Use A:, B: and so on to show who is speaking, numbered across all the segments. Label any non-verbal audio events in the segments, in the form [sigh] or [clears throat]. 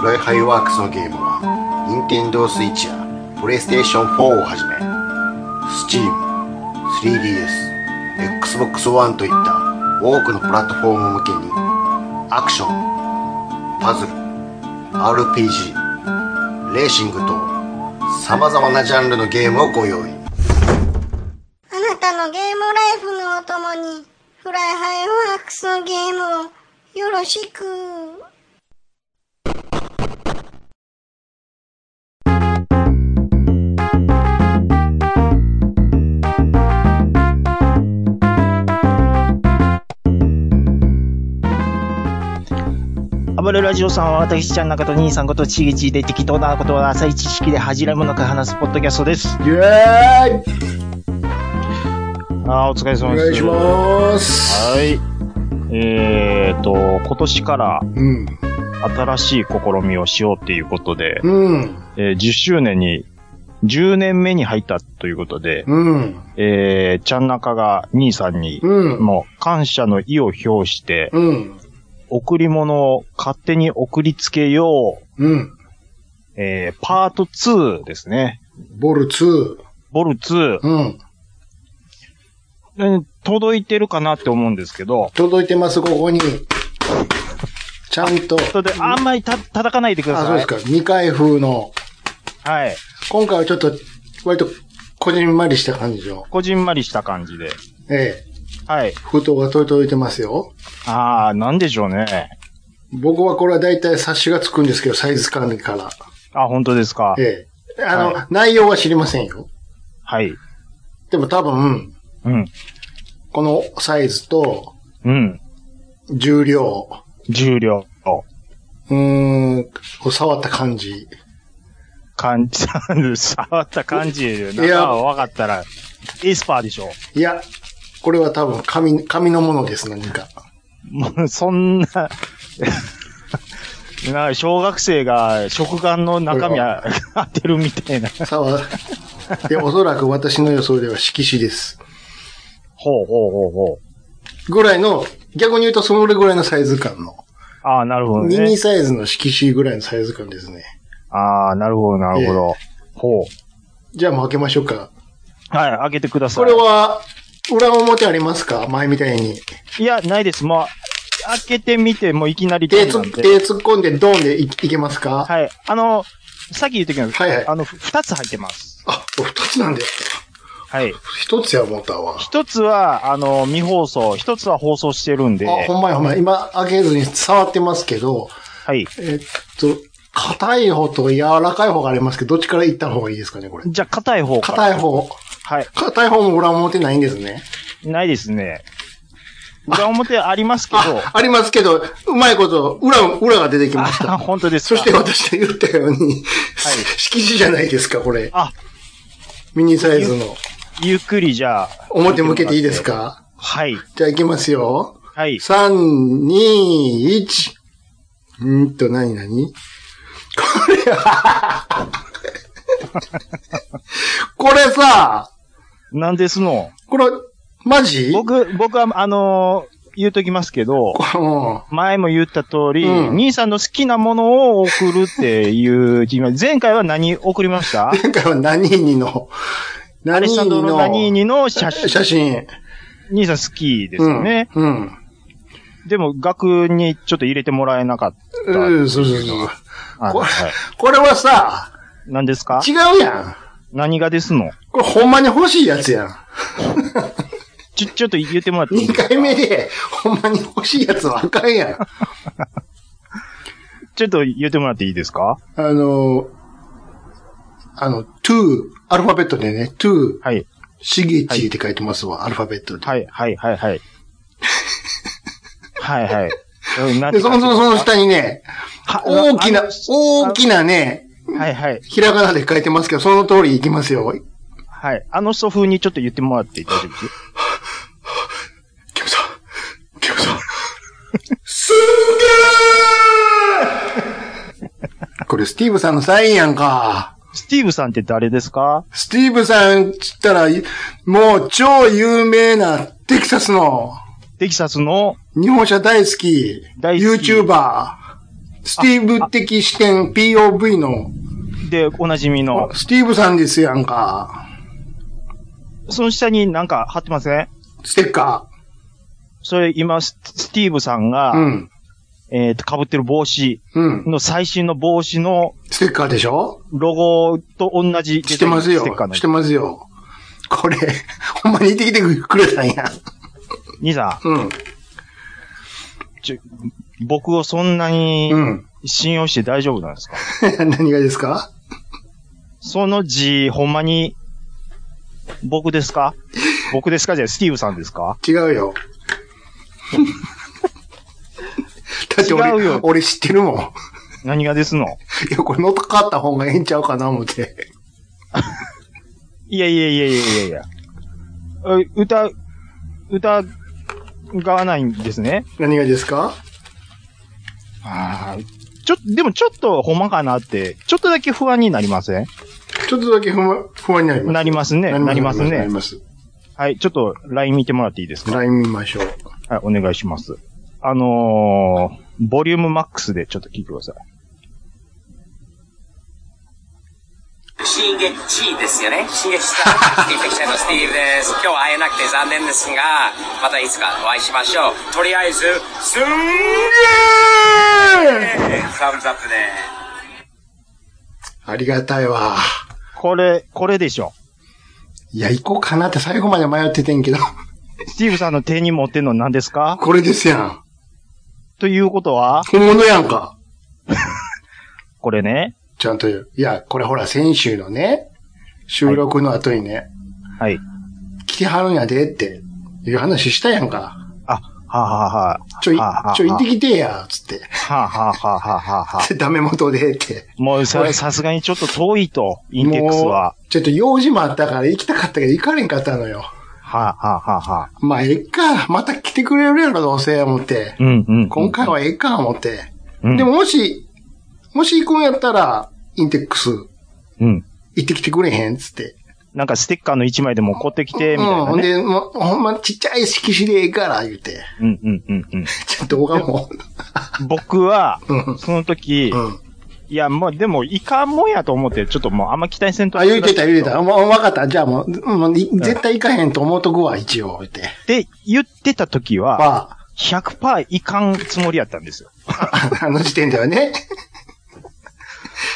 A: ブライハイワークスのゲームは、任天堂 Switch や PlayStation 4をはじめ、Steam、3DS、Xbox One といった多くのプラットフォーム向けに、アクション、パズル、RPG、レーシングと、様々なジャンルのゲームをご用意。
B: あなたのゲームライフのお供に、フライハイワークスのゲームをよろしく。
C: 暴れラジオさんは私ちゃん中と兄さんことちぎちで適当なことは浅い知識で恥じらいもなく話すポッドキャストです。
A: イェーイ
C: あーお疲れ様
A: お
C: です。
A: 願いします
C: はい。えーと、今年から
A: うん。
C: 新しい試みをしようっていうことで、
A: うん。
C: えー10周年に、10年目に入ったということで、
A: うん。
C: えー、ちゃん中が兄さんに、
A: うん。
C: もう感謝の意を表して、
A: うん。
C: 贈り物を勝手に送りつけよう、
A: うん。
C: えー、パート2ですね。
A: ボル2。
C: ボル2、
A: うん。
C: うん届いてるかなって思うんですけど、
A: 届いてます、ここに。ちゃんと。
C: それで、あんまりた叩かないでくだ
A: あ、
C: さい。
A: そうですか。未開封の。
C: はい。
A: 今回はちょっと、割と、こじんまりした感じの。
C: こじんまりした感じで。
A: ええ。
C: はい。
A: 封筒が届いてますよ。
C: あー、なんでしょうね。
A: 僕はこれは大体冊子がつくんですけど、サイズ管理から。
C: あ、本当ですか。
A: ええ。あの、
C: は
A: 内容は知りませんよ。
C: はい。
A: でも多分、
C: うん。
A: このサイズと、
C: うん。
A: 重量、
C: 重量。
A: うーん、こう触った感じ。
C: 感じ、 [laughs] 触った感じで、中が分かったら、エスパーでしょ。 [laughs]
A: いや、これは多分紙、紙のものです、何か。
C: もう、そんな、 [laughs] なんか小学生が食玩の中身あ [laughs] 当てるみたいな。
A: 触、い
C: [laughs]
A: や、おそらく私の予想では色紙です。
C: ほうほうほうほう。
A: ぐらいの、逆に言うとそれぐらいのサイズ感の。
C: ああ、なるほど
A: ミ
C: ね
A: ニ。サイズの色紙ぐらいのサイズ感ですね。
C: ああ、なるほど、なるほど。ほう。
A: じゃあもう開けましょうか。
C: はい、開けてください。
A: これは、裏表ありますか前みたいに。
C: いや、ないです。もう、開けてみて、もういきなり
A: 手
C: 手
A: つ
C: なんで
A: 手突っ込んでドンでいいけますか、
C: はい。あの、さっき言ってきたんですけど、
A: はいはい
C: あの、ふ二つ入ってます。
A: あ、これ二つなんですか
C: はい。
A: 一つや思ったわ。
C: 一つは、あの、未放送、一つは放送してるんで、
A: あ、ほんまやほんまや。今開けずに触ってますけど、
C: はい。
A: えっと、硬い方と柔らかい方がありますけど、どっちからいった方がいいですかね、これ。
C: じゃあ、硬い方から。
A: 硬い方。
C: はい。
A: 硬い方も裏表ないんですね。
C: ないですね。裏表ありますけど
A: あ、、ありますけど、うまいこと、裏、裏が出てきまし
C: あ、
A: た。
C: 本当です
A: そ
C: か。
A: して私が言ったように、色紙じゃないですか、これ。
C: あ、
A: ミニサイズの。
C: ゆっくりじゃあ、
A: 表向けていいですか
C: はい。
A: じゃあ行きますよ。
C: はい。
A: 3、2、1。んーと、なになにこれは、これさ、
C: なんですの。
A: これ、マジ
C: 僕、僕は、あの言うときますけど、
A: [laughs] うん
C: 前も言った通り、
A: うん
C: 兄さんの好きなものを送るっていう、前回は何送りました
A: 今回は何にの、
C: アレッ
A: 何
C: サンド
A: に
C: ロ・ナニー
A: の
C: ニの写真、
A: 写真。
C: 兄さん好きですよね。
A: うん。
C: でも、額にちょっと入れてもらえなかった。
A: うん、そうそうそう。
C: あ
A: こ
C: は
A: れ
C: い、
A: これはさ、
C: 何ですか
A: 違うやん。
C: 何がですの
A: これほんまに欲しいやつやん。
C: ちょ、ちょっと言ってもらっていい
A: 2
C: ですか
A: 回目で、ほんまに欲しいやつわかんやん。
C: ちょっと言ってもらっていいですか
A: あの、あの、to, アルファベットでね、to,
C: はい。
A: しげちって書いてますわ、アルファベットで。
C: はい、はい、はい、はい。はい、はい。うんなん
A: で、
C: て
A: その、その、その下にね、
C: は
A: 大きな
C: あ、
A: 大きなね、
C: のはい、はい。
A: ひらがなで書いてますけど、その通りいきますよ。
C: はい。あの人風にちょっと言ってもらって大丈夫です
A: キムさん、キムさん。すんげー [laughs] これスティーブさんのサインやんか。
C: スティーブさんって誰ですか
A: スティーブさんっつったら、もう超有名なテキサスの
C: テキサスの
A: 日本車大好き。
C: 大好き
A: YouTuber。スティーブ的視点 POV の、
C: で、おなじみの。
A: スティーブさんですやんか。
C: その下になんか貼ってません
A: ステッカ
C: それ今、ススティーブさんが、
A: ー。うん。
C: えっ、と、被ってる帽子
A: うん。
C: の最新の帽子の
A: ステッカーでしょ
C: ロゴと同じ。
A: してますよ
C: ステッカー。の
A: してますよ。これ、 [laughs] ほんまに似てきてくれたんや。
C: 兄さ
A: うん。
C: ん、ちょ、僕をそんなに
A: うん。 [laughs]
C: 信用して大丈夫なんですか、
A: 何がですか
C: その字、ほんまに、僕ですか僕ですかじゃあ、スティーブさんですか
A: 違
C: [laughs]
A: うよ。だって俺
C: 違うよ
A: 俺知ってるもん。
C: 何がですの
A: いや、これ乗っかった方がええんちゃうかな思って。
C: いやいやいやいやいやいや。え歌、歌、がわないんですね。
A: 何がですか
C: ああ。ちょ、でもちょっとほんまかなって、ちょっとだけ不安になりません
A: ちょっとだけ不安不安になります。
C: なりますね。なります
A: な
C: ね
A: り。ます。
C: はい、ちょっと LINE 見てもらっていいですか
A: LINE 見ましょう。
C: はい、お願いします。あのー、ボリュームマックスでちょっと聞いてください。
D: 新月 C ですよね新月スタースティーブキャのスティーブです今日は会えなくて残念ですがまたいつかお会いしましょうとりあえずすんげーサムズアップで
A: ありがたいわ。
C: これ、これでしょ。
A: いや、行こうかなって最後まで迷っててんけど。
C: スティーブさんの手に持ってんの何ですか
A: これですやん。
C: ということは、
A: 本物やんか。
C: これね。
A: ちゃんと言う。いや、これほら、先週のね、収録の後にね、
C: はい。
A: 来てはるんやでって、いう話したやんか。
C: あ、はあ、はあはあ、
A: ちょい
C: はあはあは、あ
A: ちょ、行ってきてや、つって。
C: はあ、はあはあはあはあはあ
A: [laughs] ダメ元でって。
C: もう
A: こ
C: さ、
A: れ
C: さすがにちょっと遠いと、インテックスは。
A: もうちょっと用事もあったから行きたかったけど行かれんかったのよ。
C: はあ、はあはあはあ、
A: まあ、ええか。また来てくれるやろ、どうせ、思って。
C: うんうん。
A: 今回はええか、思って。
C: うん
A: でも、もし、もし行くんやったら、インテックス、行
C: うん。
A: ってきてくれへん、つって。
C: なんかステッカーの一枚でも買ってきて、みたい
A: うん、ほ
C: なんね。
A: で、もうほんまちっちゃい色紙でええから、言うて。
C: うんうんうんう
A: ちょっと動画も。
C: ん。僕は
A: うん、
C: その時、
A: うん。
C: いや、もうでも、いかんもんやと思って、ちょっともうあんま期待せんと。
A: あ、言うてた、言うてた。。もう、わかった。じゃあもう、もうい絶対行かへんと思うとくわ、一応、言うて。
C: で、言ってた時は、
A: まあ、 [laughs]
C: 100%いかんつもりやったんですよ。
A: あの時点ではね。 [laughs]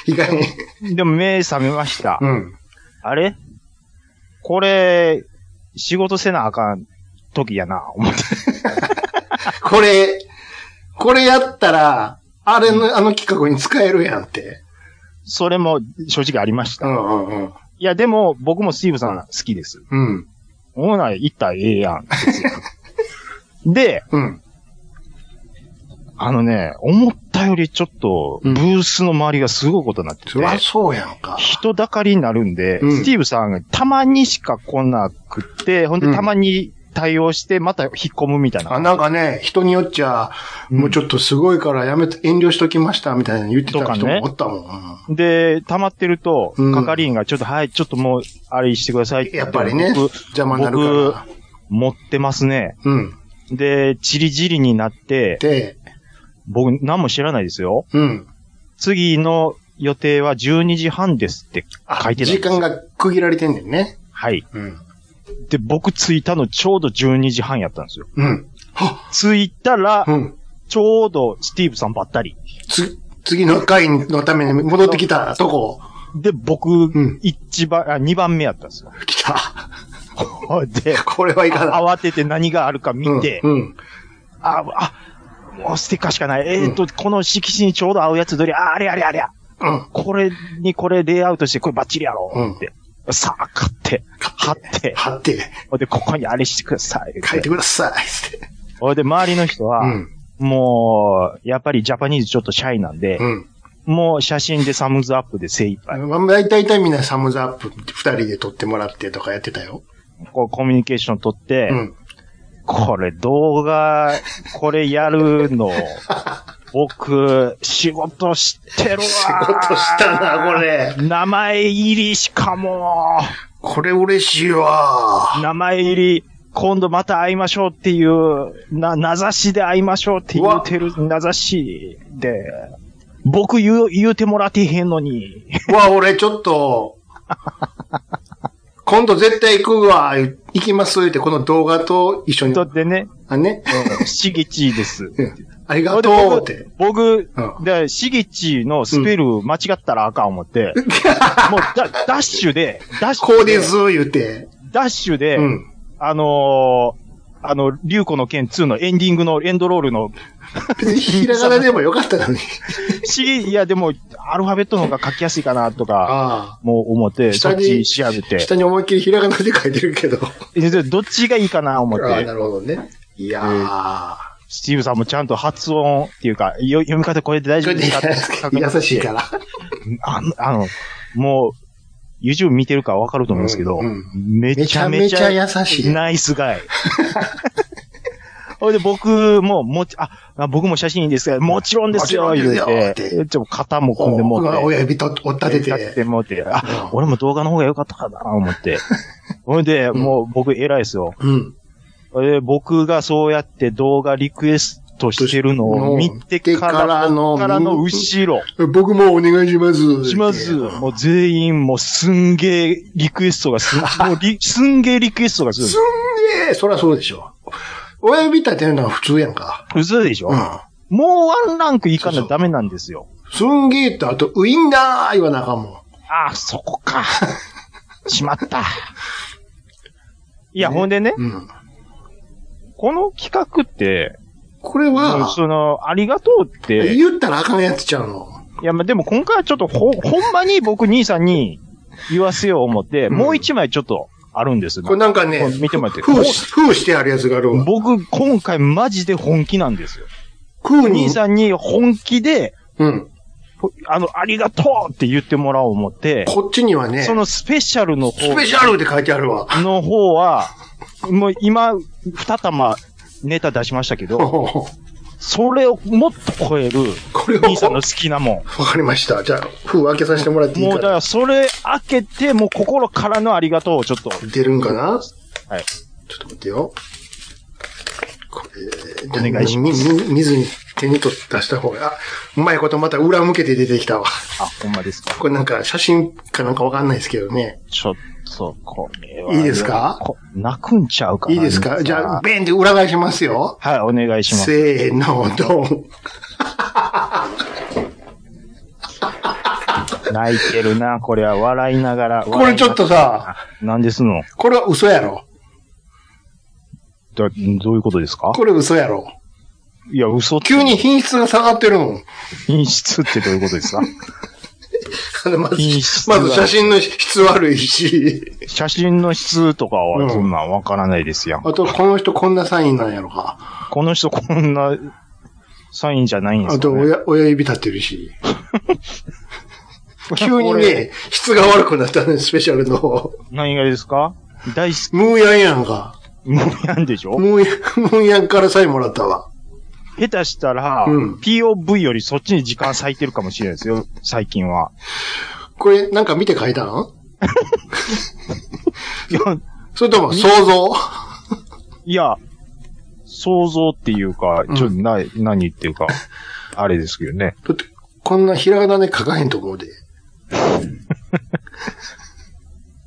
A: 行かへん。
C: でも目覚めました。
A: うん。
C: あれこれ、仕事せなあかん時やな、思って。
A: これ、これやったら、あれの、あの企画に使えるやんって。
C: それも正直ありました。
A: んうんうん。
C: いや、でも、僕もスティーブさん好きです。
A: うん。
C: オーナー行ったらええやん。 [laughs] で、
A: うん。
C: あのね、思ったよりちょっと、ブ
A: うん
C: ースの周りがすごいことになってて、
A: そりゃそうやんか。
C: 人だかりになるんで、
A: うん
C: スティーブさんがたまにしか来なくって、ほん
A: う
C: で
A: ん
C: たまに対応して、また引っ込むみたい
A: あ、
C: な。
A: なんかね、人によっちゃ、
C: うん
A: もうちょっとすごいからやめて、遠慮しときましたみたいなの言ってた人もおったもん。
C: で、溜まってると、
A: うん
C: 係員がちょっと、はい、ちょっともう、あれしてくださいっ
A: うん
C: て。
A: やっぱりね、
C: 僕
A: 邪魔になるから。
C: 持ってますね。
A: うん。
C: で、チリジリになって、
A: で、
C: 僕、何も知らないですよ。
A: うん。
C: 次の予定は12時半ですって
A: あ
C: 書いてたん
A: 時
C: ですよ
A: 間が区切られてんねんね。
C: はい。
A: うん。
C: で、僕着いたのちょうど12時半やったんですよ。
A: うん。は
C: 着いたら
A: う、ん。
C: ちょうどスティーブさんばったり。
A: つ、次の回のために戻ってきたとこ、
C: で、僕
A: ん、
C: 一番、あ、二番目やったんですよ。 [laughs]
A: 来た。
C: で、
A: [laughs] これはいかない。
C: 慌てて何があるか見て、
A: うんうん。
C: あ、あ、もうステッカーしかない。えっ、ー、と、この色紙にちょうど合うやつどれ、あ、あれあれあれや。
A: うん。
C: これにこれレイアウトして、これバッチリやろ
A: うん
C: って。さあ、買って、貼って、
A: 貼って、
C: ほんで、ここにあれしてください。
A: 書いてください。って。
C: ほいで、周りの人は、
A: [laughs] うん。
C: もう、やっぱりジャパニーズちょっとシャイなんで、
A: うん。
C: もう写真でサムズアップで精一杯。
A: まあ、大体大体みんなサムズアップ二人で撮ってもらってとかやってたよ。
C: こうコミュニケーション取って、
A: うん。
C: これ動画、これやるの、僕、仕事してるわ。
A: 仕事したな、こ。れ。
C: 名前入りしかも、
A: これ嬉しいわ。
C: 名前入り、今度また会いましょうっていう、な、名指しで会いましょうって言うてる、名指しで、僕言う、言うてもらってへんのに、
A: うわ、俺ちょっと、今度絶対行くわ、行きますって、この動画と一緒
C: [laughs]
A: に
C: と。ってね、
A: あ、ね。
C: [laughs] しぎちです。
A: ありが
C: で
A: とうって。
C: 僕、
A: う
C: 僕、で、しぎちのスペル間違ったらあかん思
A: [laughs]
C: って、もうダ、ダッシュで、ダッシュ
A: こうです、言うて。
C: ダッシュで、
A: うん。
C: あのー、あの、竜子の剣2のエンディングの、エンドロールの、 [laughs]
A: 別にひらがなでもよかったのに。
C: し、いや、でも、アルファベットの方が書きやすいかな、とか、
A: ああ。
C: もう思って、そ
A: 下
C: っち
A: に、
C: 調べて。
A: 下に思いっきりひらがなで書いてるけど。
C: えでどっちがいいかな、思っ
A: ああ、な
C: て。
A: るほどね。いやー。
C: スティーブさんもちゃんと発音っていうか、よ読み方これで大
A: こ
C: 丈夫
A: れ
C: ですかって確認
A: 優しいから。
C: あの、あのもう、YouTube 見てるからわかると思うんですけど、
A: うんうん
C: めち
A: めち
C: ゃ
A: ゃ
C: め
A: め
C: ち
A: ちゃ
C: ゃ
A: 優しい。
C: ナイスガイ。ほいで、僕も、もち、あ、あ僕も写真いいんですけど、もちろんですよ、
A: もちろ
C: 言
A: んですよ
C: う
A: って
C: て、ちょっと肩も組んでもうて、
A: 親指と折ったて。
C: 立っててもうて、あ、
A: うん
C: 俺も動画の方が良かったかな、思
A: [laughs]
C: って。ほいで、もう僕偉いですよ。
A: うん。
C: ほいで、僕がそうやって動画リクエストしてるのを見てか
A: 見てから
C: ら、
A: の
C: 僕からの後ろ。
A: 僕もお願いします。
C: します。
A: うん
C: もう全員もうすんげえリクエストがす、もう [laughs] リ、すんげえリクエストがするんですす。
A: んげえ、そらそうでしょ。親指立てるのは普通やんか。
C: 普通でしょ、
A: うん。
C: もうワンランクいかなダメなんですよ。
A: すんげえと、あと、ウインナー言わなあかんもん。
C: ああ、そこ [laughs] か。しまった。いや、ほんでね、
A: うん。
C: この企画って、
A: これは、
C: その、ありがとうって、い
A: 言ったらあかんやつちゃうの。
C: や、まあ、でも今回はちょっとほ、ほんまに僕兄さんに言わせよう思って、もう一枚ちょっとあるんです。
A: これなんかね
C: こう、見てもらって。
A: 封し、封してあるやつがあるわ。
C: 僕、今回マジで本気なんですよ。
A: 封に
C: 兄、さんに本気で、
A: うん。
C: あの、ありがとうって言ってもらおう思って、
A: こっちにはね、
C: そのスペシャルの方
A: スペシャルって書いてあるわ。 [laughs]
C: の方は、もう今、二玉ネタ出しましたけど、
A: こ
C: それをもっと超える、
A: れを、
C: 兄さんの
A: わ
C: 好きなも
A: かりました。じゃあ、封開けさせてもらって
C: ん。
A: いい
C: もうだ
A: か
C: か
A: な。
C: らそれ開けて、もう心からのありがとうをちょっと、
A: 出るんかな
C: はい。
A: ちょっと待ってよ。これ、
C: お願いし
A: ます。み見ずに手に取って出した方が、あ、うまいことまた裏向けて出てきたわ。
C: あ、ほんまですか。
A: これなんか写真かなんかわかんないですけどね。
C: ちょっと、これは。
A: いいですか
C: こ泣くんちゃうかな。
A: いいですかじゃあ、
C: あ、
A: ベンって裏返しますよ。
C: はい、お願いします。
A: せーの、ドン。
C: 泣いてるな、これは笑いながら。
A: これちょっとさ、
C: 何ですの
A: これは嘘やろ。
C: どどういうことですか
A: これ嘘やろ。
C: いや、嘘って
A: 急に品質が下がってるもん。
C: 品質ってどういうこと
A: [laughs]
C: ですか
A: あのまず
C: 品質、
A: ま
C: が
A: ず写真の質悪いし、
C: 写真の質とか
A: う
C: は
A: ん
C: そんなんわからないですやん。
A: あと、この人こんなサインなんやろか。
C: この人こんなサインじゃないんで
A: あ
C: すか、
A: と
C: ね、
A: 親、親指立って
C: [laughs]
A: るし。急にね、質が悪くなったね、スペシャルの。
C: 何がですか大好
A: ムーヤンやんか。
C: き、もうやんでしょ
A: ムーヤン、ムーヤンからサインもらったわ。
C: 下手したら、
A: うん
C: POV よりそっちに時間割いてるかもしれないですよ、最近
A: [laughs]
C: は。
A: これ、なんか見て書いたん
C: いや、
A: それとも想像
C: いや想像っていうか、ちょっとな、何っていうか、あれですけどね。
A: だって、こんなひらがなで書かへんと思うで。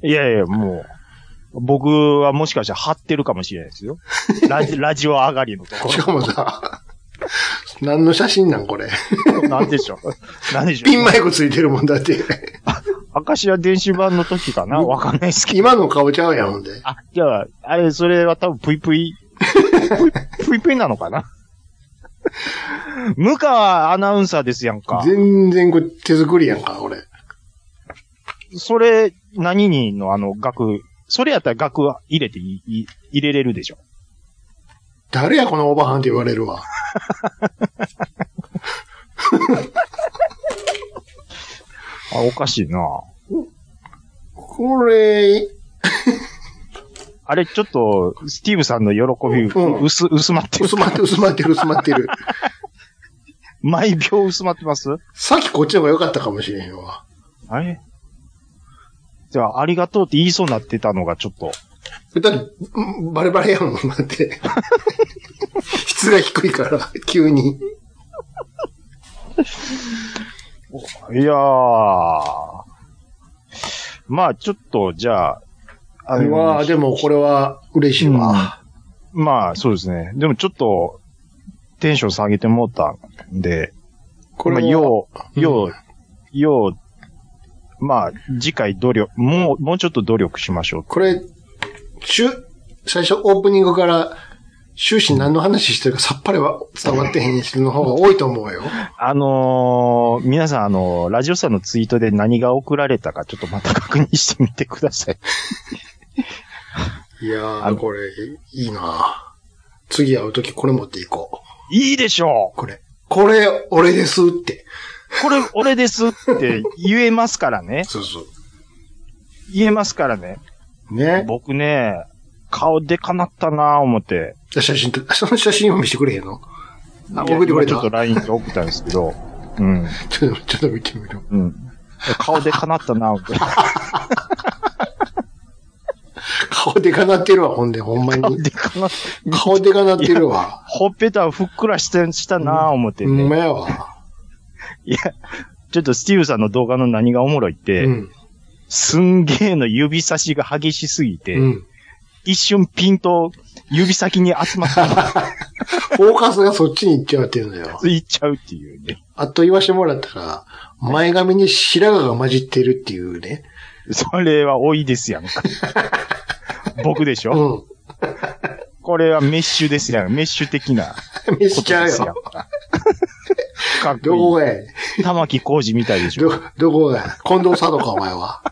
C: いやいや、もう、僕はもしかしたら張ってるかもしれないですよ。ラ
A: [laughs]
C: ジラジオ上がりのとこ
A: しかもさ、何の写真なんこれ。
C: ろ。なんでしょう。なんでしょ
A: ピン
C: う。
A: マイクついてるもんだって。
C: 明石家電子版の時かなわかんないですけど。
A: 今の顔ちゃうやん、ほんで。
C: あ、じゃあ、あれ、それは多分ぷいぷい。ぷいぷいぷいなのかな向川アナウンサーですやんか。
A: 全然これ手作りやんか、これ。
C: それ、何にのあの、額、それやったら額は入れていい、入れれるでしょ。
A: 誰や、このおばはんって言われるわ。
C: あ、おかしいな
A: これ、
C: あれ、ちょっと、スティーブさんの喜び、
A: うん
C: 薄、薄まってる
A: 薄まって、薄まってる、薄まってる。
C: 毎秒薄まってます
A: さっきこっちの方が良かったかもしれへんわ。
C: あれじゃあ、ありがとうって言いそうになってたのがちょっと、
A: だって、うんバレバレやもん、だって。 [laughs] 質が低いから、急
C: い
A: に。
C: やー。まあ、ちょっと、じゃあ、あの
A: まあ、でもこれは嬉しいわ。
C: まあ、そうですね。でもちょっと、テンション下げてもうたんで、
A: これ
C: まあ、
A: は
C: よう、よう、よう、まあ、次回努力、もう、もうちょっと努力しましょう。
A: これ、しゅ、最初オープニングから、終始何の話してるかさっぱりは伝わってへん人の方が多いと思う
C: [laughs]
A: よ。
C: あのー、皆さん、あのーラジオさんのツイートで何が送られたか、ちょっとまた確認してみてください。
A: いや
C: あの
A: ー、これ、いいな次会うときこれ持っていこう。
C: いいでしょ
A: これ。これ、俺ですって。
C: うこれ、俺ですって言えますからね。
A: そうそ
C: 言えますからね。
A: う。ね。
C: 僕ね、顔でかなったなぁ思って。
A: 写真と、その写真を見せてくれへんのあ、
C: いや
A: 送ってくれ
C: 今
A: た。ち
C: ちょっと LINE で送ったんですけど。うん。
A: ょっ [laughs] と、ちょっと見てみろ。
C: うん。顔でかなったなぁ思って。
A: 顔でかなってるわ、ほんで、ほんま
C: 顔
A: に。
C: でかなっ
A: 顔でかなってるわ。
C: ほっぺたふっくらしてしたなぁ思って
A: ほん
C: ね。
A: まやわ。
C: いや、ちょっとスティーブさんの動画の何がおもろいって、
A: うん。
C: すんげえの指差しが激しすぎて、
A: うん。
C: 一瞬ピンと指先に集まって
A: フォーカスがそっちに行っちゃうっていうのよ。
C: いっちゃうっていうね。
A: あっと言わしてもらったら、前髪に白髪が混じってるっていうね。
C: それは多いです
A: [laughs]
C: やんか。僕でし
A: う
C: ょ、これはメッシュですやん。メッシュ的な。
A: ん。見せ
C: こ
A: ち
C: と
A: ゃ
C: で
A: う
C: すやん
A: よ。
C: か。かっ
A: どこ
C: こ
A: がや
C: いい。玉木浩二みたいでしょ。
A: ど、どこがや近藤佐藤か、お前は。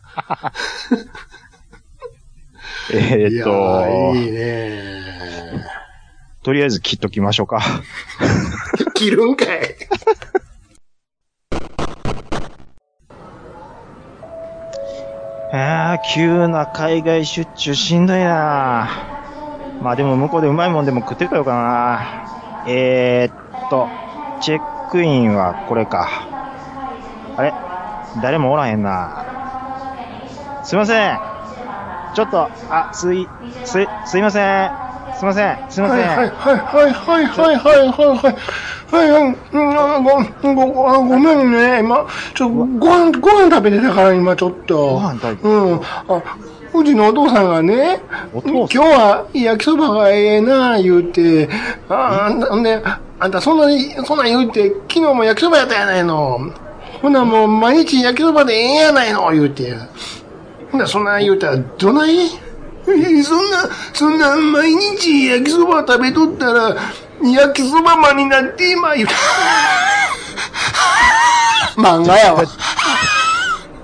C: え
A: い
C: ーっ
A: やー、
C: と、
A: いいね
C: とりあえず切っときましょうか。
A: ー。切るんかい。
C: ああ、急な海外出張しんどいなまあでも向こうでうまいもんでも食ってこようかなえー、っと、チェックインはこれか。あれ誰もおらへんなすいません。ちょっと、あ、すい、すい、すいません。すいません。すいません。
A: はいはいはいはいはいはいはいはいはいごごあごめんね今ちょご飯ご飯食べてたから今ちょっと
C: ご飯食べてた
A: うんあうちのお父さんがね、
C: お
A: 今
C: 父
A: 日
C: さ
A: は焼きそばがええな言うて、ああんた、ほんで、あんたそんなに、そんなん言うて、昨日も焼きそばやったやないの。ほなもう毎日焼きそばでええやないの言うて。ほんなそんな言うたら、どないえそんな、そんな、毎日焼きそば食べとったら、焼きそばマンになって、今言うた。漫画やわ。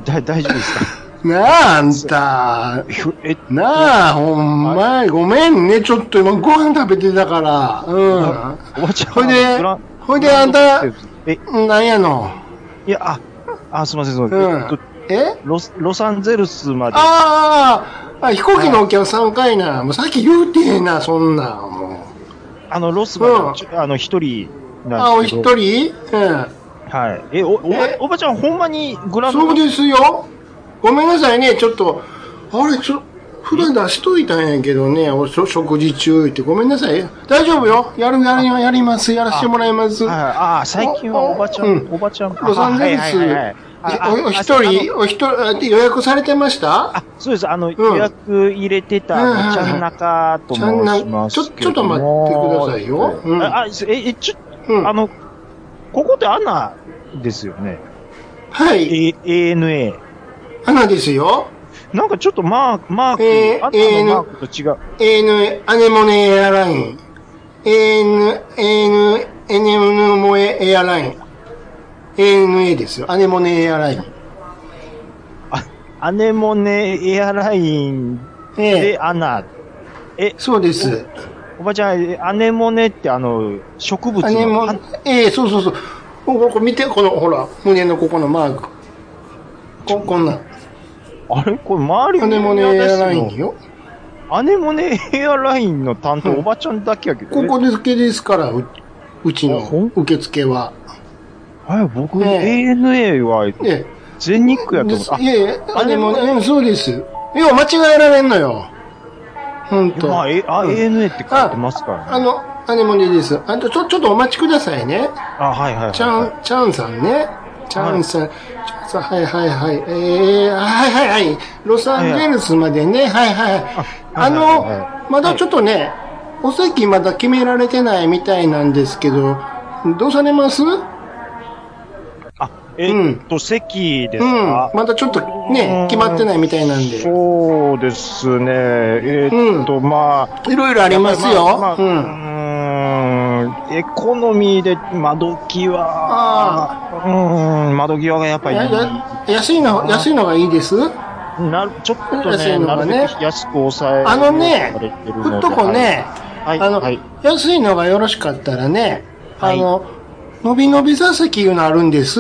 C: だ、大丈夫ですか
A: なあ、あんた。
C: ひょえ、
A: なあ、ほんま、ごめんね、ちょっと今ご飯食べてたから。う
C: おばちゃん。
A: ほいで
C: グラン
A: ほいであんた
C: え、
A: ん。なんやの。
C: いや、あ、あ、すいません、すいません。
A: う
C: えっと
A: ん。え
C: ロスロサンゼルスまで。
A: ああ、あ飛行機のお客さんかいな。もうさっき言うてへんな、そんなん。もう
C: あの、ロスまで、
A: うん
C: ちょあの、一人
A: あ、
C: なん
A: お
C: ですけ
A: 一
C: ど。
A: 人うん。
C: はい。え、お、おば
A: え、
C: おばちゃん、ほんまにグラン
A: そう
C: ド
A: ですよ。ごめんなさいね、ちょっと。あれ、ちょ、普段出しといたんやけどね、おしょ食事中って。ごめんなさい。大丈夫よ。やる、やる、やります。やらせてもらいます。
C: はいああ、最近はおばちゃん、
A: うん
C: おばちゃん。
A: ロサンゼル
C: あ
A: ス
C: はいはいはいはいああ
A: おお一
C: あそうあ
A: 人、
C: の
A: お一人、あ予約されてました
C: あ、そうです。あの、予約入れてた、
A: うん
C: あのちゃんなかと申します
A: ちゃんなちょちょっと待ってくださいよ
C: はい
A: うん
C: あ、あすえ、え、ちょ、
A: うん。
C: あの、ここってアナですよね。
A: はい。
C: A、ANA。
A: 花ですよ。
C: なんかちょっとマーク、マーク、
A: えー
C: アナのマークと違う。
A: AN、アネモネエアライン。AN、AN、エネモネエアライン。ANA ですよ。アネモネエアライン。
C: アネモネエアライン
A: え
C: で
A: え。
C: アナ。
A: そうです。
C: おばちゃん、えアネモネってあの、植物の
A: アネモ
C: 花、
A: ええ、そうそうそう。こここ見て、この、ほら、胸のここのマーク。こ、こんなん。
C: あれこれ周り
A: アネモネエアラインよ。
C: アネモネエアラインの担当、おばちゃんだけやけど。
A: ここだけですから、ううち
C: あほん
A: の受付は。
C: え。はい、僕、
A: ね
C: ANA は
A: え
C: 全日
A: え。
C: 空やと思った。
A: いやいや、
C: あ
A: あ、
C: で
A: で
C: も
A: も、うんそうです。よう間違えられんのよ。
C: あ
A: ほんと。
C: まあ、A、あ、ANA って書いてますからね。
A: あの、アネモニです。あと、ちょ、ちょっとお待ちくださいね。
C: あ、はいはいはい。
A: チャン、チャンさんね。チャンさん、チャンさん、はいはいはい。えー、はいはいはい。ロサンゼルスまでね、はいはいはい。あ
C: はいはいは
A: の、まだちょっとね、お席まだ決められてないみたいなんですけど、どうされますうん。
C: あ、えっと、席ですか、
A: まだちょっとね、決まってないみたいなんで。
C: そうですね。えーっと、まあ。
A: いろいろあります
C: ま
A: よ
C: あ。
A: う
C: ま
A: ん。
C: あうーん。エコノミーで窓際。うーん、窓際がやっぱり
A: やや安いの、安いのがいいです
C: なる、ちょっと
A: 安い
C: ね、
A: の
C: な
A: が
C: る
A: ね
C: べく安く抑え
A: あのね
C: られて、るので
A: ふっとこね、
C: はい。
A: あの、
C: はい。
A: 安いのがよろしかったらね、
C: はい
A: あの、伸び伸び座席いうのあるんです。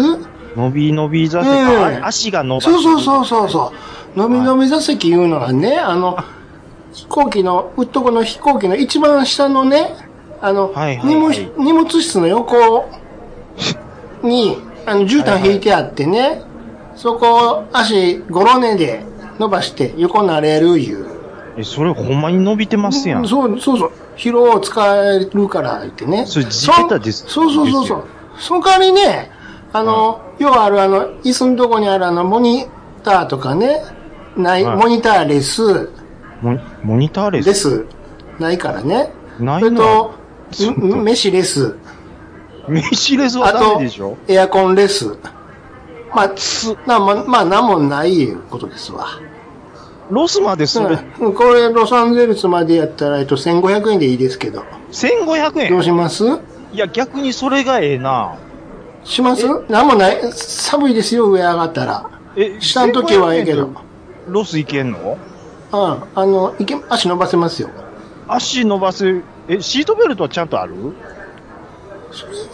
C: 伸び伸び座席、
A: うん
C: あ足が伸ばせる
A: そうそうそうそうそう。伸び伸び座席いうのはね、あの、飛行機の、うっとこの飛行機の一番下のね、あの、
C: はいはい
A: 荷物
C: はい
A: 荷物室の横に、あの、絨毯引いてあってね、そこを足ゴロネで伸ばして横になれるいう。
C: え、それほんまに伸びてますやん。
A: そう、そうそう。疲労を使えるから言ってね。
C: それ地べたです
A: そんそうそうそうそう。その代わりね、あの、要はあるあの、椅子のとこにあるあの、モニターとかね、ない、
C: はい
A: モニターレス
C: モニモニターレス。
A: です。ないからね。
C: ない
A: それ
C: な
A: と、
C: ちょっと
A: んん飯レス。
C: 飯レスは
A: あ
C: ダ
A: と
C: メでしょ、
A: エアコンレス。まあ、つなまあ、まあ、なんもないいうことですわ。
C: ロスまでそれ、
A: うんこれ、ロサンゼルスまでやったら、えっと、1500円でいいですけど。
C: 1500
A: どう
C: 円。
A: します
C: いや、逆にそれがええな。
A: しますなんもない。寒いですよ、上上がったら。
C: え
A: 下の時はええけ
C: 1500
A: ど。うん
C: 円。でロスいけんの
A: あの、いけ、足伸ばせますよ。
C: 足伸ばす。え、シートベルトはちゃんとある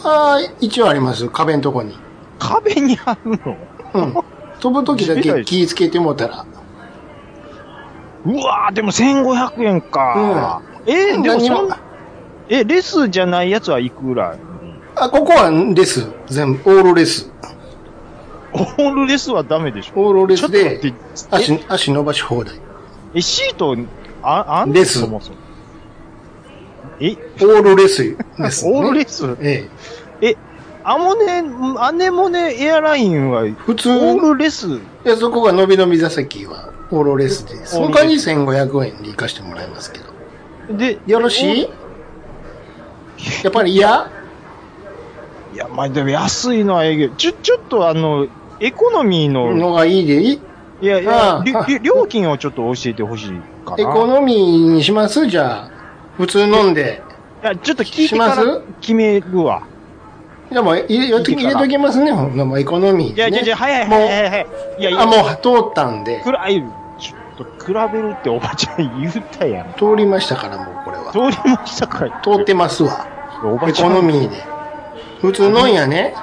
A: ああ、一応あります。壁のとこに。
C: 壁にあるの
A: うん。飛ぶ時だけ気ぃつけてもうたら。
C: うわぁ、でも1500円か。えでも
A: 何
C: そ
A: も
C: ん、え、レスじゃないやつはいくらい
A: あ、ここはレス。全部、オールレス。
C: オールレスはダメでしょ
A: オールレスで
C: ちょっと待って
A: 足、足伸ばし放題。
C: え、シート、あ、あんの
A: レス
C: そもそもえ、
A: オールレスです、
C: [laughs]
A: ね。
C: オールレス
A: ええ。
C: え、アモネ、アネモネエアラインは、
A: 普通、
C: オー
A: い
C: ルレス、
A: や、そこが伸び伸び座席は、オールレスです。
C: オールレス
A: 他に1500円で行かしてもらいますけど。
C: で、
A: よろしいやっぱり嫌
C: いや、まあ、でも安いのはええけど、ちょ、ちょっとあの、エコノミーの、
A: のがいいでいい
C: いやいや
A: あ、
C: りり料金をちょっと教えてほしいかな。
A: エコノミーにしますじゃあ。普通飲んで。
C: いや、ちょっと聞いてか
A: し
C: ら
A: ます
C: 決めるわ。
A: じゃあもう入れ入れ入れときますね。ほんならもうエコノミー
C: いや、い
A: で、ね。
C: やいや、早い
A: もう
C: 早い早い早い。いやいや、
A: あ、もう通ったんで。
C: 暗い、ちょっと比べるっておばちゃん言ったやん。
A: 通りましたからもうこれは。
C: 通りましたから。
A: 通ってますわ。
C: おば
A: エ
C: ちゃ
A: コ
C: ん。
A: ノミーで。普通飲んやね。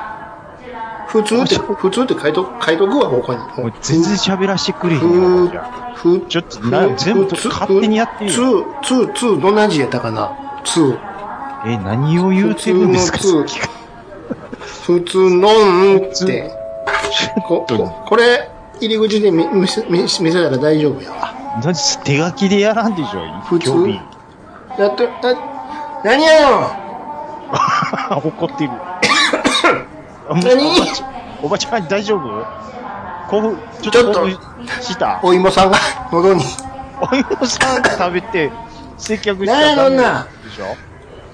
A: 普通って、普通って書いと書いとくわ、ここに。
C: もう全然喋らしてくれへんやんおば
A: ふ
C: ちゃん。
A: ふ
C: ちょっとな
A: ふ
C: 全部
A: ふつ
C: 勝手にやってよ
A: ふつー、つー、つー、どんな字やったかなつー。
C: え、何を言うてるんですか
A: 普通の
C: さっきから
A: 普通のんって。こ
C: ちょっと
A: ここれ、入り口で見見せ見せ見せたら大丈夫やわ。
C: だって手書きでやらんでしょ、
A: 普通
C: 興味。 [laughs]
A: やっと、や、何やよ
C: 怒って
A: [laughs]
C: る。何おばちゃんおばちゃん大丈夫興奮、ちょっと興奮した。
A: お芋さんが喉に
C: お芋さんが食べて、接客した
A: ね
C: ら
A: え
C: ダメ
A: どんな
C: でしょ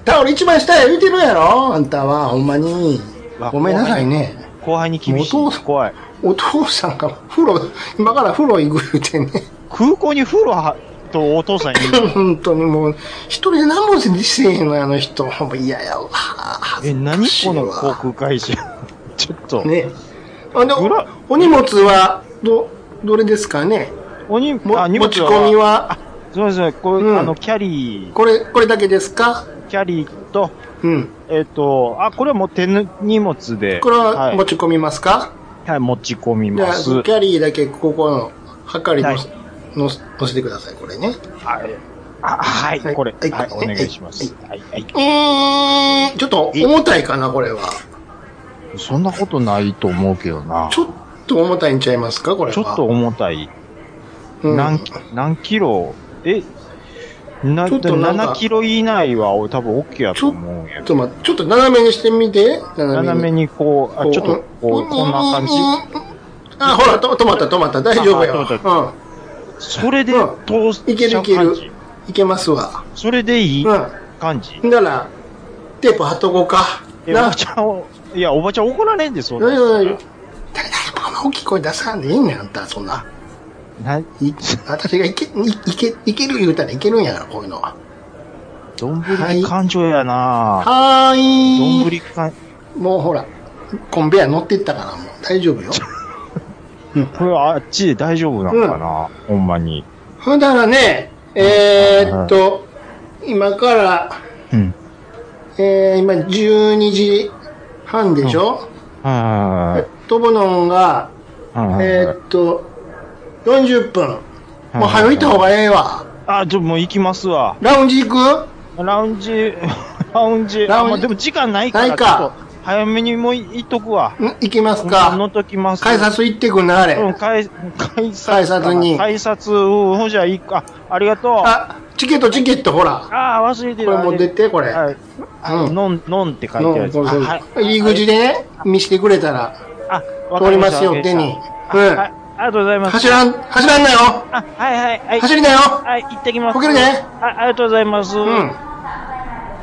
A: タオル一番下や言うてるやろあんたは、ほんまに
C: わ。
A: ごめんなさいね。
C: 後輩に厳しい。
A: お父さん
C: 怖い。
A: お父さんが風呂、今から風呂行く言うてね。 [laughs]
C: 空港に風呂はとお父さんに言う
A: 本当にもう、一人で何もせえへんの、あの人。ほんま嫌やわ。
C: え、何この
A: 恥ずかしい
C: 航
A: わ
C: 空会社。ちょっと。
A: ねあで
C: ぐら
A: お荷物は、ど、どれですかね
C: おに、
A: も
C: あ、荷
A: 持
C: 物
A: ち込み
C: は。
A: は、
C: そうですね、これ、
A: うん
C: あの、キャリー、
A: これ、これだけですか
C: キャリーと、
A: うん。
C: えっ、と、あ、これはもう手ぬ荷物で。
A: これは
C: はい
A: 持ち込みますか、
C: はい、持ち込み
A: じゃ
C: ま
A: あ、キ
C: す。
A: ャリーだけここの、はかりの、
C: はい
A: の、乗せてください、これね。
C: はい。あ、はい、
A: はい
C: これ、
A: はい
C: はい、お
A: はい
C: 願いします。はい、はい。
A: えー、ちょっと重たいかな、これは。
C: そんなことないと思うけどな。
A: ちょっと重たいんちゃいますか、これは。
C: ちょっと重たい。
A: うん
C: 何、何キロえ、な
A: ちょっとなんか
C: 7キロ以内は多分 OK やと思うんや
A: ちょっと待って、ちょっと斜めにしてみて。
C: 斜め
A: に。
C: にこう、あ、ちょっとこう、こんな感じ。
A: じ。あ、ほら、と止まった、止まった。大丈夫や
C: あ止ま
A: わ。
C: それで
A: うん
C: 通
A: うん。いけ
C: しちゃ
A: るいうけ
C: 感
A: る
C: じ。。
A: いけますわ。
C: それでいい
A: うん。
C: 感じ。
A: なら、テープ貼っとこうか。
C: えおば
A: な。
C: ちゃんを、いや、おばちゃん怒られんで、そん
A: うんうんうん
C: な。
A: 大体、あんま大きい声出さんでいいんやん、あんた、そんな。
C: ない
A: 私がいけ、いいけ、いける言うたらいけるんやから、こういうのは。
C: どんぶり感情やな
A: はー
C: どんぶ
A: い。
C: り感、
A: もうほら、コンベア乗っていったから、もう大丈夫よ。
C: これはあっちで大丈夫なのかなほんまに。
A: ほんだらね、えー、っと、今から、
C: うん。
A: えー、今12時半でしょ、
C: はいはい
A: 飛ぶのが、
C: はいはい。
A: え
C: はいはいはい
A: ー、っと、40分。もう早いった方がええわ。
C: あ、ちょ、もう行きますわ。
A: ラウンジ行く
C: ラウンジ、 [laughs] ラウンジ、
A: ラ
C: あ、
A: ウンジ
C: まあでも時間ないから、
A: ないか
C: ちょっと早めにもう行っとくわ。
A: ん行きます
C: 乗
A: か
C: っときます。
A: 改札行ってくんな、あれ。
C: うん、改、改札。
A: 改札に
C: 改札、うん、ほんじゃ、いいか。ありがとう。あ
A: あ、チケット、チケット、ほら。
C: あー、忘れて
A: こ
C: る。
A: れ持ってって、これ。
C: はい。
A: うん
C: のん、のんって書いてあるやつ。
A: そうそう
C: あはい
A: 入り口でね、見してくれたら、
C: あ、わか
A: 通りま
C: した
A: すよ、
C: わか
A: 手
C: りま
A: に
C: し。
A: う
C: たはい
A: ん。、
C: ありがとうございます。
A: 走らん、走らんなよ
C: あ、はいはい、はい。
A: 走りなよ
C: はい、行ってきます。
A: こけるね
C: あ、ありがとうございます。
A: う
C: は
A: ん。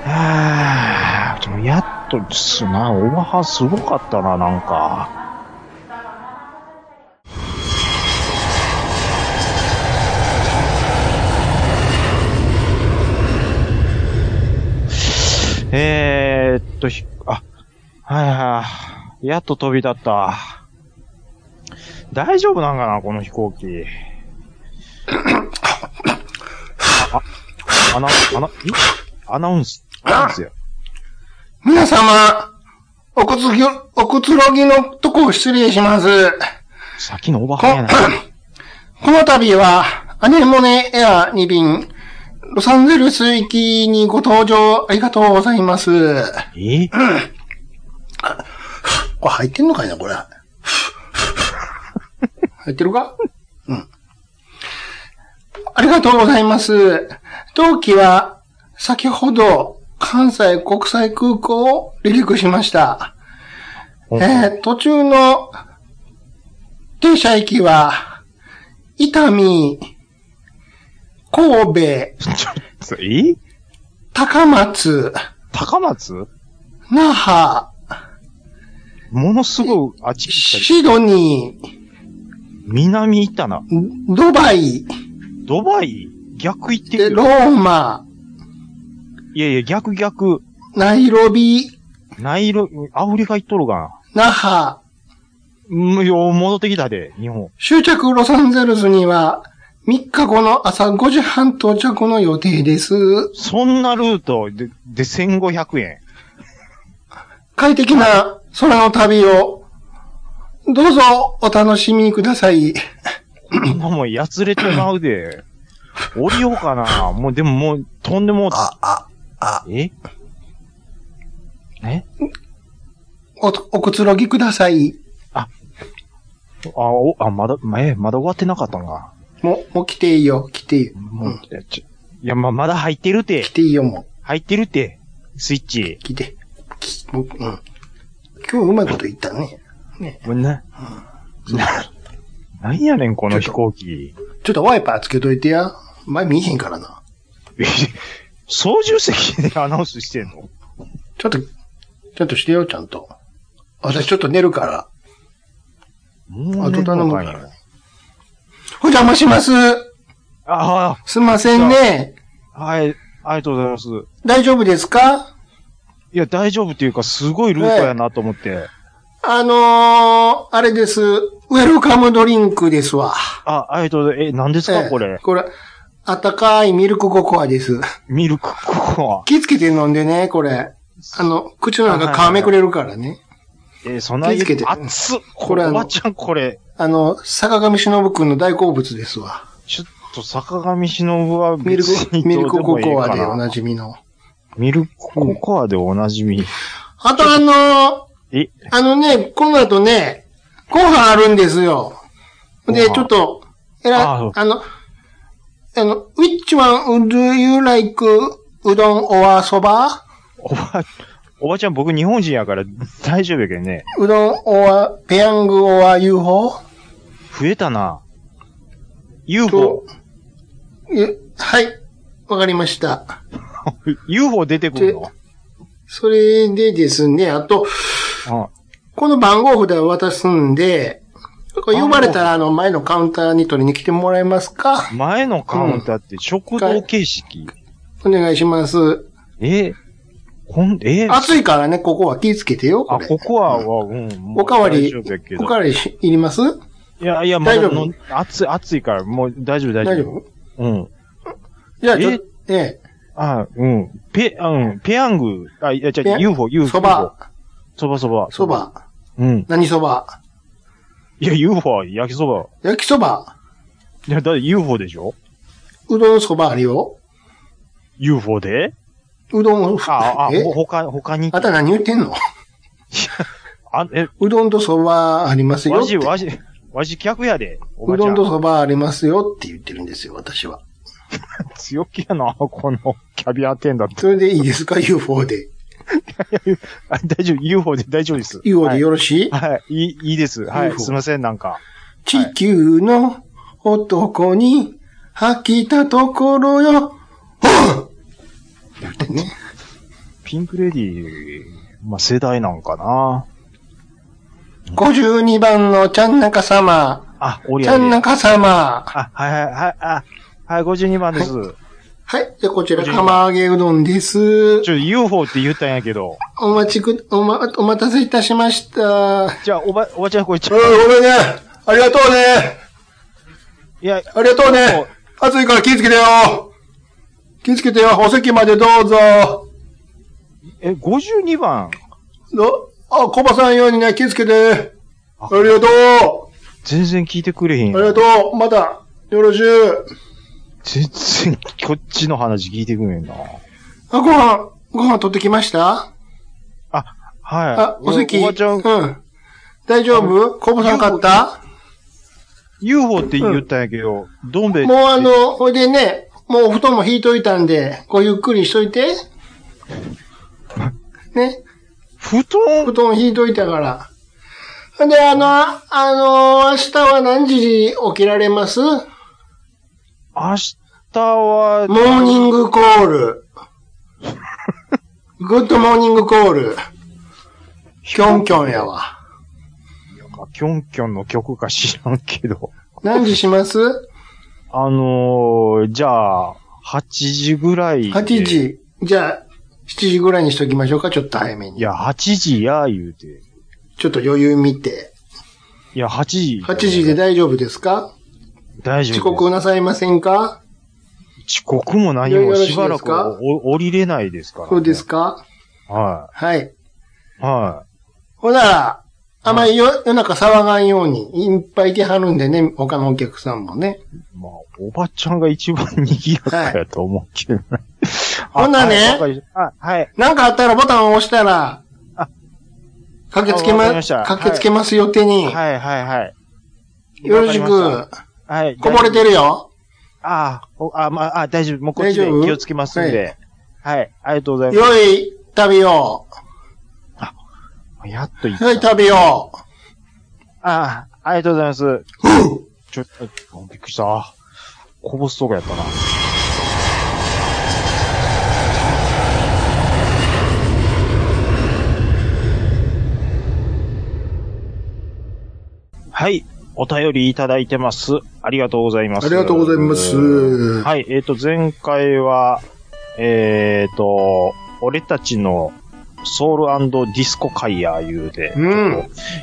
C: あ、でもやっとですな、オバハすごかったな、なんか。えーっと、ひあ、はいはい、やっと飛び立った。大丈夫なんかな、この飛行機。アナ、アナ、えアナウンス、アナウンスや。
A: 皆様、おくつぎ、おくつろぎのとこを失礼します。
C: さっきのオバ
A: こ
C: ハやな。
A: [clears throat] この度は、アネモネエア2便、ロサンゼルス行きにご搭乗ありがとうございます。
C: え
A: これ入ってんのかいな、これ。入ってるかうん。ありがとうございます。当機は、先ほど、関西国際空港を離陸しました。えー途中の、停車駅は、伊丹、神戸、
C: ちょっと、え
A: 高松、
C: 高松
A: 那覇、
C: ものすごい、あっち来たり。
A: シドニ
C: 南行ったな。
A: ー、ドバイ、
C: ドバイ逆行って
A: で、
C: る
A: ロ
C: よ。
A: ーマ、
C: いやいや、逆逆。
A: ナイロビ、
C: ナイロ、アフリカ行っとるがな。
A: 那覇、
C: うん、よう戻ってきたで、日本。
A: 終着ロサンゼルスには、3日後の朝5時半到着の予定です。
C: そんなルートで、で、1500円。
A: [clears throat] 快適な空の旅を、どうぞお楽しみください。
C: 今もうやつれてまうで。降りようかな。もう、でももう、とんでもうた。
A: あ、あ、
C: ええ
A: お、おくつろぎください。
C: あ、お、あ、まだ、まえ、まだ終わってなかったんか。
A: もう、もう来ていいよ、来ていいよ。
C: もう、いやちょいや、ま、まだ入ってるて
A: 来。ていいよ、も
C: 入ってるって、スイッチ
A: う。。来て。きもううん。今日うまいこと言ったね。
C: もうな、な、なんやねん、この飛行機。 [laughs]
A: ちょっとワイパーつけといてや。前見えへんからな。
C: 操縦席でアナウンスしてんの
A: ちょっと、ちょっとしてよ、ちゃんと。私ちょっと寝るから。
C: も
A: あ
C: う
A: と
C: ね
A: 頼むか
C: い
A: ら。お邪魔します。
C: あ
A: すんませんね。
C: あ、はい、ありがとうございます。
A: 大丈夫ですか
C: いや、大丈夫っていうか、すごいルートやなと思って。
A: あのー、あれです。ウェルカムドリンクですわ。
C: あ、ありがとうございます。え、何です
A: え
C: か、
A: え
C: これ。
A: これ、あったかいミルクココアです。
C: ミルクココア。
A: 気ぃつけて飲んでね、これ。あの、口の中皮めくれるからね。
C: え、そんな
A: 気
C: に
A: ぃつけて
C: 熱っ。こ
A: こ
C: れ、
A: れあ
C: お
A: の
C: ばちゃん、これ。
A: あの、坂上忍くんの大好物ですわ。
C: ちょっと、坂上忍は
A: ミル
C: 別
A: ク
C: に、
A: ミ
C: ど
A: ル
C: うで
A: クコ
C: もいい
A: コ
C: か
A: アでお
C: な。
A: なじみの。
C: ミルクココアでおなじみ。
A: あとあのー、
C: え、
A: あのね、この後ね、ご飯あるんですよ。で、
C: ご飯
A: ちょっと、えら、
C: あ
A: あの、あの、which one do you like うどん or そば
C: おば、おばちゃん僕日本人やから大丈夫やけどね。
A: うどん or ペヤング or UFO?
C: 増えたな。
A: と
C: UFO。、
A: えはい。わかりました。
C: UFO 出てくるの
A: それでですね、あと、
C: あ
A: この番号札を渡すんで、これ呼ばれたら、あの、前のカウンターに取りに来てもらえますか
C: 前のカウンターって食堂形式、
A: お願いします。
C: えこん、えあ、
A: 暑いからね、ここは気ぃつけてよ、これ。
C: ここは、はうん、もう
A: おかわ
C: 大
A: り
C: 丈夫やけ、ど
A: おかわりしいります
C: いや、いや、まだ
A: 大丈夫
C: の暑い、暑いから、もう大丈夫、大
A: 大
C: 丈
A: 丈
C: 夫。
A: 夫
C: うん。
A: じゃあ、ちょ
C: え
A: っと、え
C: あ、うん。ペ、あうん。ペヤング、あ、いや、じ
A: ペ
C: ゃ
A: ヤ
C: UFO、
A: え、
C: UFO。
A: そば、
C: そばそば。
A: そ。ば、
C: うん。
A: 何そば、
C: いや、UFO は焼きそば。
A: 焼きそば、
C: いや、だって UFO でしょ
A: うどんそばあるよ。
C: ?UFO で
A: うどん、
C: あ、あ、
A: え
C: ほ他、他に。
A: あんた何言ってんの
C: あ、え、
A: うどんとそばありますよ
C: わ
A: っ
C: し、
A: て。
C: わし、わし客やで。おば
A: う
C: ち
A: ど
C: ゃ
A: ん
C: ん
A: とそばありますよって言ってるんですよ、私は。
C: 強気やな、このキャビア店だって。
A: それでいいですか ?UFO で。
C: あ [laughs] 大丈夫、UFO で大丈夫です。
A: UFO でよろしい、
C: はい、いい、いいです。はい、
A: UFO
C: すいません、なんか。
A: 地球の男に吐きたところよ。 [laughs] 言ってね。
C: ピンクレディー、まあ、世代なんかな。
A: 52番のちゃんなか様。
C: あ、オリ
A: ち
C: ア
A: ゃんな
C: ン。
A: か様。
C: あ、はいはいはい、あ、はい、52番です。ちょ、
A: はい。じゃあこちら、釜揚げうどんです。
C: UFO って言ったんやけど。
A: お待ちく、おま、お待たせいたしました。うん、
C: じゃあ、おば、おばちゃん、これ、ちょ、
A: ごめんね。ありがとうね。
C: いや、
A: ありがとう
C: そう
A: ね。暑いから気ぃつけてよ。気ぃつけてよ。お席までどうぞ。
C: え、52番、
A: ど、あ、コバさんようにね、気ぃつけて。ありがとう。
C: 全然聞いてくれへん
A: あり。がとう。また、よろしゅう。
C: 全然、こっちの話聞いてくれへんな。
A: あ、ご飯、ご飯取ってきました
C: あ、はい。
A: あ、お席。
C: ばちゃ、
A: うんん。大丈夫こぼさん買ったも
C: UFO って言ったんやけど、どん兵衛
A: うあ、の、ほいでね、もうお布団も引いといたんで、こうゆっくりしといて。ね、
C: 布
A: 布
C: 団、
A: 団引いといたから。ほんで、あの、あの、明日は何時に起きられますモ
C: 明日は、
A: ーニングコ
C: [laughs]
A: ール。グッドモーニングコール。キョンキョンやわ。
C: キョンキョンの曲か知らんけど。
A: 何時します
C: あのー、じゃあ、8時ぐらい。
A: ?8。時。じゃあ、7時ぐらいにしときましょうか、ちょっと早め
C: い
A: に。
C: や、8時や、言うて。
A: ちょっと余裕見て。
C: いや、8時。
A: 8時で大丈夫ですか
C: 大丈
A: 遅
C: 夫
A: 刻なさいませんか
C: です。遅刻も何
A: よ
C: も
A: ろしいで
C: し
A: すか
C: ばらくお降りれないですから、
A: そうです。か
C: は
A: はい。
C: い。は
A: ほなら、あまりよ夜中騒がんように、いっぱいいてはるんでね、他のお客さんもね。
C: い。まあ、おばちゃんが一番賑やかやと思うけどね。
A: [laughs] ほんならね
C: あはいわかりましたあ、はい。
A: なんかあったらボタンを押したら
C: あ、
A: 駆けつけ
C: あわかりま
A: ま、
C: した
A: 駆けつけますよ、手に。
C: はいはいはい。
A: よろし
C: わ
A: く
C: か。りました。はい。
A: こぼれてるよ。
C: ああ、おあ、まあ、あ、大丈夫。もうこっちで
A: 大丈夫
C: 気をつけますんで。はい、ありがとうございま
A: 良い旅を。
C: す。やっといい。
A: 良い旅を。
C: ああ、ありがとうございます。ちょ、あびっくりした。こぼすとこやったな。はい。お便りいただいてます。ありがとうございます。
A: ありがとうございます
C: はい。えっ、と、前回は、えっ、と、俺たちのソウルディスコ会やいうで、
A: うん
C: ちょ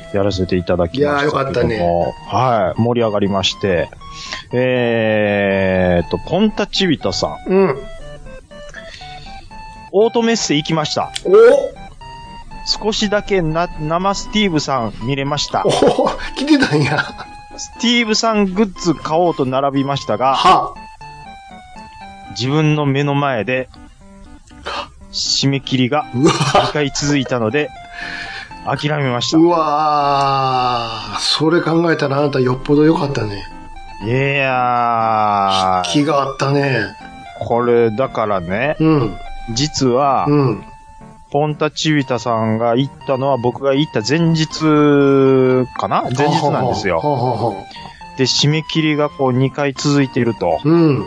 C: っとやらせていただきましたけども。
A: いやーよかったね
C: はい。盛り上がりまして、えーっと、ポンタチビタさん、
A: うん。
C: オートメッセ行きました。
A: お
C: 少しだけな、生スティーブさん見れました
A: お。お来てたんや。
C: スティーブさんグッズ買おうと並びましたが、
A: は
C: 自分の目の前で、締め切りが
A: うわ
C: 2回続いたので、諦めました
A: う。わーそれ考えたらあなたよっぽど良かったね。
C: いやー、
A: 気があったね。
C: これだからね、
A: うん。
C: 実は、
A: うん。
C: ポンタチビタさんが行ったのは僕が行った前日かな前日なんですよ。
A: ほうほうほうほ
C: で、締め切りがこう2回続いていると。
A: う。うん。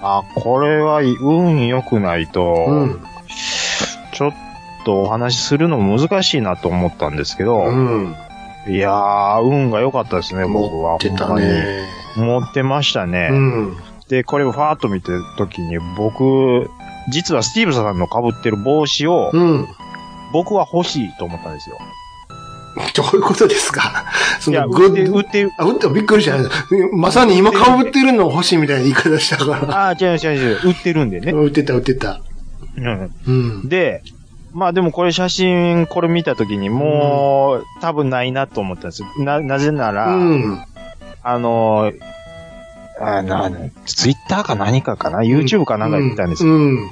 C: あ、これは運良くないと、
A: うん。
C: ちょっとお話しするのも難しいなと思ったんですけど、
A: うん。
C: いやー、運が良かったですね、僕は。
A: 持ってたね。
C: ほんまに。持ってましたね。
A: うん。
C: で、これをファーッと見てる時に、僕、実はスティーブさんの被ってる帽子を、
A: うん。
C: 僕は欲しいと思ったんですよ。
A: どういうことですか
C: [laughs]
A: そ
C: いや、
A: の
C: 売
A: グ
C: って、
A: ッ
C: 売
A: ド、
C: ってる。
A: あ、打ってもびっくりした。まさに今被ってるの欲しいみたいな言い方したか
C: ああ、違う違う違う、売ってるんで
A: ら。
C: ね。
A: 打ってた、打ってた。
C: うん。
A: うん。
C: で、まあでもこれ写真、これ見た時にもう、多分ないなと思ったんですよ。な、なぜな
A: う
C: ら、
A: ん。
C: あのー、あの、ツイッターか何かかな ?YouTube かなんか言ったんですけど
A: うん。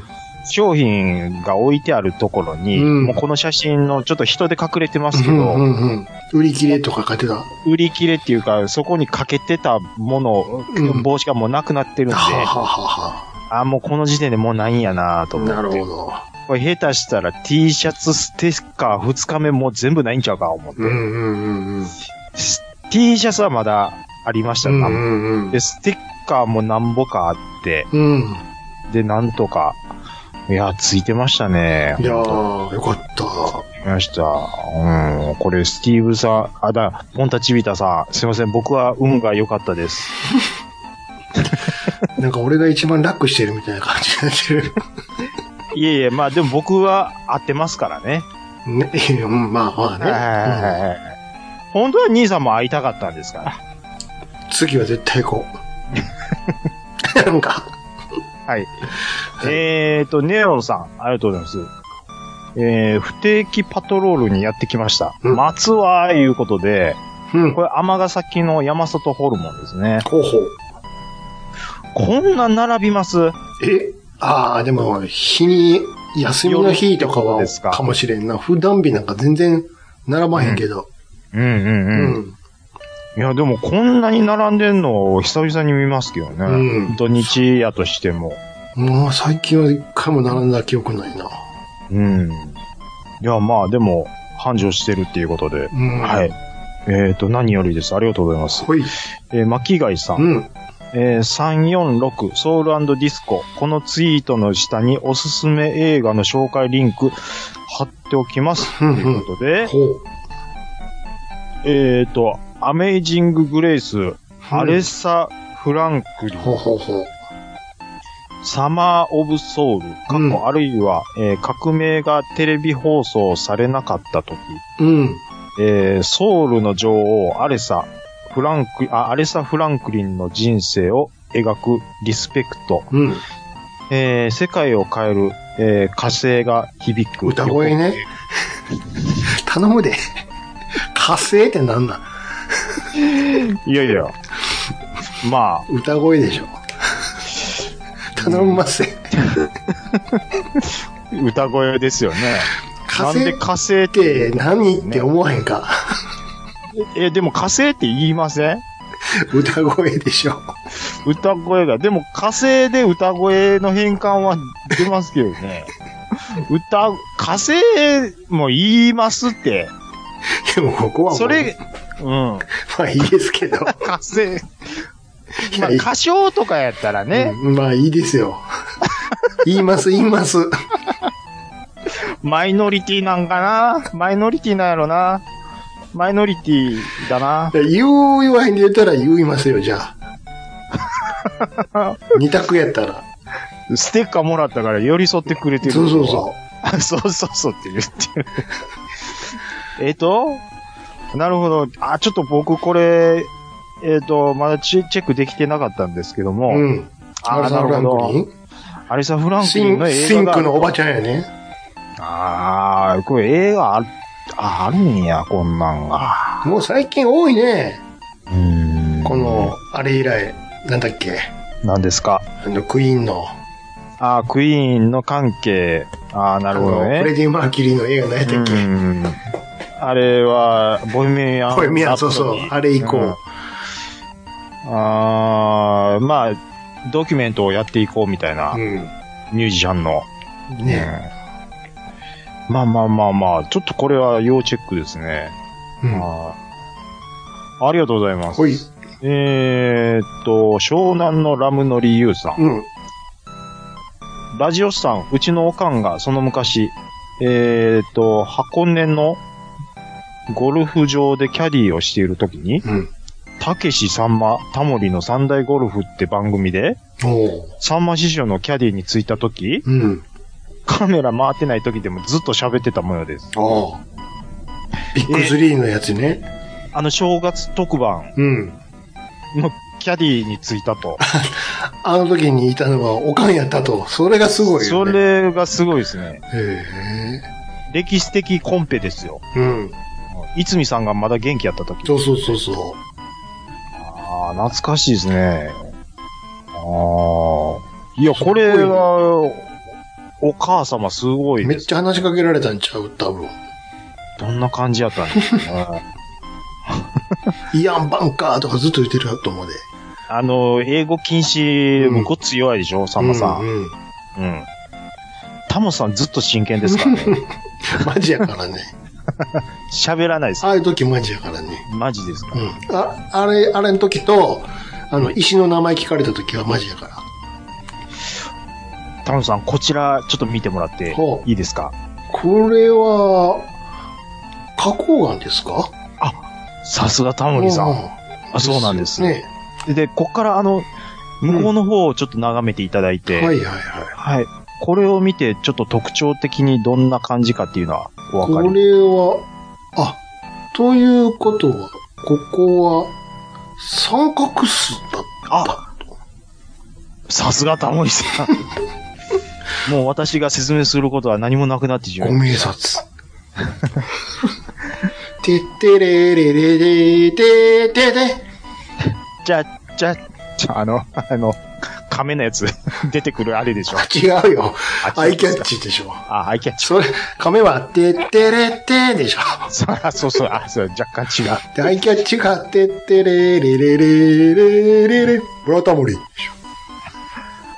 C: 商品が置いてあるところに、
A: うん
C: もうこの写真のちょっと人で隠れてますけ
A: う
C: ど、
A: んうんうん。売り切れとか書いてた。
C: 売り切れっていうか、そこにかけてたもの、
A: うん
C: 帽子がもうなくなってるんで、
A: はははは
C: あ、もうこの時点でもうないんやなと
A: は。
C: 思
A: なる
C: って
A: ほ。ど。
C: これ下手したら T シャツ、ステッカー2日目もう全部ないんちゃうか思って、
A: うんうんうんうん。
C: す T シャツはまだありました
A: う
C: が、
A: んうん
C: で、ステッカーも何ぼかあって、
A: うん。
C: で、なんとか、いや、ついてましたね。
A: いやー、よかった。
C: ました。うん。これ、スティーブさん、あ、だ、ポンタチビタさん、すいません、僕は運が良かったです。
A: なんか俺が一番楽してるみたいな感じになってる。
C: いえいえ、まあでも僕は合ってますからね。
A: ね、うん、まあま
C: はいはい
A: あね。
C: はいはい。本当は兄さんも会いたかったんですから。
A: うん次は絶対行こう。
C: [laughs]
A: なんか、
C: はい。えーと、ネオンさん、ありがとうございます。えー、不定期パトロールにやってきました。
A: うん
C: 待つわーいうことで、
A: うん。
C: これ天ヶ崎の山里ホルモンですね。
A: 候補。
C: こんな並びます
A: えああ、でも、日に、休みの日とか
C: 夜
A: は、
C: ですか
A: かもしれんな。普段日なんか全然並ばへんけど。
C: うんうん
A: う
C: うん。
A: ん。
C: いや、でもこんなに並んでんのを久々に見ますけどね。
A: うん
C: 土日やとしても。
A: もう最近は一回も並んだ記憶ないな。
C: うん。いや、まあでも、繁盛してるっていうことで。
A: うん。
C: はい。。えっ、と、何よりです。ありがとうございます。
A: ほい。
C: えー、巻貝さん。
A: うん。
C: えー346ソウルディスコ。このツイートの下におすすめ映画の紹介リンク貼っておきます。と
A: うんうん
C: いうことで、
A: ほう。
C: えっ、と、アメイジング・グレイス、アレッ
A: す。
C: サ・フランクリン
A: ほうほうほう。
C: サマー・オブ・ソウル、過去、
A: うん
C: あるいは、えー革命がテレビ放送されなかった時、
A: うん。
C: えーソウルの女王、アレサ、フランク、あ、アレサ・フランクリンの人生を描くリスペクト、
A: うん。
C: えー世界を変える、えー火星が響く。
A: 歌声ね。頼むで。火星ってなんなん
C: いやいや。まあ、
A: 歌声でしょ。頼みません。
C: 歌声ですよね。
A: 火
C: なん
A: 星
C: で
A: っ
C: 火星って
A: 何って思わへんか。
C: え、でも火星って言いません
A: 歌声でしょ。
C: 歌声が、でも火星で歌声の変換は出ますけどね。歌、火星も言いますって。
A: でもここはもう
C: それ、うん。
A: まあいいですけど。
C: 火星。
A: い
C: ま
A: や
C: あ、歌唱とかやったらね、
A: うんまあいいですよ。言います、言います。
C: マイノリティなんかなマイノリティなんやろな。マイノリティだな。
A: 言う言わへんで言ったら言いますよ、じゃ
C: [laughs]
A: あ。二択やったら。
C: ステッカーもらったから寄り添ってくれてる。。
A: そうそうそ
C: [laughs]
A: う
C: そうそうそうって言ってる。 [laughs] えっと、なるほど。あ、ちょっと僕これ、えっ、と、まだチェチェックできてなかったんですけども、
A: う。うん。
C: あ
A: アル
C: ー
A: サ
C: な
A: フラ
C: る
A: ン
C: ほ
A: クリ
C: ど。
A: ン
C: アリサ・フランク
A: シ
C: リンの
A: ンシ
C: 映
A: ン
C: 画
A: ク
C: が。
A: のおばちゃんやね。
C: ああ、これ映画あるああるんや、こんなんが。
A: もう最近多いね。
C: うーん
A: こ、の、あれ以来、なんだっけ。
C: 何ですか。
A: あの、クイーンの。
C: ああ、クイーンの関係。ああ、なるほど
A: あのフレ
C: ね。
A: ディ・マーキュリーの映画何やったっけ。 [laughs]
C: うんあれは、ボヘミアン。
A: ボヘミアンそうそう
C: ラプソディ
A: あれ以降
C: うんあーまあ、ドキュメントをやっていこうみたいな、
E: う
C: ミュージシャンの。
A: ね。
C: うんまあまあまあまあ、ちょっとこれは要チェックですね。
A: うん
C: はいありがとうございま
E: ん。
C: す。
E: ほい。
C: えーっと、湘南のラムのリユーさん。
A: うん。
C: ラジオさん、うちのおかんがその昔、えーっと、箱根のゴルフ場でキャディーをしているときに、
E: うん。
C: たけしさんま、タモリの三大ゴルフって番組で、
E: おう。
C: さんま師匠のキャディーに着いたとき、
E: うん。
C: カメラ回ってないときでもずっと喋ってた模様です。
E: おう。
A: ビッグスリーのやつね。
C: あの正月特番
A: うん。
C: のキャディーに着いたと。
A: あの時にいたのはおかんやったと。それがすごい
C: そ
A: よ、ね。
C: れがすごいですね。
A: それ。へ
C: 歴史的コンペですよ。
A: え。うん。
C: いつみさんがまだ元気やった時。
A: そうそうそうそ。
C: ああ、懐かしいですね。ああ。いや、これは、お母様すごいう
A: めっ
C: です。
A: ちゃ話しかけられたんちゃう多分。
C: どんな感じやったんですかね。
A: イアンバンカーとかずっと言ってると思うで。
C: [laughs] あの、英語禁止、
A: うん
C: 向こう強いでしょ、さんまさ。
A: うんん、うん。
C: うん。タモさんずっと真剣ですから [laughs] ね。
A: マジやからね。
C: 喋らないです。
A: ああいう時マジやからね。
C: マジですか
A: う
C: ら。
A: ん。あ、あれ、あれの時と、あの、石の名前聞かれた時はマジやから。
C: タモさん、こちら、ちょっと見てもらって
A: ほう
C: いいですか
A: これは、花崗岩ですか
C: さすがタモリさん。あ、そうなんです。
A: ね。
C: で、こっからあの、向こうの方をちょっと眺めていただいて、
A: はいはいはい。
C: はい。これを見て、ちょっと特徴的にどんな感じかっていうのはお分
A: こ
C: かり。
A: れは、あ、ということは、ここは、三角数だった。
C: あさすがタモリさ
A: [laughs]
C: ん。もう私が説明することは何もなくなってしま
A: ご
C: う。
A: 明察。 [laughs] てってれれれれててて。
C: じゃ、じゃ、じゃ、あの、あの、亀のやつ、 [laughs] 出てくるあれでしょ。
A: 違うよ。
C: あ
A: アイキャッチでしょ。
C: あ、アイキャッチ。
A: それ、亀は、てってれてでしょ。
C: そうあそうそう、あ、そう、若干違う。
A: で、アイキャッチが、てってれれれれれれれ。ブラタモリでし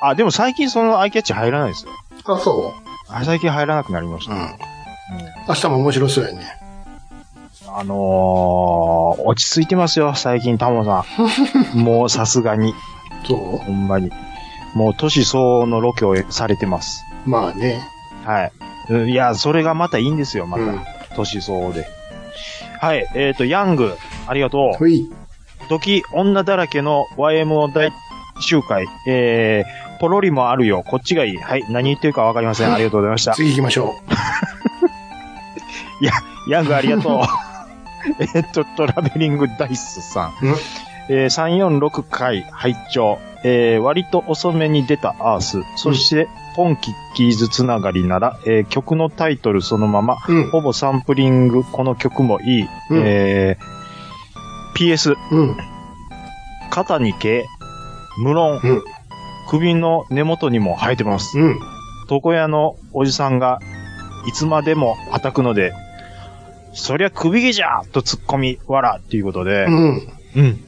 C: あ、でも最近そのアイキャッチ入らないですよ。
A: ょ。あ、そ
C: あ最近入らなくなりまし
A: う。う
C: た。
A: ん。明日も面白そうやね。
C: あのー、落ち着いてますよ、最近、タモさん。もうさすがに、
A: そ
C: ほんまに。もう年相応のロケをされてます。
A: うまあね。
C: はいうん。いや、それがまたいいんですよ、また。
A: うん
C: 年相応で。はい、えっ、と、ヤング、ありがとう。
A: ほい。
C: ドキ、女だらけの YMO 大集会、えー、ポロリもあるよ、こっちがいい。はい、何言ってるかわかりません。ありがとうございました。
A: 次行きましょ
C: ヤングありが
A: [laughs]
C: とう。えっと、トラベリングダイスさん。
A: うん
C: えー346回拝聴えー割と遅めに出たアース。そして、ポンキッキーズつながりなら、えー曲のタイトルそのまま、
A: う。うん。
C: ほぼサンプリング、この曲もいい。
A: うん
C: えー PS、
A: うん。
C: 肩に毛、無論、
A: うん
C: 首の根元にも生えてます。
A: うん。
C: 床屋のおじさんが、いつまでも叩くので、そりゃ首毛じゃと突っ込み、わらっていうことで、
A: うん。 [laughs]
C: うん。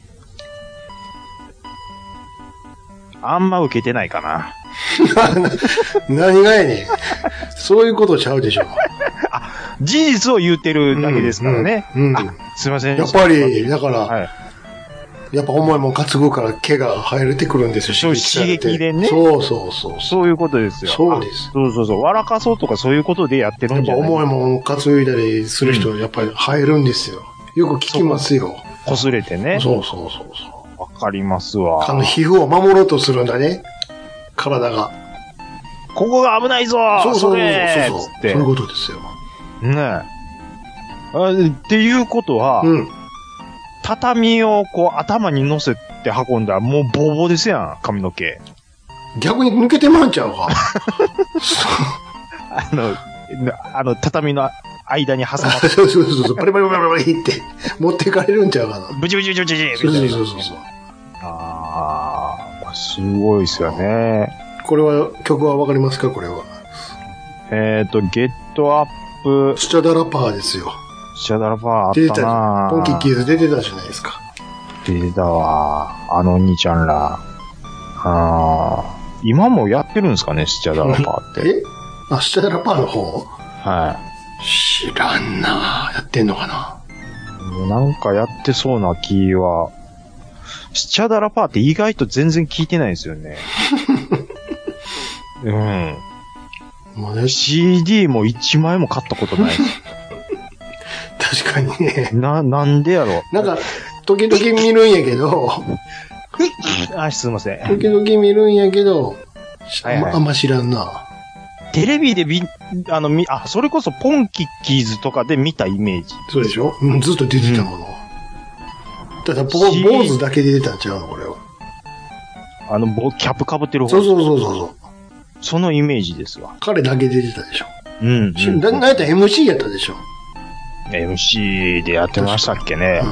C: あんま受けてないかな。
A: 何がやねん。そういうことちゃうでしょ。
C: 事実を言ってるだけですからね。
A: うんうん
C: あ、すいません。
A: やっぱり、だから、
C: はい。
A: やっぱ重いもん担ぐから毛が生えてくるんですよ、
C: そう刺激でね
A: そうそうそう。
C: そういうことですよ。
A: そうです
C: あそうそうそう。笑かそうとかそういうことでやってる
A: や
C: ん
A: っ
C: じ
A: ぱ
C: ゃない
A: 重いもん担いだりする人、やっぱり生えるんですよ。よく聞きますよ。
C: こすれてね。
A: そうそうそうそう。
C: わかります
A: あの、
C: わ。
A: 皮膚を守ろうとするんだね。体が。
C: ここが危ないぞ
A: そうそうそうそう。そう
C: れ
A: そう
C: つっ
A: そう
C: て。
A: いう
C: ね
A: ことですよ。
C: え。あっていうことは、
A: うん。
C: 畳をこう頭に乗せて運んだらもうボーボーですやん、髪の毛。
A: 逆に抜けてまうんちゃうか。
C: あの、あの畳の間に挟まって、
A: [laughs] そうそうそうそう。バリバリバリバリって持っていかれるんちゃうかな。
C: [laughs] ブチブチブチブチみた
A: そう
C: い
A: そう
C: な。
A: そうそうそう。
C: ああ、これすごいですよね。
A: これは、曲はわかりますかこれは。
C: えっ、と、ゲットアップ、
A: スチャダラパーですよ。
C: シャダラパーあ
A: 出て
C: った
A: じゃ
C: た
A: ん
C: な
A: ポンキッキーズ出てたじゃないですか。
C: 手だわ。あの兄ちゃんら。ああ。今もやってるんですかね、スチャダラパーって。
A: えあ、スチャダラパーの方
C: は。
A: 知らんなやってんのかない
C: もうなんかやってそうな気は。スチャダラパーって意外と全然聞いてないんですよ [laughs] ね。うん。
A: もうね、し
C: CD も1枚も買ったことないです。
A: 確かにね。
C: な、なんでやろ
A: なんか、時々見るんやけど、
C: あ、すいません。
A: 時々見るんやけど、
C: はいはい
A: あんま知らんな。
C: テレビで見、あの、み、あ、それこそポンキッキーズとかで見たイメージ。
A: そうでしょうんずっと出てたもの。ただ、ぼ
C: し
A: 坊主だけで出たんちゃうのこれは。
C: あの、ぼキャップ被ってる方。
A: そうそうそうそうそう。
C: そのイメージですわ。
A: 彼だけ出てたでしょ。
C: うん、うん。
A: しななんやったら MC やったでしょ。
C: MC でやってましたっけね。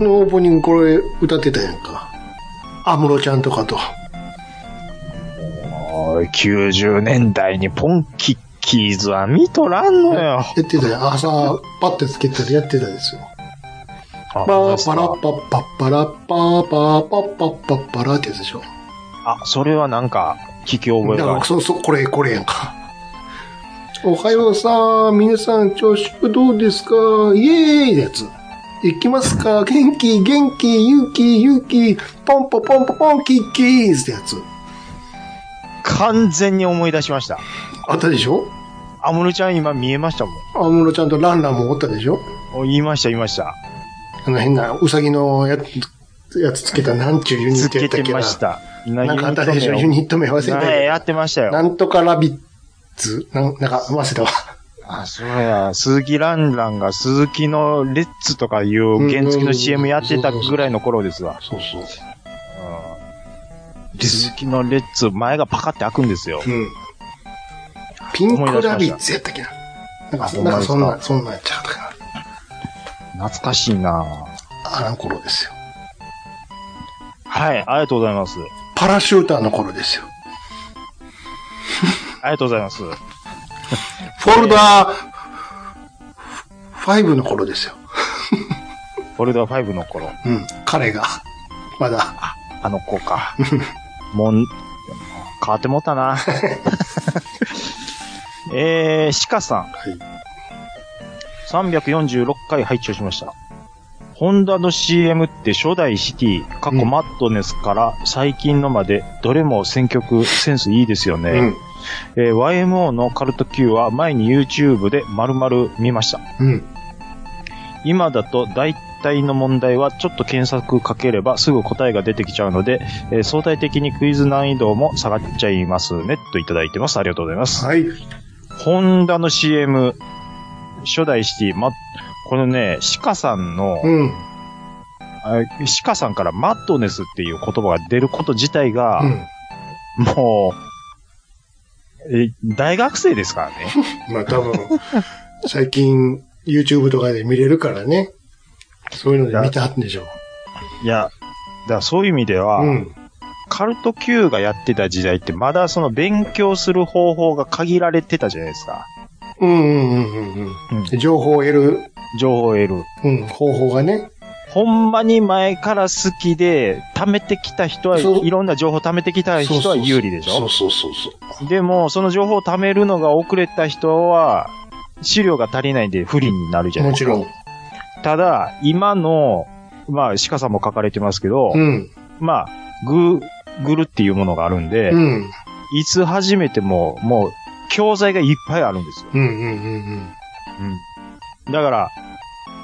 A: うん。のオープニングこれ歌ってたやんか。安室ちゃんとかと。
C: おい90年代にポンキッキーズは見とらんのよ。
A: やってたやん。朝、パッてつけたらやってたですよ。
C: あ
A: パー
C: そう
A: パラ
C: か
A: ッパッパッパラッパーパーパッパッパッパラってやつでしょ。
C: あ、それはなんか、聞き覚え
A: だか
C: があ
A: ら、
C: る。
A: そうそう、これ、これやんか。 [laughs] おはようさん、皆さん、調子どうですかイエーイのやつ。行きますか元気、元気、勇気、勇気、ポンポポンポポンキッキーズってやつ。
C: 完全に思い出しました。
A: あったでしょ
C: アムロちゃん今見えましたもん。
A: 安室ちゃんとランランもおったでしょ
C: お言いました、言いました。
A: あの変なウサギのやつやつつけたなんちゅうユニ
C: つ
A: ットや
C: け
A: ったってけな
C: ました。
A: な
C: なん
A: かあったでしょユニット名忘れた
C: はい、や
A: け
C: ってました
A: ど。な
C: よ。
A: んとかラビッツなんなんか忘れたわ。
C: あ、そうや。鈴木蘭蘭が鈴木のレッツとかいう原付の CM やってたぐらいの頃ですわ。
A: そうそう。
C: うん鈴木のレッツ、前がパカって開くんですよ。
A: うん。ピンクラビッツやったっけな。なん
C: あ
A: か、
C: ほんま
A: なんか
C: です
A: そ
C: か
A: んな、そんなんやっちゃったか
C: 懐かしいな
A: な。あの頃ですよ。
C: はい、ありがとうございます。
A: パラシューターの頃ですよ。
C: ありがとうございます。
A: フォルダー、5の頃ですよ。
C: フォルダ5の頃、
A: うん。彼が、まだ、
C: あの子か。もん、変わってもったな
A: [laughs]
C: えー、鹿さん。
A: はい
C: 346回拝聴しました。ホンダの CM って初代シティ、過去マッドネスから最近のまで、どれも選曲センスいいですよね。
A: うん。
C: えー YMO のカルト Q は前に YouTube で丸々見ました。
A: うん。
C: 今だと大体の問題はちょっと検索かければすぐ答えが出てきちゃうので、えー相対的にクイズ難易度も下がっちゃいますね、といただいてます。ありがとうございます。
A: はい。
C: ホンダの CM、初代シティ、ま、このね、シカさんの、
A: うん。
C: あシカさんからマッドネスっていう言葉が出ること自体が、
A: うん。
C: もう、え大学生ですからね。
A: [laughs] まあ多分、最近 YouTube とかで見れるからね。そういうので見てはったんでしょ
C: いや、だからそういう意味では、
A: う。うん。
C: カルト Q がやってた時代ってまだその勉強する方法が限られてたじゃないですか。
A: うんうんうんうん
C: うん
A: うん。情報を得る、
C: 情報を得る。
A: うん、方法がね。
C: ほんまに前から好きで、貯めてきた人は、
A: そう
C: いろんな情報を貯めてきた人は有利でしょ
A: そうそうそうそう。
C: でも、その情報を貯めるのが遅れた人は、資料が足りないんで不利になるじゃないで
A: もち
C: すか。
A: ろん。
C: ただ、今の、まあ、鹿さんも書かれてますけど、
A: うん。
C: まあ、グーグルっていうものがあるんで、
A: うん。
C: いつ始めても、もう、教材がいっぱいあるんですよ。
A: うんうんうんうん。
C: うん。だから、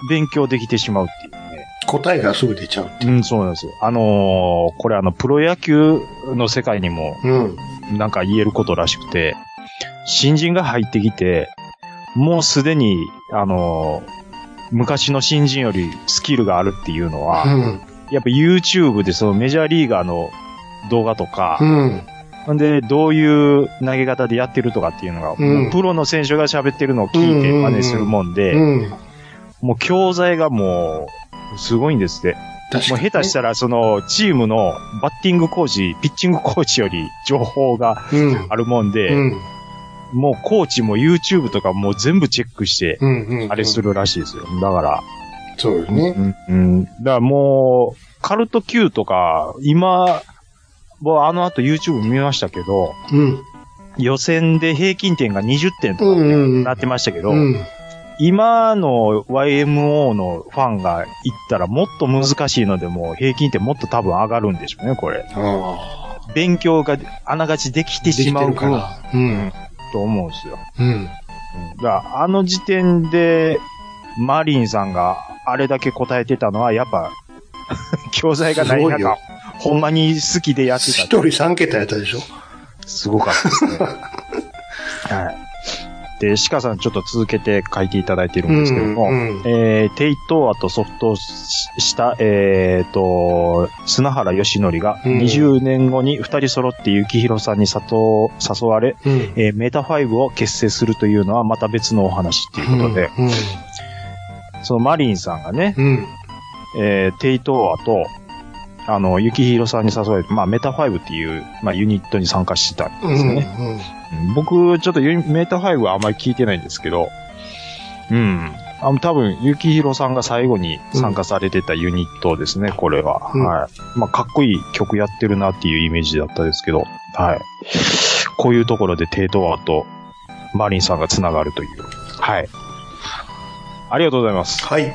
C: 勉強できてしまうっていうね。
A: 答えがすぐ出ちゃう。
C: うん、そうなんですよ。あのーこれあの、プロ野球の世界にも
A: うん。
C: なんか言えることらしくて、新人が入ってきて、もうすでに、あのー昔の新人よりスキルがあるっていうのは、やっぱ YouTube でそのメジャーリーガーの動画と
A: う
C: か、
A: ん。うん。
C: ん、で、どういう投げ方でやってるとかっていうのが、
A: うん
C: もうプロの選手が喋ってるのを聞いて真似するもんで、
A: うん。
C: もう教材がもう、すごいんですって。
A: 確
C: もう下手したら、その、チームのバッティングコーチ、ピッチングコーチより情報が
A: うん。
C: あるもんで、
A: うん。
C: もうコーチも YouTube とかもう全部チェックして、
A: うん。うん。
C: あれす
A: る。
C: るらしいですよ。だから、
A: そうですね。
C: うん、うん。だからもう、カルト Q とか、今、僕あの後 YouTube 見ましたけど、
A: うん。
C: 予選で平均点が20点と
A: う
C: か
A: んうんうん
C: な。ってましたけど、
A: うん。
C: 今の YMO のファンが行ったらもっと難しいので、もう平均点もっと多分上がるんでしょうね、これ。
A: ああ。
C: 勉強があながちできて
A: でき
C: しま
A: て
C: う
A: るか
C: 分
A: ら。うん。
C: と思うんですよ。
A: うん。
C: うんだからあの時点で、マリンさんがあれだけ答えてたのは、やっぱ、 [laughs] 教材がない
A: すごいよ
C: 中、ほんまに好きでやってた
A: 一。人三桁やったでしょ。
C: すごかったですね。 [laughs] はい。で、シカさんちょっと続けて書いていただいてるんですけども、
A: うんうん
C: えー、テイトアとソフトしした、えー、と、砂原義則が
A: うん
C: 20年後に2人揃って幸宏さんに誘誘われ、
A: うん。
C: えーメタ5を結成するというのはまた別のお話っていうことで、
A: うん。
C: そのマリンさんがね、
A: うん。
C: えー、テイトアと、あの、幸宏さんに誘われて、まあ、メタ5っていう、まあ、ユニットに参加してたん
A: うん。
C: です
A: う
C: ね。
A: ん。
C: 僕、ちょっとユメータ5はあんまり聞いてないんですけど、うん。あの、多分、ゆきひろさんが最後に参加されてたユニットですね、これは。
A: うん
C: はい。まあ、かっこいい曲やってるなっていうイメージだったですけど、はい。こういうところでテイトワーとマリンさんが繋がるという。はい。ありがとうございます。
A: はい。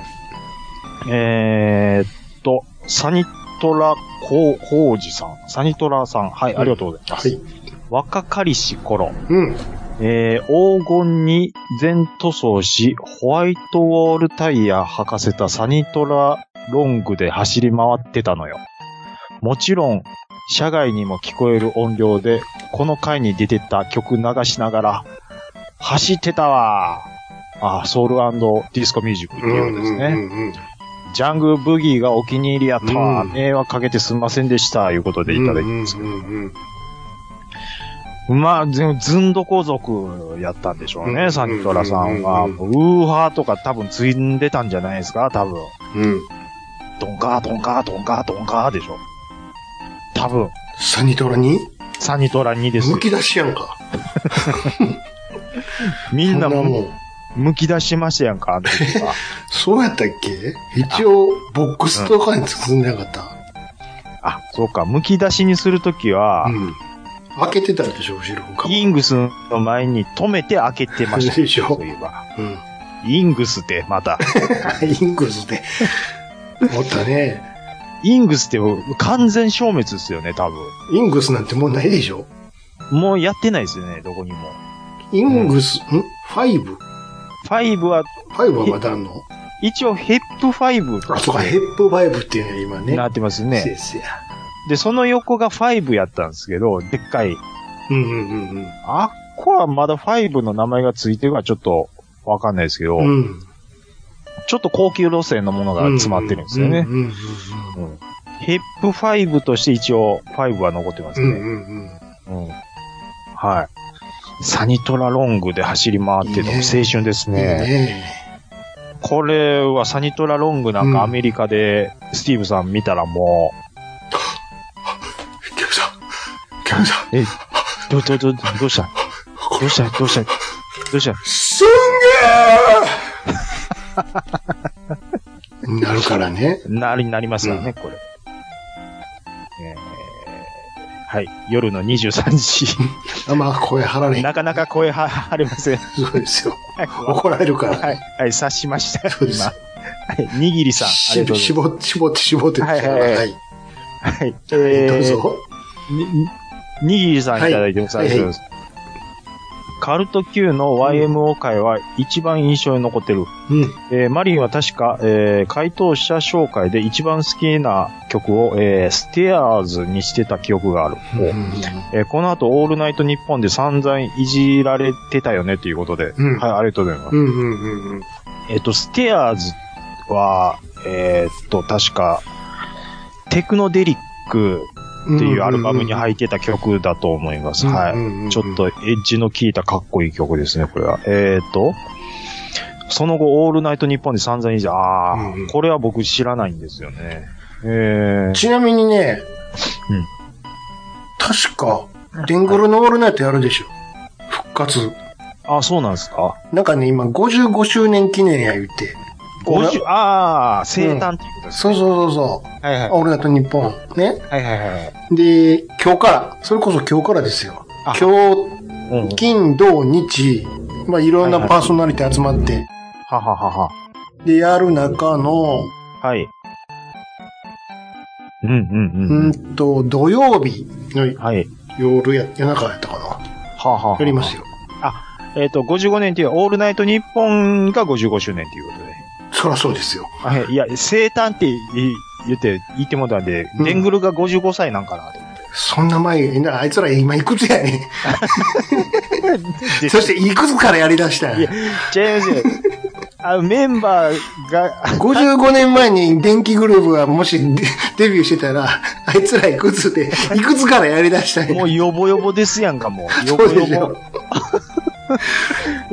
C: えーっと、サニトラコウコウジさん。サニトラさん。はい、ありがとうございます。
A: はい。
C: 若かりし頃。
A: うん。
C: えー黄金に全塗装し、ホワイトウォールタイヤ履かせたサニトラロングで走り回ってたのよ。もちろん、車外にも聞こえる音量で、この回に出てた曲流しながら、走ってたわあ、ソウルディスコミュージックって
A: うん。
C: いううんですね。
A: うん。
C: ジャングルブギーがお気に入りやったわ、
A: うん
C: 迷惑かけてすんませんでした、いうことでいただいてますけど。
A: うんうんうん
C: まあ、ずずんどこ族やったんでしょう
A: う
C: ね、
A: ん
C: サニトラさんは。
A: うん
C: もうウーハーとか多分ついんでたんじゃないですか、多分。
A: うん。
C: ドンカー、ドンカー、ドンカー、ドンカーでしょ。多分、
A: サニトラに
C: サニトラ2ですよ
A: む。き出しやんか。
C: み
A: そ
C: ん
A: ん
C: な
A: な
C: む
A: もん。
C: むき出しましたやんか、あの時は。 [laughs]
A: そうやったっけ一応、ボックスとかに包んでなかった。
C: あ、そうか、むき出しにするときは
A: う、ん。開けてたでしょ、後ろか。
C: イングスの前に止めて開けてました。
A: でしょ
C: そういえば。
A: うん。
C: イングスって、また。 [laughs]
A: イングスで。おったね。
C: イングスって完全消滅ですよね、多分。
A: イングスなんてもうないでしょ。
C: もうやってないですよね、どこにも。
A: イングス、んファイブ
C: 5は
A: ファイブはまだあんの
C: 一応ヘップ5
A: あ、そうか、ヘップファイブっていうのは今ね。
C: になってますね。
A: せいせいや。
C: で、その横が5やったんですけど、でっかい。
A: うんうんうん
C: あっこはまだ5の名前がついてるからちょっとわかんないですけど、
A: うん。うん。
C: ちょっと高級路線のものが詰まってるんですよね
A: う。んうん
C: ヘップ5として一応5は残ってます
A: うんうん。うん
C: ね。
A: うんうん。
C: うんはい。サニトラロングで走り回って
A: いい
C: の
A: ね
C: 青春ですね。
A: ね
C: これはサニトラロングなん
A: うん
C: かアメリカでスティーブさん見たらも
A: え。キムさん、キムさん、
C: う、え、ど、ど、ど、どうしたどうしたどうしたどうした
A: すんげー [laughs] なるからね。
C: なり、なりますよね、
A: うん
C: これ。えーはい。夜の23
A: [laughs] あんま声張られへ
C: 時。
A: ん。
C: なかなか声は、はれません。
A: そうですよ。
C: は
A: 怒られるから。
C: い。はい。察しました。
A: そうです
C: 今。はい。にぎりさん、ありがとうござい
A: 絞って、絞って、絞って。
C: はいはいはいます。はい。え
A: どう
C: ー、
A: ぞ。
C: ににぎりさんいただいてます。あ
A: はい
C: りがとうございます。カルト Q の YMO 会は一番印象に残ってる。
A: うん。
C: えーマリンは確か、えー回答者紹介で一番好きな曲を、えーステアーズにしてた記憶がある。えーこの後、オールナイト日本で散々いじられてたよねということで、
A: うん
C: はい、ありがとうございます。
A: うんうんうんうん。
C: えっ、と、ステアーズは、えーっと、確か、テクノデリックっていうアルバムに入ってた曲だと思います。はい。
A: い
C: ちょっ。とエッジの効いたかっこいい曲ですね、これは。えーっと、その後、オールナイト日本で散々いじら、あー、
A: うんうん
C: これは僕知らないんですよね。えー、
A: ちなみにね
C: うん、
A: 確か、デングルのオールナイトやるでしょ。復活。
C: あ、そうなんですか
A: なんかね、今55周年記念や言って、
C: 50、ああ、生誕っていうことです。
A: そうそうそうそう。
C: はいはい
A: オールナイトニッポン。ね。
C: はいはいはい。
A: で、今日から、それこそ今日からですよ
C: あ。
A: 今
C: うん
A: 日、金、土、日、まあ、いろ
C: はい
A: ん
C: は
A: ないパーソナリティ集まって、
C: はははは。
A: で、やる中の、
C: はい。うんうんうん。
A: うんと、土曜日の
C: はい。
A: 夜や、夜中やったかな。
C: はあはあはあ
A: やりますよ。
C: えっ、と、55年っていう、オールナイト日本が55周年ということで。
A: そらそうですよ。
C: はい。いや、生誕って言言って、言ってもらったんで、
A: うん
C: デングルが55歳なんかなと思って。
A: そんな前、なあいつら今いくつやねん。
C: で [laughs]
A: そしていくつからやり出したん
C: い
A: や
C: や。ジェーム
A: [laughs]
C: ズ、あメンバーが、
A: 55年前に電気グループがもしデデビューしてたら、あいつらいくつで、いくつからやり出したん
C: も
A: や。
C: うヨボヨボですやんか、もう。ヨボ
A: そうで
C: ヨ
A: し
C: ボ
A: ょ。。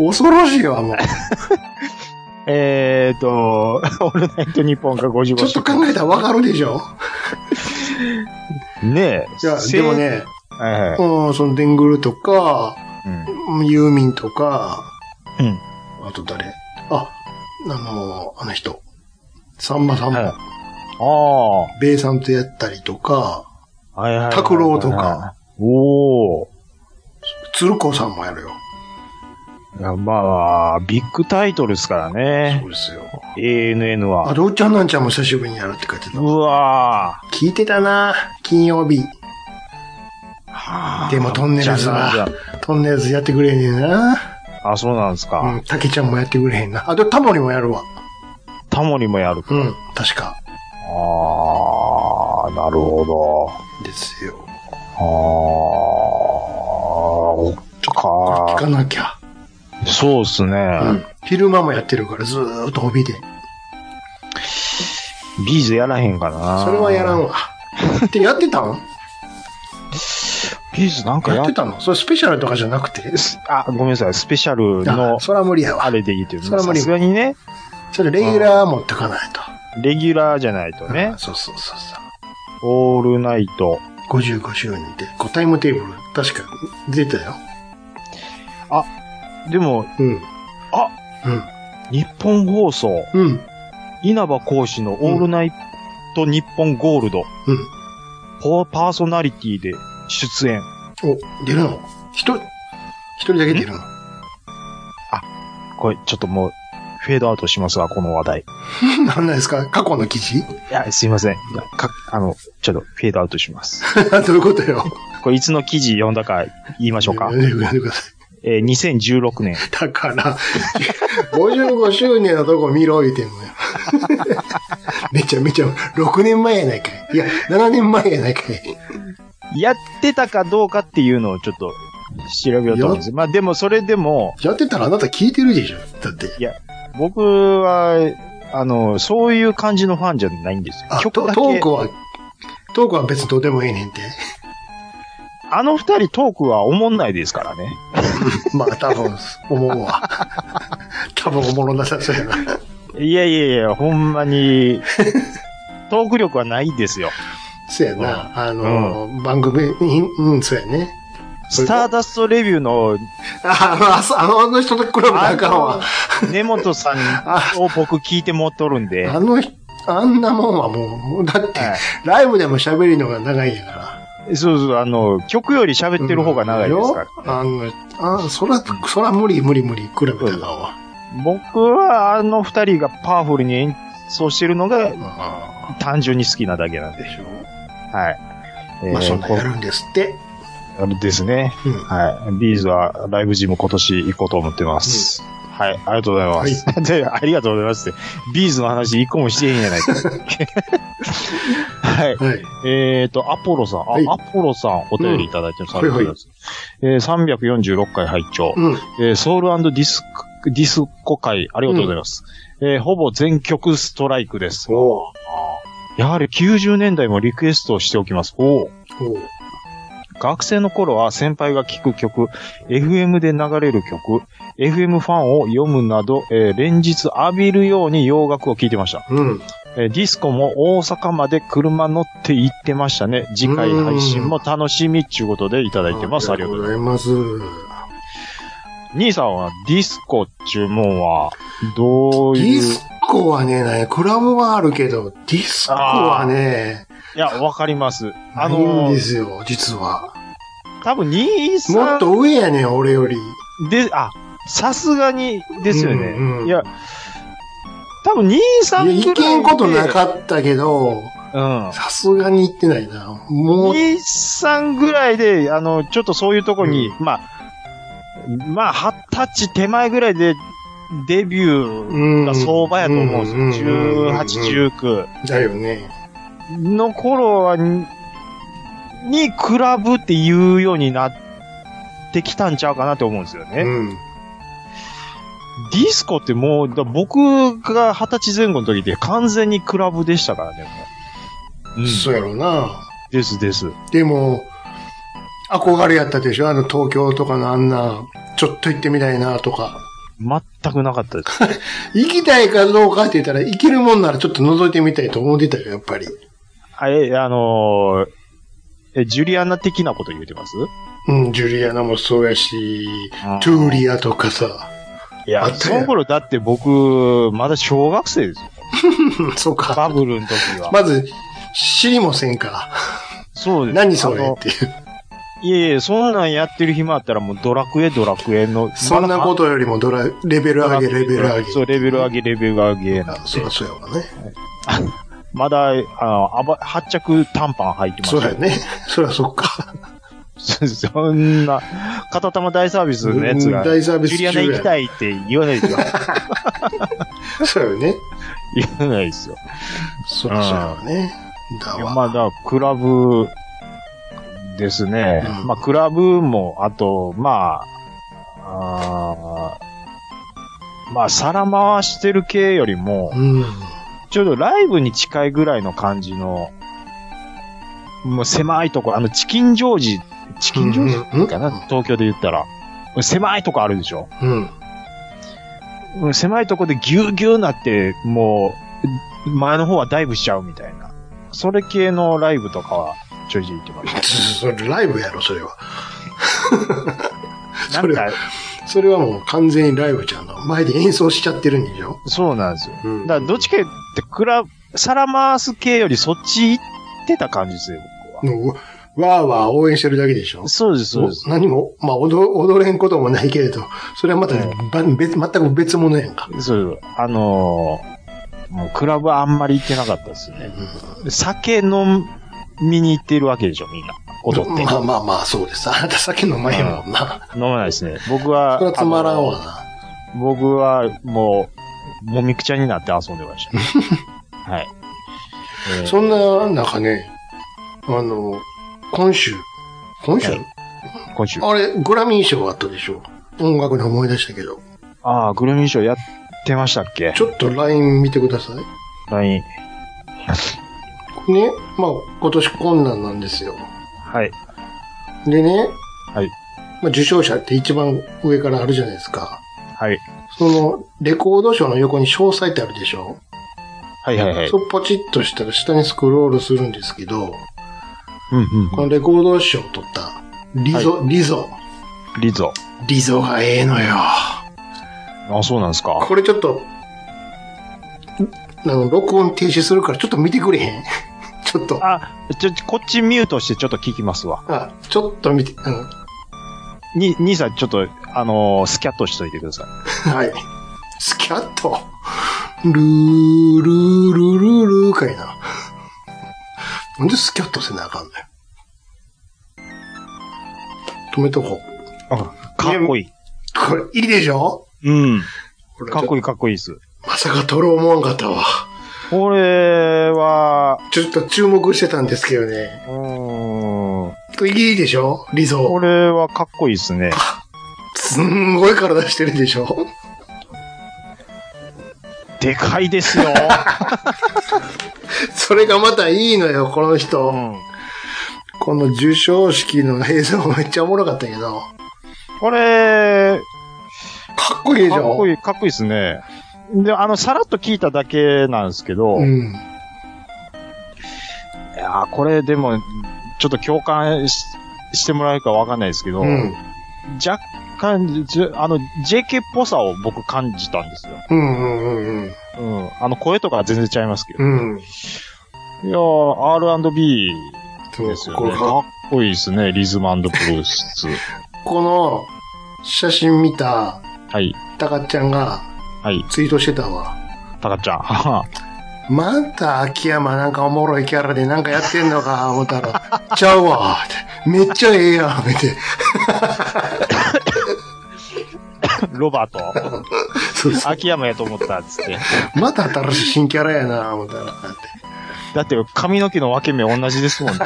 A: 恐ろしいわ、もう。
C: えっ、と、オ [laughs] ールナイト日本が55周
A: ち
C: 年。
A: ょっと考えたらわかるでしょ
C: ねえ。
A: いや、
C: 生
A: でも。ね、
C: はいはい。
A: うん、そのデングルとか、
C: うん。
A: ユーミンとか、
C: うん。
A: あと誰あ、あの、あの人。さんまさんも、
C: はいああ。は
A: ベイさんとやったりとか、
C: いはいはいはい。
A: 拓郎とか。
C: おお。
A: 鶴子さんもやるよ。
C: いや、まあ、ビッグタイトルですからね
A: そ。うですよ。
C: ANN
A: あ、
C: は。
A: どうちゃんなんちゃんも久しぶりにやるって書いてた
C: う。わ
A: 聞いてたな金曜日。
C: ぁ。
A: でもトンネルズ
C: じゃあ
A: は、トンネルズやってくれへんねんな。
C: あ、そうなんです
A: う
C: か。
A: ん、たけちゃんもやってくれへんな。あ、でもタモリもやるわ。
C: タモリもやる。
A: うん、確か。
C: ああ、なるほど。
A: ですよ。
C: ああ、おっ
A: 聞
C: か。
A: かなきゃ。
C: そうっすね。
A: うん。昼間もやってるから、ずーっと帯で。
C: ビーズやらへんかな。
A: それはやらん。わ。ってやってたん
C: ビーズなんか
A: や
C: や
A: ってたのそれスペシャルとかじゃなくて。
C: すあ、ごめんなさい。スペシャル
A: あ
C: の、
A: それは無理や
C: あ
A: わ。
C: れでいいっていう。
A: それは無
C: さ
A: 理
C: すがにね、
A: それレギュラー持ってかないと。
C: レギュラーじゃないとね
A: あ。そうそうそうそう。
C: オールナイト。
A: 55周年で、こうタイムテーブル、確か出たよ。
C: でも、
A: うん。
C: あ日本放送、
A: うん。うん。
C: 稲葉講師のオールナイト日本ゴールド、
A: うん。
C: ポパーソナリティで出演。
A: お、出るの一人、一人だけ出るの
C: これ、ちょっともう、フェードアウトしますわ、この話題。い
A: 何 [laughs] なんですか過去の記事 [laughs]
C: や、すいません。いやか、あの、ちょっとフェードアウトします。
A: どういうことよ。
C: これ、いつの記事読んだか言いましょうか
A: や。めてくださいやめてください。
C: えー2016年。
A: だから、55周年のとこ見ろ言うてんのよ。めちゃめちゃ、6年前やないかい。いや、7年前やないかい。
C: やってたかどうかっていうのをちょっと調べようと思うんです。まあでも、それでも、
A: やってたらあなた聞いてるでしょだって。
C: 僕は、あの、そういう感じのファンじゃないんですよ
A: あ。と
C: 曲
A: ト
C: だけ。
A: ークは、トークは別にどうでもええねんて。
C: あの二人トークは思んないですからね。
A: [laughs] まあ、多分、思うわ。 [laughs] 多分、おもろなさそうやな。 [laughs]
C: いやいやいや、ほんま [laughs] に、トーク力はないんですよ。
A: そうやな。あの、番組に、うん、そうやね。
C: スターダストレビューの
A: あの、あそあのあの人と比べたらあかんわ。
C: 根本さんを僕聞いて持っとるんで、
A: あの人、あんなもんはもう、もうだって、
C: は
A: ライブでも喋るのが長いんやから。
C: そうそう、あの、曲より喋ってる方が長いですから。
A: ら。あの、あそら、そら無理無理無理、比べたらあかんわ。
C: 僕はあの二人がパワフルに演奏してるのが
A: ま
C: 単純に好きなだけなんで。
A: でしょ。
C: はい。え
A: まあ、そん
C: ー
A: な
C: こ
A: んやるんですって。
C: あれですね。
A: うん。
C: はい。ビーズはライブジム今年行こうと思ってます。はい。ありがとうございます。 [laughs] で、ありがとうございますって。ビーズの話一個もしてへんやない
A: [laughs]
C: か。はい。
A: はい。
C: えっ、と、アポロさん。あ、
A: はい
C: アポロさんお便りいただいてます。
A: うんはいはい
C: えー346回拝聴、
A: うん。
C: えーソウルディスク、ディスコ会、ありがとうございます。えーほぼ全曲ストライクです。
A: おう
C: やはり90年代もリクエストをしておきます。おお。
A: おう
C: 学生の頃は先輩が聴く曲、FM で流れる曲、FM ファンを読むなど、えー連日浴びるように洋楽を聴いてました、
A: うん。
C: えーディスコも大阪まで車乗って行ってましたね。次回配信も楽しみっちゅうことでいただいてます。ありがとうござい
A: ざいます。
C: ます。兄さんはディスコっちゅうもんは、どう
A: ディ
C: いう
A: スコはね、ないクラブはあるけど、ディスコはね、
C: いや、わかります。あ
A: ないん
C: の
A: で、すよ、実は。
C: 多分兄さん
A: もっと上やねん、俺より。
C: で、あ、さすがにですよね。
A: うんうん
C: いや、多分兄さん
A: い
C: ぐら
A: や、
C: いで。
A: 行けんことなかったけど、
C: うん。
A: さすがに行ってないな。もう、
C: 兄さんぐらいで、あの、ちょっとそういうとこに、まあ、まあ、二十歳手前ぐらいで、デビューが相場やと思うんですよ。
A: うん
C: 18、19。
A: だよね。
C: の頃はに、に、クラブって言うようになってきたんちゃうかなって思うんですよね。
A: うん。
C: ディスコってもう、だ僕が二十歳前後の時って完全にクラブでしたからね、もう。うん。
A: そうやろうな。
C: ですです。
A: でも、憧れやったでしょあの東京とかのあんな、ちょっと行ってみたいなとか。
C: 全くなかったです。
A: 行きたいかどうかって言ったら、行けるもんならちょっと覗いてみたいと思ってたよ、やっぱり。
C: あえ、あのーえ、ジュリアナ的なこと言うてます
A: うん、ジュリアナもそうやし
C: うん、
A: トゥーリアとかさ。
C: い
A: あ
C: や、
A: った
C: そ
A: やん
C: の頃だって僕、まだ小学生ですよ。
A: うんそう
C: バ
A: か。
C: ブルの時は。
A: まず、知りもせんか。
C: そうです。
A: 何そ
C: あ
A: れ
C: の
A: っていう。
C: いえいえ、そんなんやってる暇あったらもうドラクエ、ドラクエの。
A: そんなことよりもドラ、レベル
C: まだ
A: 上げ、レベル上げ。
C: そう、レベル上げ、レベル上げなんで。
A: そりゃそうやわね。
C: まだ、あの、あば発着短パン履いてま
A: そう
C: した
A: や
C: よ。
A: ね。 [laughs] そりゃそっか。
C: [laughs] そんな、片玉大サービスのやつが、
A: うん大サービス
C: ジュリアナ
A: 中や
C: 行きたいって言わないですよ。
A: そうよね。
C: 言わないですよ。
A: そりゃそうやわね。だ
C: いや
A: わ。
C: まあ、だからクラブですね。
A: うん
C: まあ、クラブも、あと、まあ、あーまあ、皿回してる系よりも、
A: うん。
C: ちょうどライブに近いぐらいの感じの、もう狭いとこ、あの、チキンジョージ、チキンジョージかな、
A: うんうん
C: 東京で言ったら。狭いとこあるでしょ。
A: うん。
C: うん狭いとこでギュうギュうなって、もう、前の方はダイブしちゃうみたいな。それ系のライブとかは、ちょいちょい行ってまし
A: それライブやろ、それは。
C: た。
A: それ
C: なんか、
A: それはもう完全にライブちゃんの前で演奏しちゃってるんでしょ
C: そうなんですよ。
A: う
C: だから、どっちかって、クラ、サラマース系よりそっち行ってた感じですよ、僕は。
A: もうわーわー応援してるだけでしょ
C: そうです、そうです。
A: 何も、まあ踊、踊れんこともないけれど、それはまた、
C: う
A: ば別、全く別物やんか。
C: そう、あのーもうクラブあんまり行ってなかったですね。酒飲みに行ってるわけでしょ、みんな。踊
A: [laughs]
C: って。
A: まあまあまあ、そうです。あなた酒の前やもんな。
C: 飲まないですね。僕は、
A: それはつまらん
C: あ
A: わ
C: の
A: な。
C: 僕は、もう、もみくちゃになって遊んでました。
A: [laughs]
C: はい。えー
A: そんな中ね、あの、今週、今週、
C: はい今週。
A: あれ、グラミー賞あったでしょ音楽で思い出したけど。
C: ああ、グルミー賞やってましたっけ
A: ちょっと LINE 見てください。
C: ?LINE。
A: ね、まあ、今年困難なんですよ。
C: はい。
A: でね、
C: はい。
A: まあ、受賞者って一番上からあるじゃないですか。
C: はい。
A: その、レコード賞の横に詳細ってあるでしょ
C: はいはいはい
A: そ。うポチッとしたら下にスクロールするんですけど、
C: うんうん
A: このレコード賞を取った、リゾ、リゾ。
C: リゾ。
A: リゾがええのよ。
C: あ、そうなんですか。
A: これちょっと、あの、録音停止するからちょっと見てくれへん [laughs] ちょっと。
C: あ、ちょ、ちょこっちミュートしてちょっと聞きますわ。
A: あ、ちょっと見て、うん、
C: に、兄さん、ちょっと、あのースキャットしといてください。
A: はい。スキャット。ルールールールールーかいな。なんでスキャットせなあかんねん。止めとこう。
C: かっこいい。
A: これ、いいでしょ
C: うん。
A: これ
C: かっこい
A: い
C: いかっこいいです。
A: まさか撮ろう思わんかったわ。
C: これは、
A: ちょっと注目してたんですけどね。
C: うーん。
A: いいでしょリ
C: こ
A: ゾ。
C: れはかっこいいですね。
A: すんごい体してるでしょ
C: でかいですよ。
A: それがまたいいのよ、この人。
C: うん。
A: この受賞式の映像めっちゃおもろかったけど。
C: これ、
A: かっこいいでしょ
C: かっこい
A: い。
C: い、かっこいいですね。で、あの、さらっと聞いただけなんですけど、い
A: うん。
C: やーこれでも、ちょっと共感ししてもらえるかわかんないですけど、
A: うん。
C: 若感じ、あの、JK っぽさを僕感じたんですよ。
A: うんうんうん
C: うん。あの、声とかは全然違いますけど。
A: うん。うん。
C: いやー、R&B
A: そう
C: ですよ
A: こ
C: ね。かっこいいですね、リズムプロー
A: [laughs]
C: ス。
A: この写真見た
C: はい、
A: たかっちゃんが
C: はい、
A: ツイートしてたわ。
C: たかちゃん。はは
A: また秋山なんかおもろいキャラでなんかやってんのか思ったら、 [laughs] ちゃうわって。めっちゃええやん、って。
C: ロバート、
A: そうそう
C: 秋山やと思った、つって。
A: また新しい新キャラやな、思ったら。って
C: だって髪の毛の分け目同じですも
A: [laughs]
C: んね。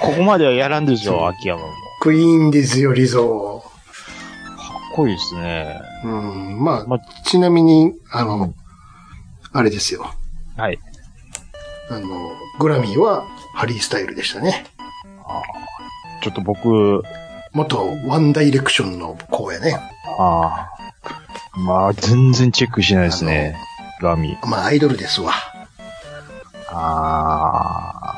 C: ここまではやらんでしょ、秋山も。
A: クイーンですよ、リゾ
C: かっこいいですね。
A: ー。うん。まあ、
C: ま
A: ちなみに、あの、あれですよ。
C: はい。
A: あの、グラミーはハリー・スタイルでしたね。
C: ちょっと僕、
A: 元ワンダイレクションの子やね。
C: ああ。まあ、全然チェックしないですね。ラミ。
A: まあ、アイドルですわ。
C: ああ。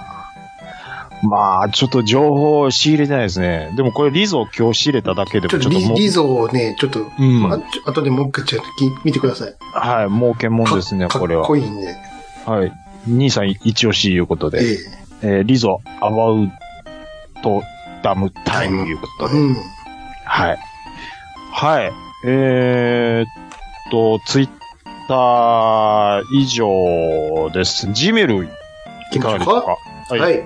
C: まあ、ちょっと情報を仕入れてないですね。でもこれリゾを今日仕入れただけでも
A: ちょっ
C: ちょ
A: と
C: っと
A: リ
C: もう、
A: リゾーをね、ちょっと、
C: うん
A: あちょ後でもう一回ちょっとき見てください。
C: はい、儲けもん
A: か
C: ですね、
A: か
C: これ
A: っ
C: は
A: こ。いいんで。
C: はい。兄さん一押しいうこと
A: え
C: で、
A: え
C: えーリゾ、アバウト、ダムタイム
A: タイム
C: いうことで、
A: うん。
C: はい。はい。えー、っと、ツイッター以上です。ジメル、いかがでしょうか
A: はい、
C: はい。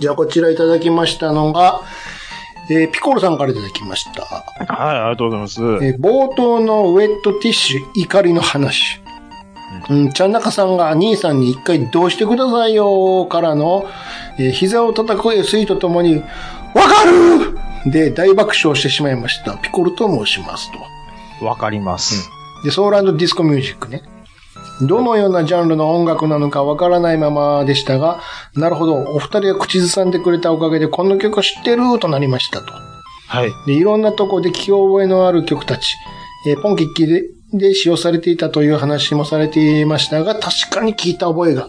A: じゃあ、こちらいただきましたのが、えーピコロさんからいただきました。
C: はい、ありがとうございます。
A: えー冒頭のウェットティッシュ怒りの話。うん、ちゃんなかさんが兄さんに一回どうしてくださいよからの、えー膝を叩く SE とともに、わかるで大爆笑してしまいました。ピコルと申しますと。
C: わかります。
A: で、ソーランドディスコミュージックね。どのようなジャンルの音楽なのかわからないままでしたが、なるほど、お二人が口ずさんでくれたおかげでこの曲知ってるとなりましたと。
C: はい。
A: で、いろんなとこで聞き覚えのある曲たち、えーポンキッキでで使用されていたという話もされていましたが、確かに聞いた覚えが。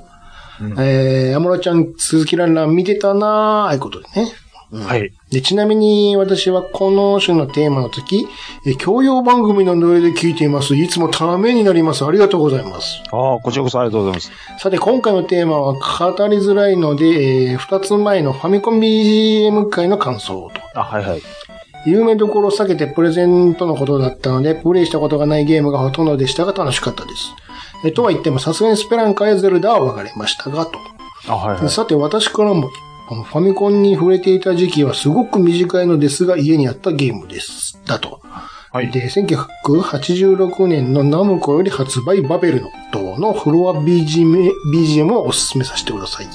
A: えー、アムロちゃん、鈴木ランラン見てたなー、ああいうことでね。
C: はい。
A: で、ちなみに私はこの種のテーマの時、えー教養番組の上で聞いています。いつもためになります。ありがとうございます。
C: ああ、こちらこそありがとうございます。
A: さて、今回のテーマは語りづらいので、え2つ前のファミコン BGM 会の感想と。
C: あ、はいはい。
A: 有名どころを避けてプレゼントのことだったので、プレイしたことがないゲームがほとんどでしたが楽しかったです。えとは言っても、さすがにスペランカやゼルダは分かりましたが、と。
C: あ、はいはい。
A: さて、私からも、あのファミコンに触れていた時期はすごく短いのですが、家にあったゲームです。だと。
C: はい
A: で、1986年のナムコより発売バベルの塔のフロア BGM, BGM をおすすめさせてください。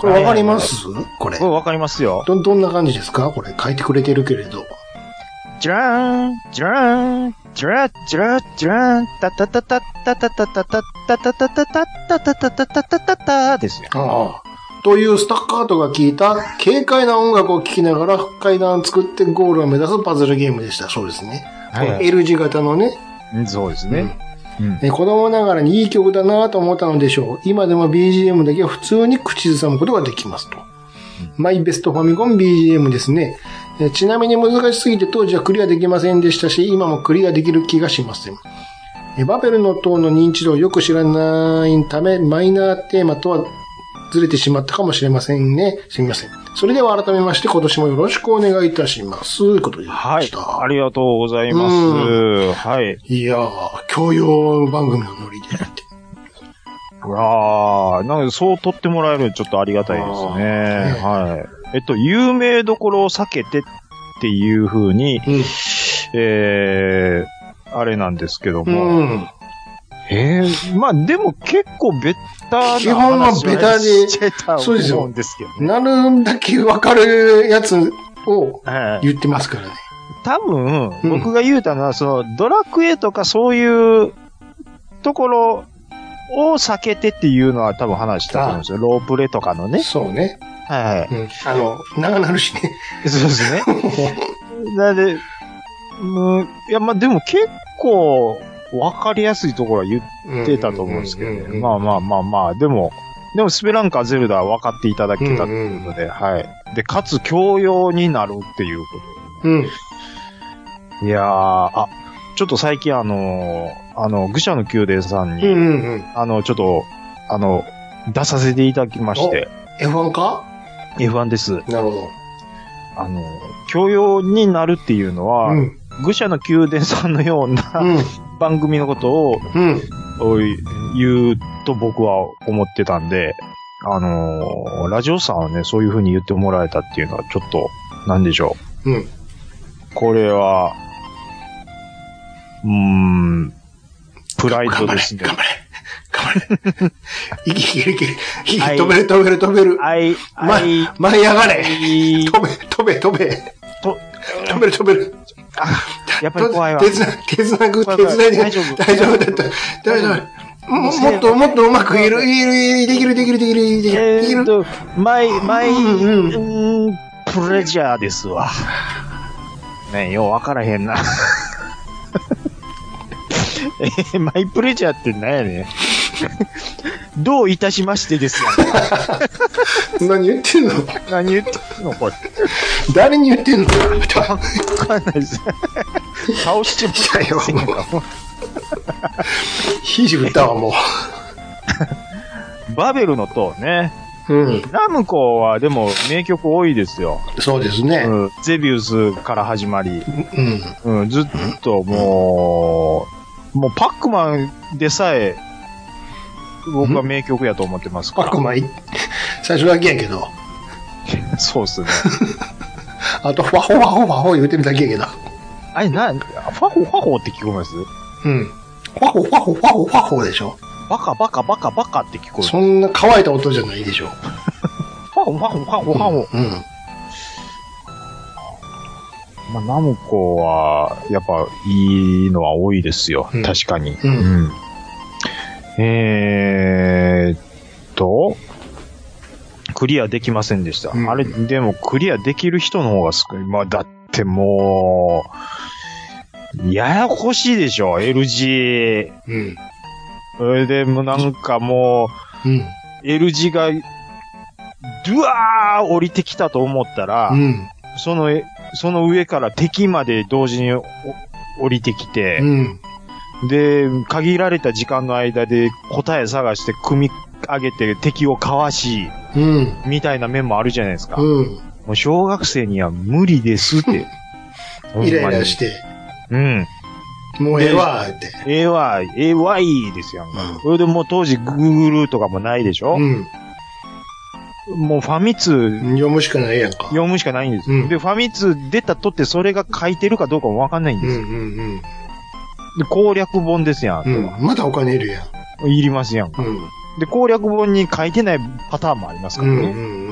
A: これ分かります、これ
C: これ。わかりますよ。
A: ど、どんな感じですかこれ書いてくれてるけれど。
C: じらーん、じらーん、じらじらじらーん、たたたたたたたたたたたたたたたたたたたたたですよ。
A: ああ。というスタッカートが聞いた軽快な音楽を聴きながら階段を作ってゴールを目指すパズルゲームでした。そうですね。
C: はいはい
A: この L 字型のね、
C: そうですね。うん。
A: え子供ながらにいい曲だなと思ったのでしょう。今でも BGM だけは普通に口ずさむことができますと。マイベストファミコン BGM ですね。えちなみに難しすぎて当時はクリアできませんでしたし、今もクリアできる気がしません。えバベルの塔の認知度をよく知らないため、マイナーテーマとはずれてしまったかもしれませんね。すみません。それでは改めまして今年もよろしくお願いいたします。ということで
C: は
A: ま
C: い
A: し。た。
C: ありがとうございます。はい。
A: い、やー、教養番組のノリでやって。
C: ああ、なので、そう取ってもらえるのちょっとありがたいですね。はい。えっと、有名どころを避けてっていうふうに、
A: うん
C: えー、あれなんですけど [laughs]
A: う
C: も。
A: ん。
C: えー、まあでも結構ベタな
A: 基本はベタで
C: 話してた
A: そうですよ
C: 思うんですけどね。
A: なるだけわかるやつを
C: はい。
A: 言ってますからね。
C: 多分、
A: うん
C: 僕が言うたのは、その、ドラクエとかそういうところを避けてっていうのは多分話したと思うんですよ。ロープレとかのね。
A: そうね。
C: はいはい。
A: うん。あの、長なるしね。
C: そうですね。なんで、うん、いや、まあ、でも結構、わかりやすいところは言 [laughs] ってたと思うんですけどね。ま
A: あ、
C: あまあまあまあ、でも、でもスペランカゼルダは分かっていただけたと
A: うんう
C: い
A: ん
C: うことで、はい。で、かつ教養になるっていうこ
A: うん。
C: いやー、あ、ちょっと最近あのーあの、愚者の宮殿さん
A: う
C: に、
A: んうんうん。
C: あの、ちょっと、あの、出させていただきまして、
A: F1 か
C: F1 です。
A: なるほ
C: あの、教養になるっていうの
A: ど。
C: は、
A: うん。
C: 愚者の宮殿さんのよう
A: う
C: な、
A: ん。
C: 番組のことを
A: うん。 [laughs]
C: おい言うと僕は思ってたんで、あのーラジオさんはね、そういう風に言ってもらえたっていうのはちょっと、なんでしょう。
A: うん。
C: これは、うーん、プライドですね。
A: 頑張れ。頑張れ。頑張れ。いけいけいけ。いけ飛べる飛べる飛べる。
C: あい、
A: ま
C: あい、、
A: 舞い上がれ。
C: い
A: 飛べ、飛べ、飛べ。
C: と、
A: 飛べる飛べる。
C: やっぱり怖いわ
A: 手。つな、手つなぐ、手
C: 怖い怖
A: つ
C: い
A: ないで。
C: 大丈夫
A: 大丈夫だった。大丈夫。ももっと、もっとうまく言える、言える、言える、できる、できる、できる、できる。でき
C: えーっ
A: る。
C: と、マイ、マイ、
A: うんう
C: うーんプレジャーですわ。ねえようわからへんな。 [laughs] えーマイプレジャーって何やねん。どういたしましてですよ、ね。
A: 何言ってんの
C: 何言ってんのこれ。
A: 誰に言ってんの
C: わかんないです。倒してもらえませんか
A: 肘振ったわ、も
C: [laughs] バベルの塔ね。
A: う。うん。
C: ラムコはでも名曲多いですよ。
A: そうですね。
C: うん、ゼビウスから始まり。
A: うん。
C: うん、ずっともう、もうパックマンでさえ、僕は名曲やと思ってますか
A: パッ
C: ら。
A: クマンい、最初だけやけど。
C: そうっすね。
A: あと、ワホワホワホ言うてみただけやけど。
C: [laughs] あれ、な、ファホファホって聞こえます
A: うん。ワホワホワホワホでしょ。
C: バカバカバカバカって聞こえる。フ
A: そんな乾いた音じゃないでしょ。
C: ァホファホファホファホ。
A: うん。
C: まあ、ナムコは、やっぱ、いいのは多いですよ。
A: うん
C: 確かに。
A: うん
C: うんえーっと、クリアできませんでした。
A: うん
C: あれ、でも、クリアできる人の方が少ない。まあ、だってもう、ややこしいでしょ、LG。
A: うん。
C: それで、もうなんかも
A: うん。
C: う、L g が、ドゥワー降りてきたと思ったら、
A: うん。
C: その、えその上から敵まで同時にお降りてきて、
A: うん。
C: で、限られた時間の間で答え探して組み上げて敵をかわし、
A: うん。
C: みたいな面もあるじゃないですか。
A: うん。
C: もう小学生には無理ですって。。
A: [laughs] イライラしてて、
C: うん。
A: もうええわ、って。
C: ええわ、ええわいですやんか
A: うん。
C: それでもう当時 Google とかもないでしょ、
A: うん。
C: もうファミ通
A: 読むしかないやんか。
C: 読むしかないんです、
A: うん
C: で、ファミ通出たとってそれが書いてるかどうかもわかんないん
A: う
C: です、
A: んうん
C: で攻略本ですやん。
A: うん。うん。まだお金いるやん。
C: いりますやんか。
A: うん。
C: で、攻略本に書いてないパターンもあります
A: う
C: から
A: ん
C: ね。
A: うん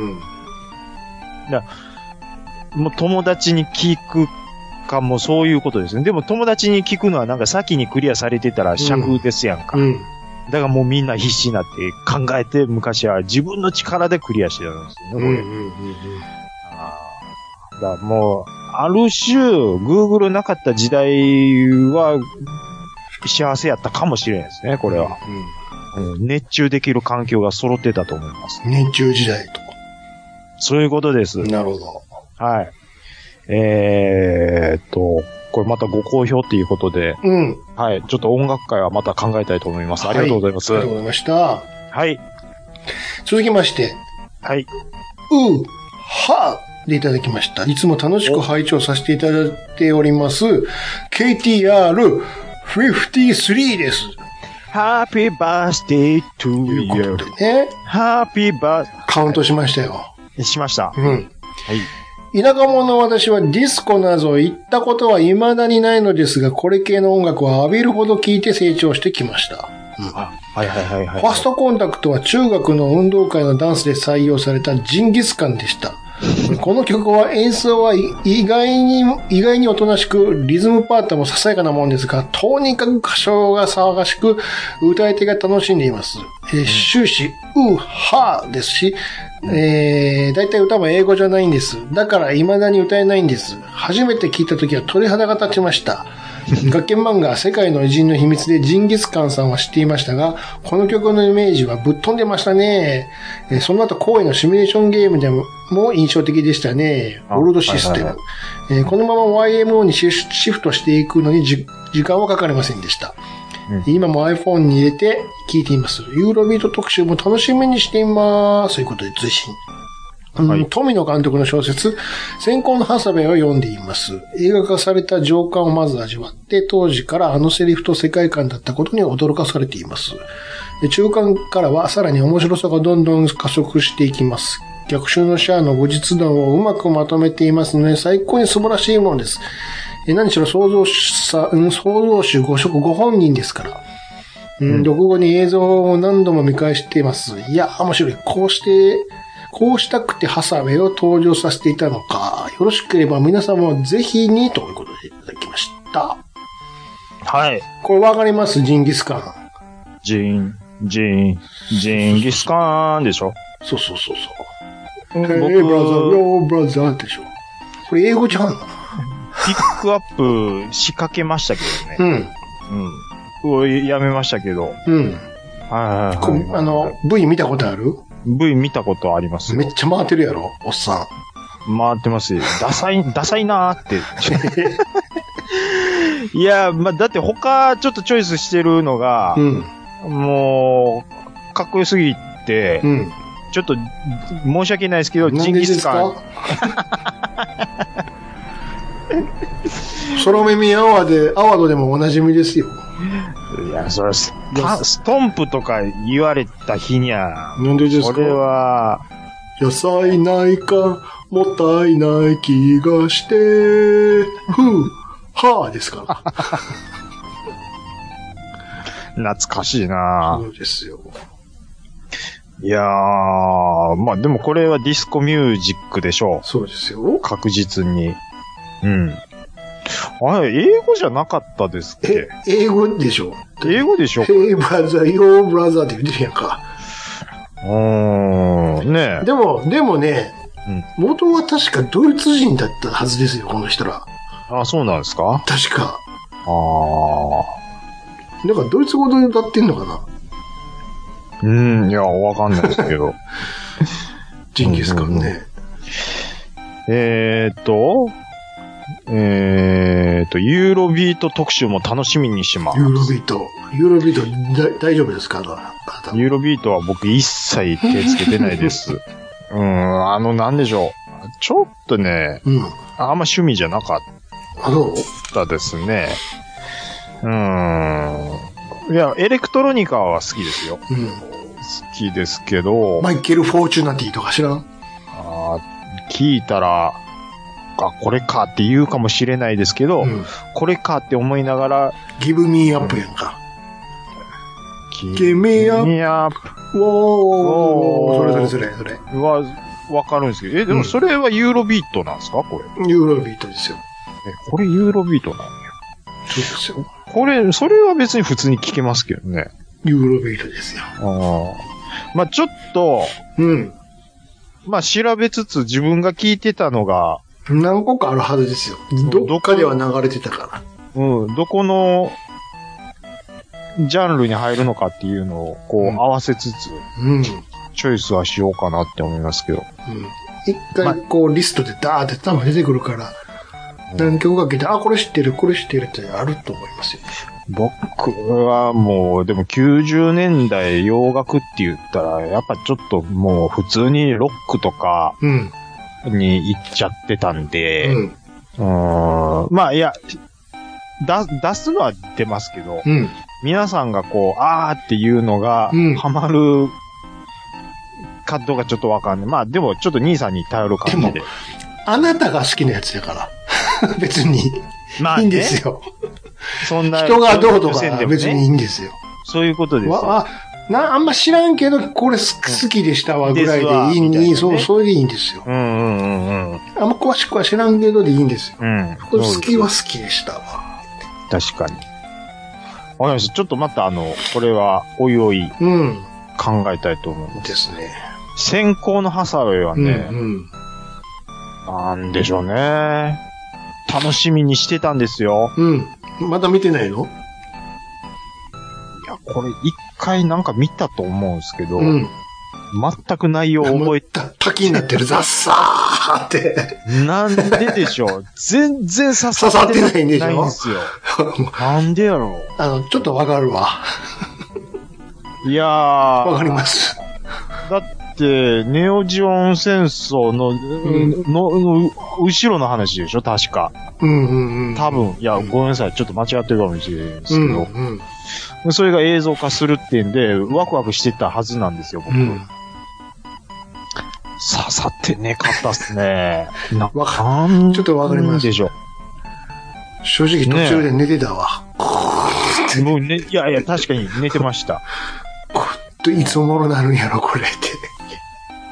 C: もう友達に聞くかもそういうことですね。でも友達に聞くのはなんか先にクリアされてたら尺ですやんか。
A: うん。うん。
C: だからもうみんな必死になって考えて昔は自分の力でクリアしてたんですよ
A: う
C: ね。
A: んう
C: これ
A: ん
C: あーだからもう、ある種、Google なかった時代は幸せやったかもしれないですね、これは。うん熱中できる環境が揃ってたと思います。
A: うん。年中時代
C: そういうことです
A: と。。なるほど。
C: はい。えーっと、これまたご好評っていうことで、
A: うん。
C: はい。ちょっと音楽会はまた考えたいと思います。ありがとうございます。
A: はあ
C: は
A: りがとう
C: い。
A: ございました。
C: はい。
A: 続きまして、うー、はーでいただきました。いつも楽しく拝聴させていただいております、KTR53 です。
C: Happy birthday
A: とい
C: to
A: うこ
C: you.
A: とでね、
C: Happy birthday
A: カウントしましたよ。
C: しました。
A: うん。
C: はい。
A: 田舎者の私はディスコなど行ったことは未だにないのですが、これ系の音楽は浴びるほど聴いて成長してきました。
C: あはいはいはいはい。
A: ファーストコンタクトは中学の運動会のダンスで採用されたジンギスカンでした。この曲は演奏はい意外に、意外におとなしく、リズムパートもささやかなもんですが、とにかく歌唱が騒がしく、歌い手が楽しんでいます。えー終始、う、はですし、えー、だいたい歌も英語じゃないんです。だから未だに歌えないんです。初めて聞いた時は鳥肌が立ちました。
C: [laughs]
A: 学研漫画、世界の偉人の秘密でジンギスカンさんは知っていましたが、この曲のイメージはぶっ飛んでましたね。えーその後、後へのシミュレーションゲームでもも印象的でしたね。
C: あ
A: オールドシステム。
C: はいは
A: えーこのまま YMO にシフシフトしていくのにじ時間はかかりませんでした。今も iPhone に入れて聴いています。ユーロビート特集も楽しみにしています。ということで、随信。うん
C: はい
A: 富野監督の小説、先行のハサベを読んでいます。映画化された情感をまず味わって、当時からあのセリフと世界観だったことに驚かされています。で中間からはさらに面白さがどんどん加速していきます。逆襲のシャアの後日談をうまくまとめていますので、最高に素晴らしいものです。え何しろ創造主さ、うん創造主ご職ご本人ですから。うん、読後に映像を何度も見返しています。いや、面白い。こうして、こうしたくてハサウェイを登場させていたのか。よろしければ皆様もぜひに、ということでいただきました。
C: はい。
A: これわかりますジンギスカン。
C: ジン、ジン、ジンギスカーンでしょ
A: そうそうそうそう。
C: 僕、ピ
A: ヘイブラザー、ヨーブラザーでしょ。これ英語ちゃうの
C: ックアップ仕掛けましたけどね。
A: ん。
C: うん。をやめましたけど。はい
A: うん。
C: はい
A: こ
C: はい。
A: あの、V 見たことある
C: V 見たことありますよ
A: めっちゃ回ってるやろおっさ
C: 回ってますよ。ダサ
A: [laughs]
C: い、ダサいなーって。いや、まあ、だって他ちょっとチョイスしてるのが
A: ん。、うん。
C: もう、かっこよすぎて、
A: うん。
C: ちょっと申し訳ないですけど、
A: な
C: ジ
A: ん
C: ン
A: で
C: ギ
A: で
C: ス
A: す
C: カ
A: か
C: ン。
A: [laughs] ソロ耳アワーで、アワードでもおなじみですよ。
C: いや、それはスタストンプとか言われた日にゃ、
A: なんでです
C: こ
A: か
C: れは、
A: 野菜ないか、もったいない気がして、ふう、はーですから。
C: 懐かしいな
A: そうですよ。
C: いやー、まあでもこれはディスコミュージックでしょ
A: そうです
C: う。
A: よ。
C: 確実に。うん。あれ、英語じゃなかったですっ
A: え
C: け、
A: 英語でしょ
C: 英語でしょ
A: ヘイブラザー、ヨーブラザーって言ってるやんか。
C: うーん、ねえ。
A: でも、でもね、元は確かドイツ人だったはずですよ、この人ら。
C: あ、そうなんですか
A: 確か。
C: あー。
A: なんかドイツ語で歌ってんのかな
C: うん、いや、わかんないですけ
A: [laughs]
C: ど。
A: ジンギスカン
C: うんうん
A: ね。
C: えーっと、えーっと、ユーロビート特集も楽しみにします
A: ユ。ーロビート。ユーロビートだ大丈夫ですかあのあなた
C: ユーロビートは僕一切手つけてない
A: [laughs]
C: です。うん、あの、なんでしょう。ちょっとね、
A: うん。
C: あんま趣味じゃなかっ
A: あの、
C: たですね。うーん。いや、エレクトロニカは好きですよ。
A: うん。
C: 好きですけど、
A: マイケル・フォーチュナティとか知らん
C: あー聞いたら、あ、これかって言うかもしれないですけど、
A: うん。
C: これかって思いながら、
A: ギブミーアップやんか。
C: 君
A: Give me up
C: や
A: おーお
C: おー
A: それそれそれそ
C: は、わかるんですけど、え、で
A: う
C: も
A: ん
C: それはユーロビートなんですかこれ。
A: れ。ユーロビートですよ。
C: え、これユーロビートなの
A: そうですよ。
C: これ、それは別に普通に聞けますけどね。
A: ユーロビートですよ。
C: ああ。まあちょっと、
A: うん。
C: まあ調べつつ自分が聞いてたのが、
A: 何個かあるはずですよ。どっかでは流れてたから。
C: うん、どこの、ジャンルに入るのかっていうのを、こう、
A: うん
C: 合わせつつ、
A: うん。うん。
C: チョイスはしようかなって思いますけど。
A: 一回こうリストでダーって多分出てくるから、何曲か聞いて、あ、これ知ってる、これ知ってるってあると思いますよ。
C: 僕はもう、でも90年代洋楽って言ったら、やっぱちょっともう普通にロックとか
A: うん。
C: に行っちゃってたんで、
A: うん。
C: うーんまあいや、だ、出すのは出ますけど、
A: うん。
C: 皆さんがこう、あーっていうのが
A: うん、
C: ハマる、かどうかちょっとわかんない。まあでもちょっと兄さんに頼る感じ
A: で
C: で。
A: あなたが好きなやつだから。 [laughs] 別に。
C: まあ、
A: い
C: ね、
A: いんですよ。
C: そんな。
A: [laughs] 人がどうと
C: 予選
A: か
C: でもね
A: 別にいいんですよ。
C: そういうことですよ。
A: わあなあんま知らんけど、これす好きでしたわぐらいでいい、
C: ですわみたいなね
A: いいそう、それでいいんですよ。
C: うんうんうんうん。
A: あんま詳しくは知らんけどでいいんですよ。
C: うん。
A: これ好きは好きでしたわ。
C: 確かに。わかりました。ちょっとまたあの、これは、おいおい
A: うん。
C: 考えたいと思います。
A: ですね。
C: 先行のハサウェイは
A: うん、
C: ね、
A: うん。
C: なんでしょうね。楽しみにしてたんですよ。
A: うん。まだ見てないの
C: いや、これ一回なんか見たと思うんですけど、
A: うん。
C: 全く内容覚えて、
A: た、 [laughs] 滝になってる。ザッサーって。 [laughs]
C: なんででしょう全然刺さって
A: 刺さってないんでしょ
C: ないんですよ。なんでやろ
A: あの、ちょっとわかるわ。
C: ういや
A: わか
C: ー、
A: ります。
C: だって、ネオジオン戦争の、
A: ん
C: の、の後ろの話でしょ確か。
A: うんうんうん。
C: 多分、いや、ごめんなさい。ちょっと間違ってるかもしれないです
A: う
C: け
A: ん
C: ど、
A: うん。
C: それが映像化するっていうんで、ワクワクしてたはずなんですよ、僕。
A: うん。
C: 刺さってねかったっすね。な、
A: わか
C: なん
A: [laughs] ちょっとわかります
C: でしょ
A: 正直途中で寝てたわ。
C: う。もうね、いやいや、確かに寝てました。
A: といつおもろなるんやろ、これって。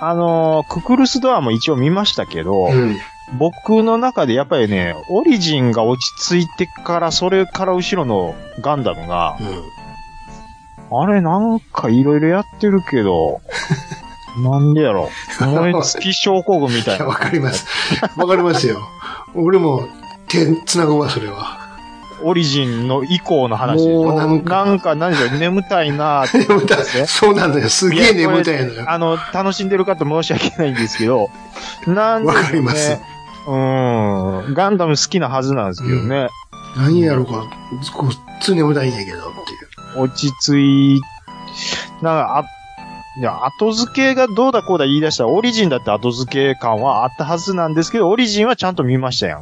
C: あのーククルスドアも一応見ましたけど、
A: うん。
C: 僕の中でやっぱりね、オリジンが落ち着いてから、それから後ろのガンダムが、あれなんかいろいろやってるけ
A: [laughs]
C: ど、なんでやろ。燃え尽き症候群みたい
A: いや、
C: な。
A: わかります。わかりますよ。俺も手繋ぐわ、それは。
C: オリジンの以降の話でし
A: も
C: ょ。
A: う
C: な
A: なんん
C: か、
A: か
C: なんじゃ眠たいなーって
A: 眠たい
C: ですね。
A: そうなんだよ。すげえ眠たいの
C: やこれ
A: よ。
C: あの、楽しんでる方申し訳ないんですけど、なんでしょうね
A: わかります。
C: うーん。ガンダム好きなはずなんですけどね。
A: 何やろか、こう、普通に眠たいんやけど、っていう。
C: 落ち着い、なんか、あ、いや、後付けがどうだこうだ言い出したら、オリジンだって後付け感はあったはずなんですけど、オリジンはちゃんと見ましたや。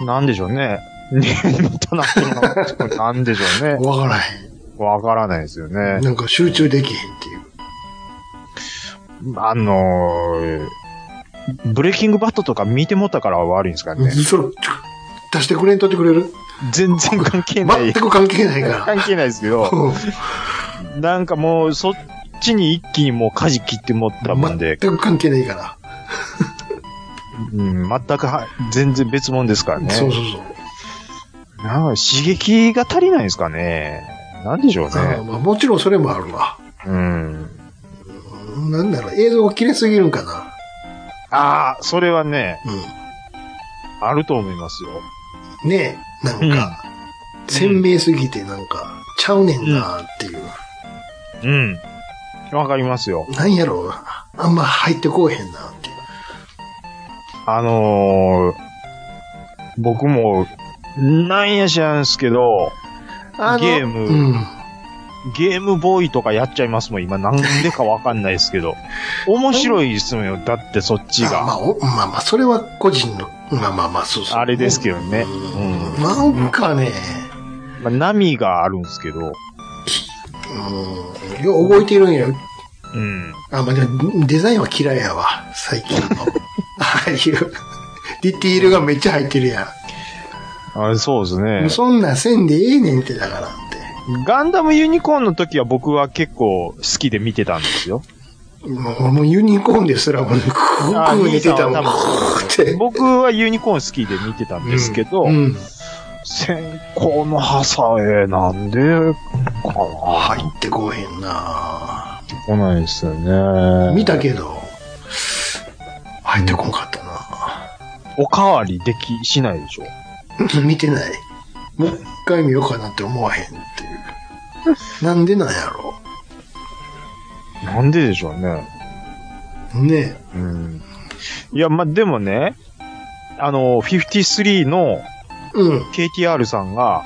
A: うん
C: なんでしょうね。眠たなってるのがこれなんでしょうね
A: ん。。わからへ
C: わからないですよね
A: ん。。なんか集中できへんっていう。
C: あのー、ブレイキングバットとか見てもったから悪いんですかね。
A: それ、ちょ出してくれんとってくれる
C: 全然関係な
A: 全
C: い。
A: く関係ないか
C: 関係ないですけ
A: ら。
C: ど、
A: うん
C: なんかもうそっちに一気にもう舵切って持ったもんで、
A: 全く関係ないか
C: うん、全くは全然別物ですから
A: ら。
C: ね。
A: そうそうそう。
C: なんか刺激が足りないんですかね。なんでしょう
A: あ
C: ね。
A: まあ、もちろんそれもあるわ。
C: うん。
A: うんなんだろう、映像が綺麗すぎるんかな。
C: ああ、それはね、
A: う
C: あると思いますよ。
A: ん。ねえ、なんか、鮮明すぎてなんか、ちゃうねんなっていう。
C: うん。わかりますよ。
A: なんやろう、あんま入ってこうへんなっていう。
C: あのー、僕も、なんやしなんすけど、ゲーム、
A: うん。
C: ゲームボーイとかやっちゃいますもん、今。なんでかわかんないです
A: [laughs]
C: けど。面白いですもんよ。だってそっち
A: あま
C: が。
A: あ、おまあまあ、それは個人の、まあまあまあ、そうそう。
C: あれですけどね。
A: うん。なんかね、
C: うん。まあ、波があるんですけど。
A: うん。よう動いてるんや。
C: うん。
A: あ、まあでも、デザインは嫌いやわ、最近
C: [laughs]
A: の。ああいう、ディティールがめっちゃ入ってるやん。
C: あれそうですね
A: もう。そんなんせんでええねんって、だからって。
C: ガンダムユニコーンの時は僕は結構好きで見てたんですよ。
A: もうもうユニコーンですらもう、クークー見てたも
C: あ兄さん
A: ん。
C: は
A: クーって。
C: 僕はユニコーン好きで見てたんですけど、
A: うん。
C: 先行のハサエなんでかな
A: 入ってこうへんな
C: 来ないですよね。
A: 見たけど、入ってこんかったな
C: おかわりでき、しないでしょ。
A: 見てない。もう一回見ようかなって思わへんっていう。なんでなんやろ
C: なんででしょうね。
A: ね
C: うん。いや、ま、でもね、あの、53の
A: え。うん。
C: KTR さんが、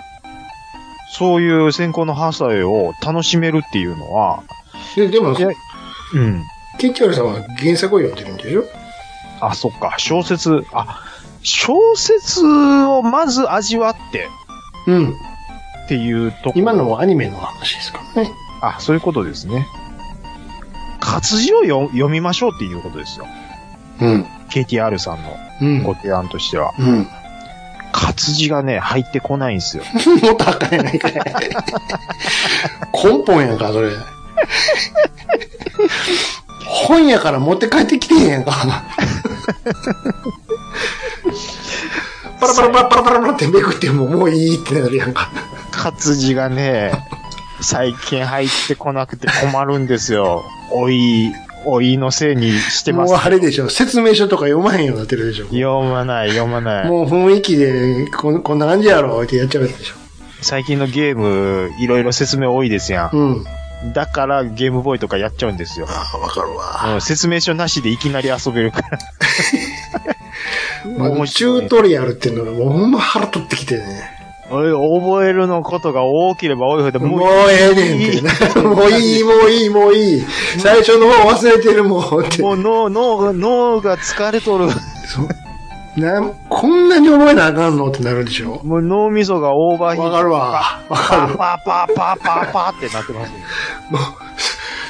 C: そういう先行のハサエを楽しめるっていうのは、
A: で、でも
C: い、やうん。
A: ケンチャルさんは原作を読んでるんでしょ
C: あ、そっか、小説、あ、小説をまず味わって
A: うん。
C: っていうとこ
A: 今のもアニメの話ですからね。
C: あ、そういうことですね。活字を読読みましょうっていうことですよ。
A: うん。
C: KTR さんの
A: うん。
C: ご提案としては。
A: うん。も
C: 活字がね、入ってこないん
A: [laughs]
C: ですよ。
A: っと赤やないかい。根本やんか、それ。本やから持って帰ってきてへんやんか。パラパラパラパラパラパラってめくってももういいってなるやんか。
C: 活字がね、最近入ってこなくて困るんですよ。おい、老いのせいにしてます。
A: もうあれでしょ、説明書とか読まへんようになってるでしょ。
C: 読まない、読まない。
A: もう雰囲気でこ、こんな感じやろってやっちゃうでしょ。
C: 最近のゲーム、いろいろ説明多いですやん。
A: うん。
C: だから、ゲームボーイとかやっちゃうんですよ。
A: ああ、わかるわ。
C: うん、説明書なしでいきなり遊べる
A: [laughs]
C: から。
A: まあ、チュートリアルっていうのがもうほんま腹立ってきてね。
C: おい覚えるのことが多ければ多いほど、
A: もう
C: もう、
A: ええねんって。もういい、もういい、もういい。最初の方忘れてるもんって。
C: もう脳、脳が、脳が疲れとる。
A: そうなんこんなに覚えなあかんのってなるでしょ。
C: もう脳みそがオーバーヒー
A: わ
C: ト
A: かるわ。わ
C: パ
A: か
C: ー
A: る。
C: パーパーパーパーパーってなってますよ。
A: もう、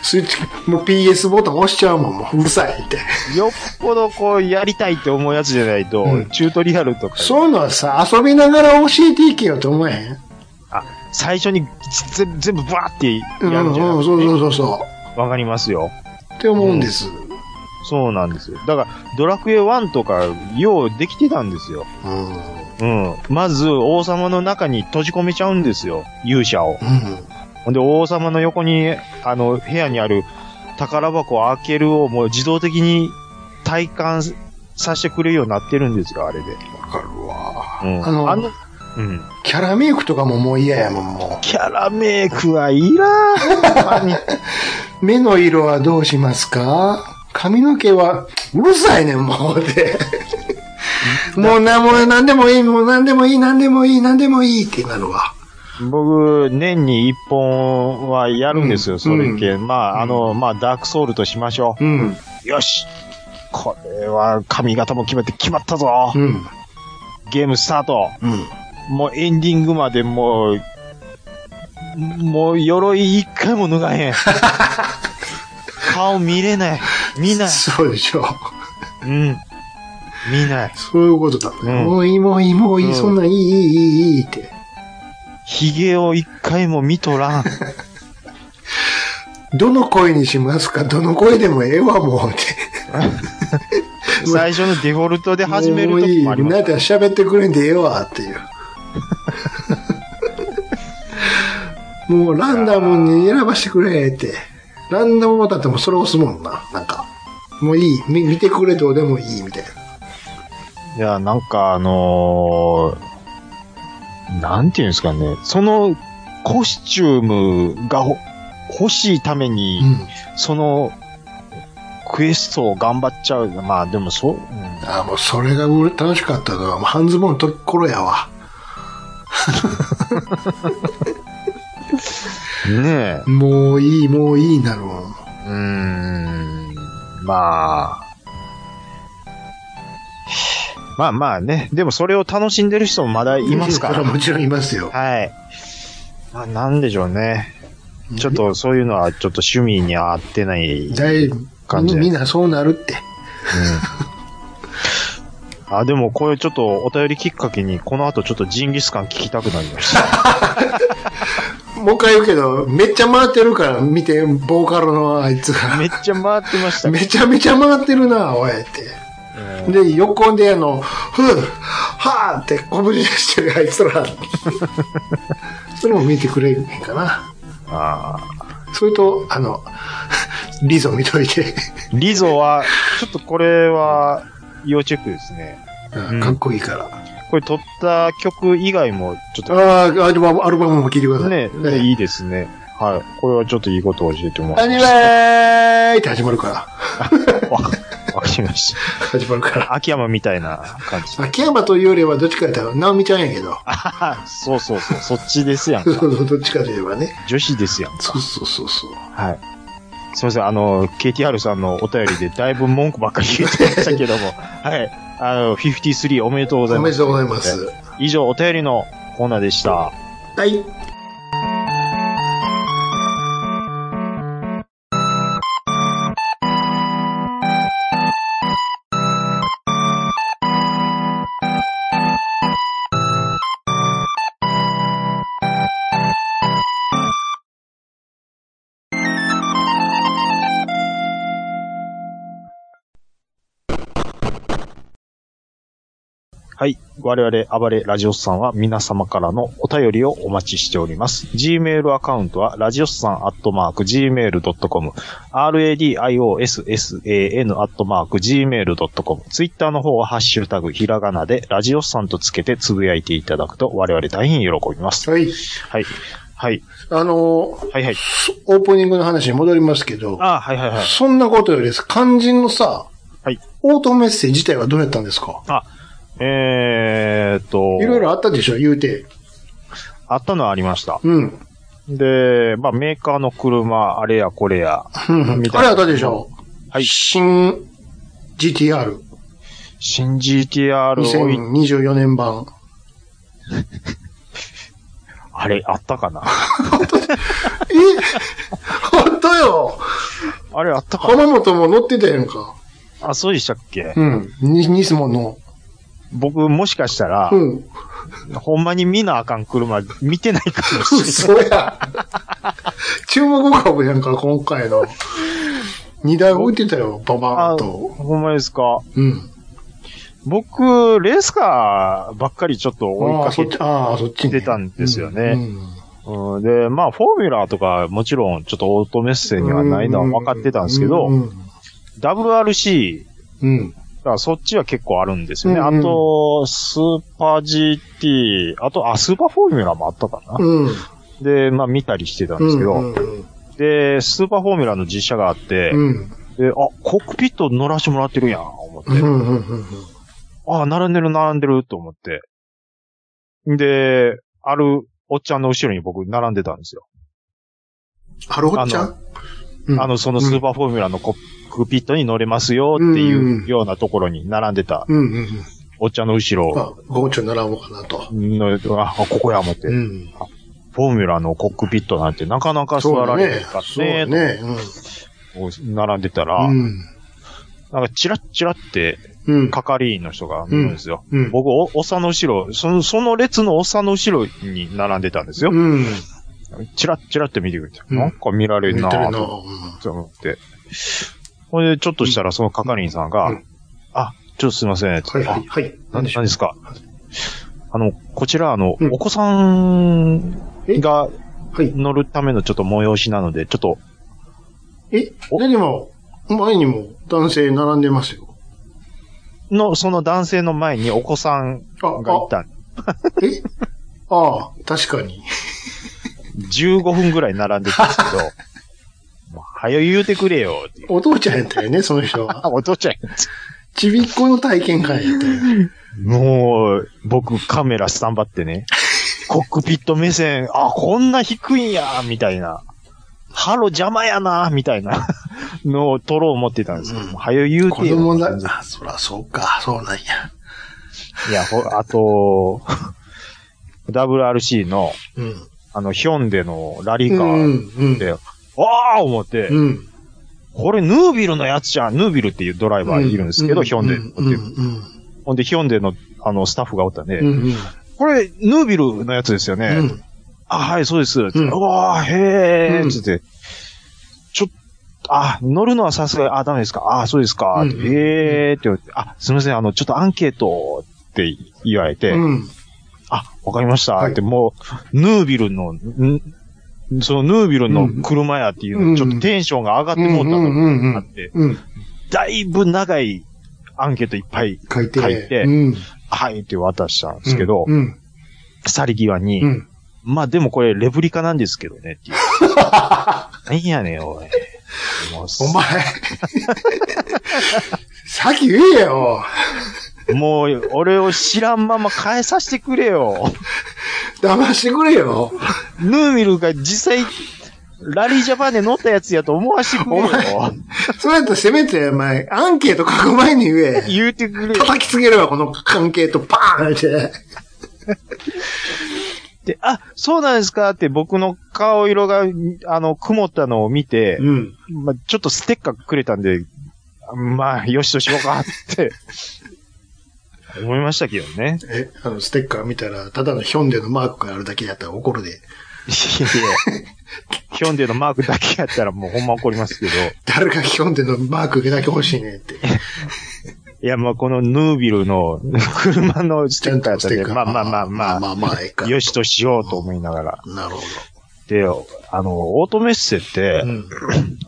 A: スイッチ、もう PS ボタン押しちゃうもん、もううるさいって。
C: よっぽどこう、やりたいって思うやつじゃないと、
A: うん
C: チュートリアルとか、
A: そういうのはさ、遊びながら教えていけよと思えへん。
C: あ、最初にぜ全部バーってや
A: う
C: る
A: ん、うん
C: じゃな、
A: そう
C: く
A: そう
C: て、
A: そうそ
C: わかりますよ。
A: う。って思うんです。
C: そうなんですよ。だから、ドラクエ1とか、ようできてたんですよ。
A: うん。うん。
C: うん。まず、王様の中に閉じ込めちゃうんですよ。勇者を。ほんで、王様の横に、あの、部屋にある宝箱を開けるをもう自動的に体感させてくれるようになってるんですよ、あれで。
A: わかるわ。
C: うん。
A: あの
C: うん。
A: キャラメイクとかももう嫌やもん、も
C: キャラメイクはいらん。
A: う。目の色はどうしますか髪の毛は、うるさいねん、もう、って。もうな、もう何でもいい、もう何でもいい、何でもいい、何でもいいってなるわ。
C: 僕、年に一本はやるんですよ、
A: うん
C: それ系。まあ、あの、まあ、ダークソウルとしましょ
A: うん、
C: う。よしこれは髪型も決めて決まったぞ、
A: うん、
C: ゲームスタート
A: うん。
C: もうエンディングまでもう、もう鎧一回も脱が [laughs] へん。顔見れない。見ない。
A: そうでしょう。
C: うん。見ない。
A: そういうことだね。
C: うん
A: もういい、もういい、もういい、
C: うん
A: そんなんいい、いい、いい、いいって。
C: 髭を一回も見と [laughs] らん。
A: どの声にしますかどの声でもええわ、もうって。
C: 最初のデフォルトで始める
A: うい
C: 時
A: い、
C: もあります
A: なん。か喋ってくれんでええわっ
C: [laughs]
A: ていう。もうランダムに選ばしてくれって。ランダムボタンってもうそれ押すもんな。なんか。もういい。み見てくれどうでもいいみたいな。
C: いや、なんかあのーなんていうんですかね、そのコスチュームがほ欲しいために、
A: うん。
C: そのクエストを頑張っちゃう。まあでもそう、うん
A: ああ、もうそれがうれ楽しかったのは、もう半ズボンのところやわ。
C: ね
A: もういい、もういいなるもん。
C: え、うーん、まあ、まあまあね、でもそれを楽しんでる人もまだいますか
A: それ
C: ら
A: は。もちろんいますよ。
C: はい。まあ、なんでしょうね。ちょっとそういうのはちょっと趣味には合ってない
A: 大
C: 感じ
A: みんなそうなるって。
C: うんあ、でもこれちょっとお便りきっかけに、この後ちょっとジンギスカン聞きたくなりま
A: [laughs]
C: した。
A: もう一回言うけど、めっちゃ回ってるから見て、ボーカルのあいつが。
C: めっちゃ回ってましたね。
A: [laughs] めちゃめちゃ回ってるな、おいって。で、横であの、ふぅ、はぁって拳出してるあいつ [laughs] ら。それも見てくれへんかな。
C: あ
A: それと、あの、リゾ見といて。
C: ーリゾは、ちょっとこれは、要チェックですね。
A: うんかっこいいから。
C: これ撮った曲以外も、ちょっ
A: ああ、アルバムアルバムも聴いてくだ
C: と
A: さい。
C: ね、ねいいですね。はい。これはちょっといいことを教えてもら
A: ア
C: い
A: ニ
C: ま
A: メ
C: した。
A: ーって始まるから。
C: わわかりまし
A: 始まるから。 [laughs]
C: た。秋山みたいな感じ。
A: 秋山というよりはどっちかというと、ナオミちゃんやけど。
C: あそうそうそう。そっちですやん
A: そう
C: か。
A: そう、どっちかといえばね。
C: 女子ですやん。
A: そうそうそうそう。
C: はい。すみません、あの、KTR さんのお便りでだいぶ文句ばっかり言ってましたけど
A: [laughs]
C: も、はい。あの、53おめでとうござい
A: お
C: ます。
A: めでとうございます。
C: 以上、お便りのコーナーでした。
A: はい。
C: はい。我々、暴れラジオスさんは皆様からのお便りをお待ちしております。Gmail アカウントは、ラジオスさんアットマーク Gmail.com、radiossan アットマーク Gmail.com、Twitter の方は、ハッシュタグ、ひらがなで、ラジオスさんとつけてつぶやいていただくと、我々大変喜びます。
A: はい。
C: はい。はい。
A: あの、
C: はいはい。
A: オープニングの話に戻りますけど、
C: あはいはいはい。
A: そんなことよりです。肝心のさ、
C: はい。
A: オートメッセージ自体はどうやったんですか
C: あ、えーっと、
A: いろいろあったでしょ、言うて。
C: あったのはありました。
A: うん。
C: で、まあ、メーカーの車、あれやこれや、
A: うんうん
C: みたい
A: あれ
C: な
A: あったでしょ
C: はい
A: 新 GTR。
C: 新 GTR をい、
A: 2024年版。
C: あれ、あったかな
A: え [laughs] 本当よ
C: あれ、あったか
A: 浜本も乗ってたやんか。
C: なあ、そうでしたっけ
A: うん。に、ニスモの。
C: 僕、もしかしたら
A: う、ん。
C: ほんまに見なあかん車、見てないかもしれない。
A: 嘘や。注目株やんか、今回
C: [laughs]
A: の。荷台置いてたよ、ババー
C: あ
A: ンと。
C: ほんまですか
A: うん。
C: 僕、レースカーばっかりちょっと追い
A: ああ、
C: か
A: そ
C: け
A: っち、ああ、そっち、ね。
C: 出たんですよね
A: うん
C: うん、で、まあ、フォーミュラーとか、もちろん、ちょっとオートメッセにはないのは分かってたんですけど、
A: うん。
C: WRC、
A: うん。
C: だからそっちは結構あるんですよね。
A: うんうん
C: あと、スーパー GT、あと、あ、スーパーフォーミュラーもあったかな。
A: うん。
C: で、まあ見たりしてたんですけど、
A: うんうん
C: で、スーパーフォーミュラーの実写があって、
A: うん。
C: で、あ、コックピット乗らしてもらってるやん、思って。
A: うんうんうんうん。
C: あ、並んでる、並んでる、と思って。で、あるおっちゃんの後ろに僕並んでたんですよ。
A: ハロホッちゃんうん
C: あの、そのスーパーフォーミュラーのコックピットに乗れますよって
A: うんう
C: い
A: ん
C: うようなところに並んでた
A: うんうんうん。
C: おっちゃんの後ろ
A: あ、ゴーチョ並ぼうかなと。
C: の、あ、ここや思って、
A: うん。
C: フォーミュラーのコックピットなんてなかなか座られへんかっ
A: そう
C: ね
A: だね。そうだね
C: 並んでたら、なんかチラッチラって
A: うん。うん。
C: 係員の人がいるんですよ。
A: うん。
C: 僕、お、おっさんの後ろ、その、その列のおっさんの後ろに並んでたんですよ。
A: うん。
C: チラッチラって見てくれて、
A: うん
C: なんか見られる
A: 言
C: な
A: ってるな。
C: ぁと思って。ほんで、ちょっとしたらその係員さんが、
A: うん
C: あ、ちょっとすいません。
A: はいは
C: あ
A: い。はい。
C: な
A: 何
C: ん
A: でしょう
C: ですかあの、こちら、あの、
A: うん
C: お子さん
A: え
C: が
A: はい。
C: 乗るためのちょっと催しなので、ちょっと、
A: え
C: お
A: 何も、前にも男性並んでますよ。
C: の、その男性の前にお子さん
A: あ、
C: がい
A: あ、
C: たん
A: えああ、確かに。
C: 15分ぐらい並んでたんですけど、 [laughs] もう早言うてくれよっていう。
A: お父ちゃんやったよね、その人
C: あ、
A: は。
C: お父ちゃん。
A: ちびっこの体験会やったよ。
C: もう、僕カメラスタンバってね、 [laughs] コックピット目線、あ、こんな低いんや、みたいな。ハロ邪魔やな、みたいなのを撮ろう思ってたんですけど、
A: うん
C: もう早言う
A: 子
C: てよ。
A: 供だ。あ、そらそうか、そうなんや。
C: いや、ほあと、WRC の、
A: うん。
C: あの、ヒョンデのラリ
A: う
C: ーカ
A: ん
C: ー、
A: うん。
C: で、ああ思って、
A: うん。
C: これヌービルのやつじゃん。ヌービルっていうドライバーいるんですけど、ヒョンデ
A: うん
C: っていう。
A: うん。
C: ほんで、ヒョンデの、あの、スタッフがおったんで、
A: うん。うん。
C: これ、ヌービルのやつですよね。
A: うん。
C: あ、はい、そうです。う
A: うん
C: わー、へ
A: う
C: ー、
A: ん
C: つって。ちょっと、あ、乗るのはさすが、あ、ダメですか。あ、そうですか。
A: うん
C: へーって言われて、あ、すみません、あの、ちょっとアンケートって言われて、
A: うん。
C: あ、わかりました。
A: はい
C: って、もう、ヌービルの、んそのヌービルの車やっていうの、
A: うん
C: ちょっとテンションが上がってもうた
A: うんうんうんう
C: の
A: ん
C: があって、
A: うん。
C: だいぶ長いアンケートいっぱい、
A: 書いて。
C: 書いて
A: うん。
C: はいって渡したんですけど、
A: うん。
C: 去り際に、
A: うん。
C: まあでもこれレプリカなんですけどねっていう。
A: [laughs]
C: 何やねん、おい。もうす
A: お前。さっき言えよ。
C: もう、俺を知らんまま変えさせてくれよ。
A: 騙してくれよ。
C: ヌーミルが実際、ラリージャパンで乗ったやつやと思わせてくれよ
A: お。前そうやったらせめて、お前、アンケート書く前に言え。
C: 言うてくれよ。
A: 叩きつけるわ、この関係とパーンって。
C: で、あ、そうなんですかって僕の顔色が、あの、曇ったのを見て、
A: うん。
C: まあ、ちょっとステッカーくれたんで、まあ、よしとしようかって、思いましたけどね。
A: え、あの、ステッカー見たら、ただのヒョンデのマークがあるだけやったら怒るで。
C: いやいや、ヒョンデのマークだけやったらもうほんま怒りますけど。
A: 誰がヒョンデのマークだけ欲しいねんって。
C: いや、もうこのヌービルの車のステッカーやったん
A: ステ
C: で、
A: ッカー
C: まあまあまあまあ、
A: まあまあええか
C: よしとしようと思いながら。
A: なるほ
C: で、あの、オートメッセって、
A: ど。うん。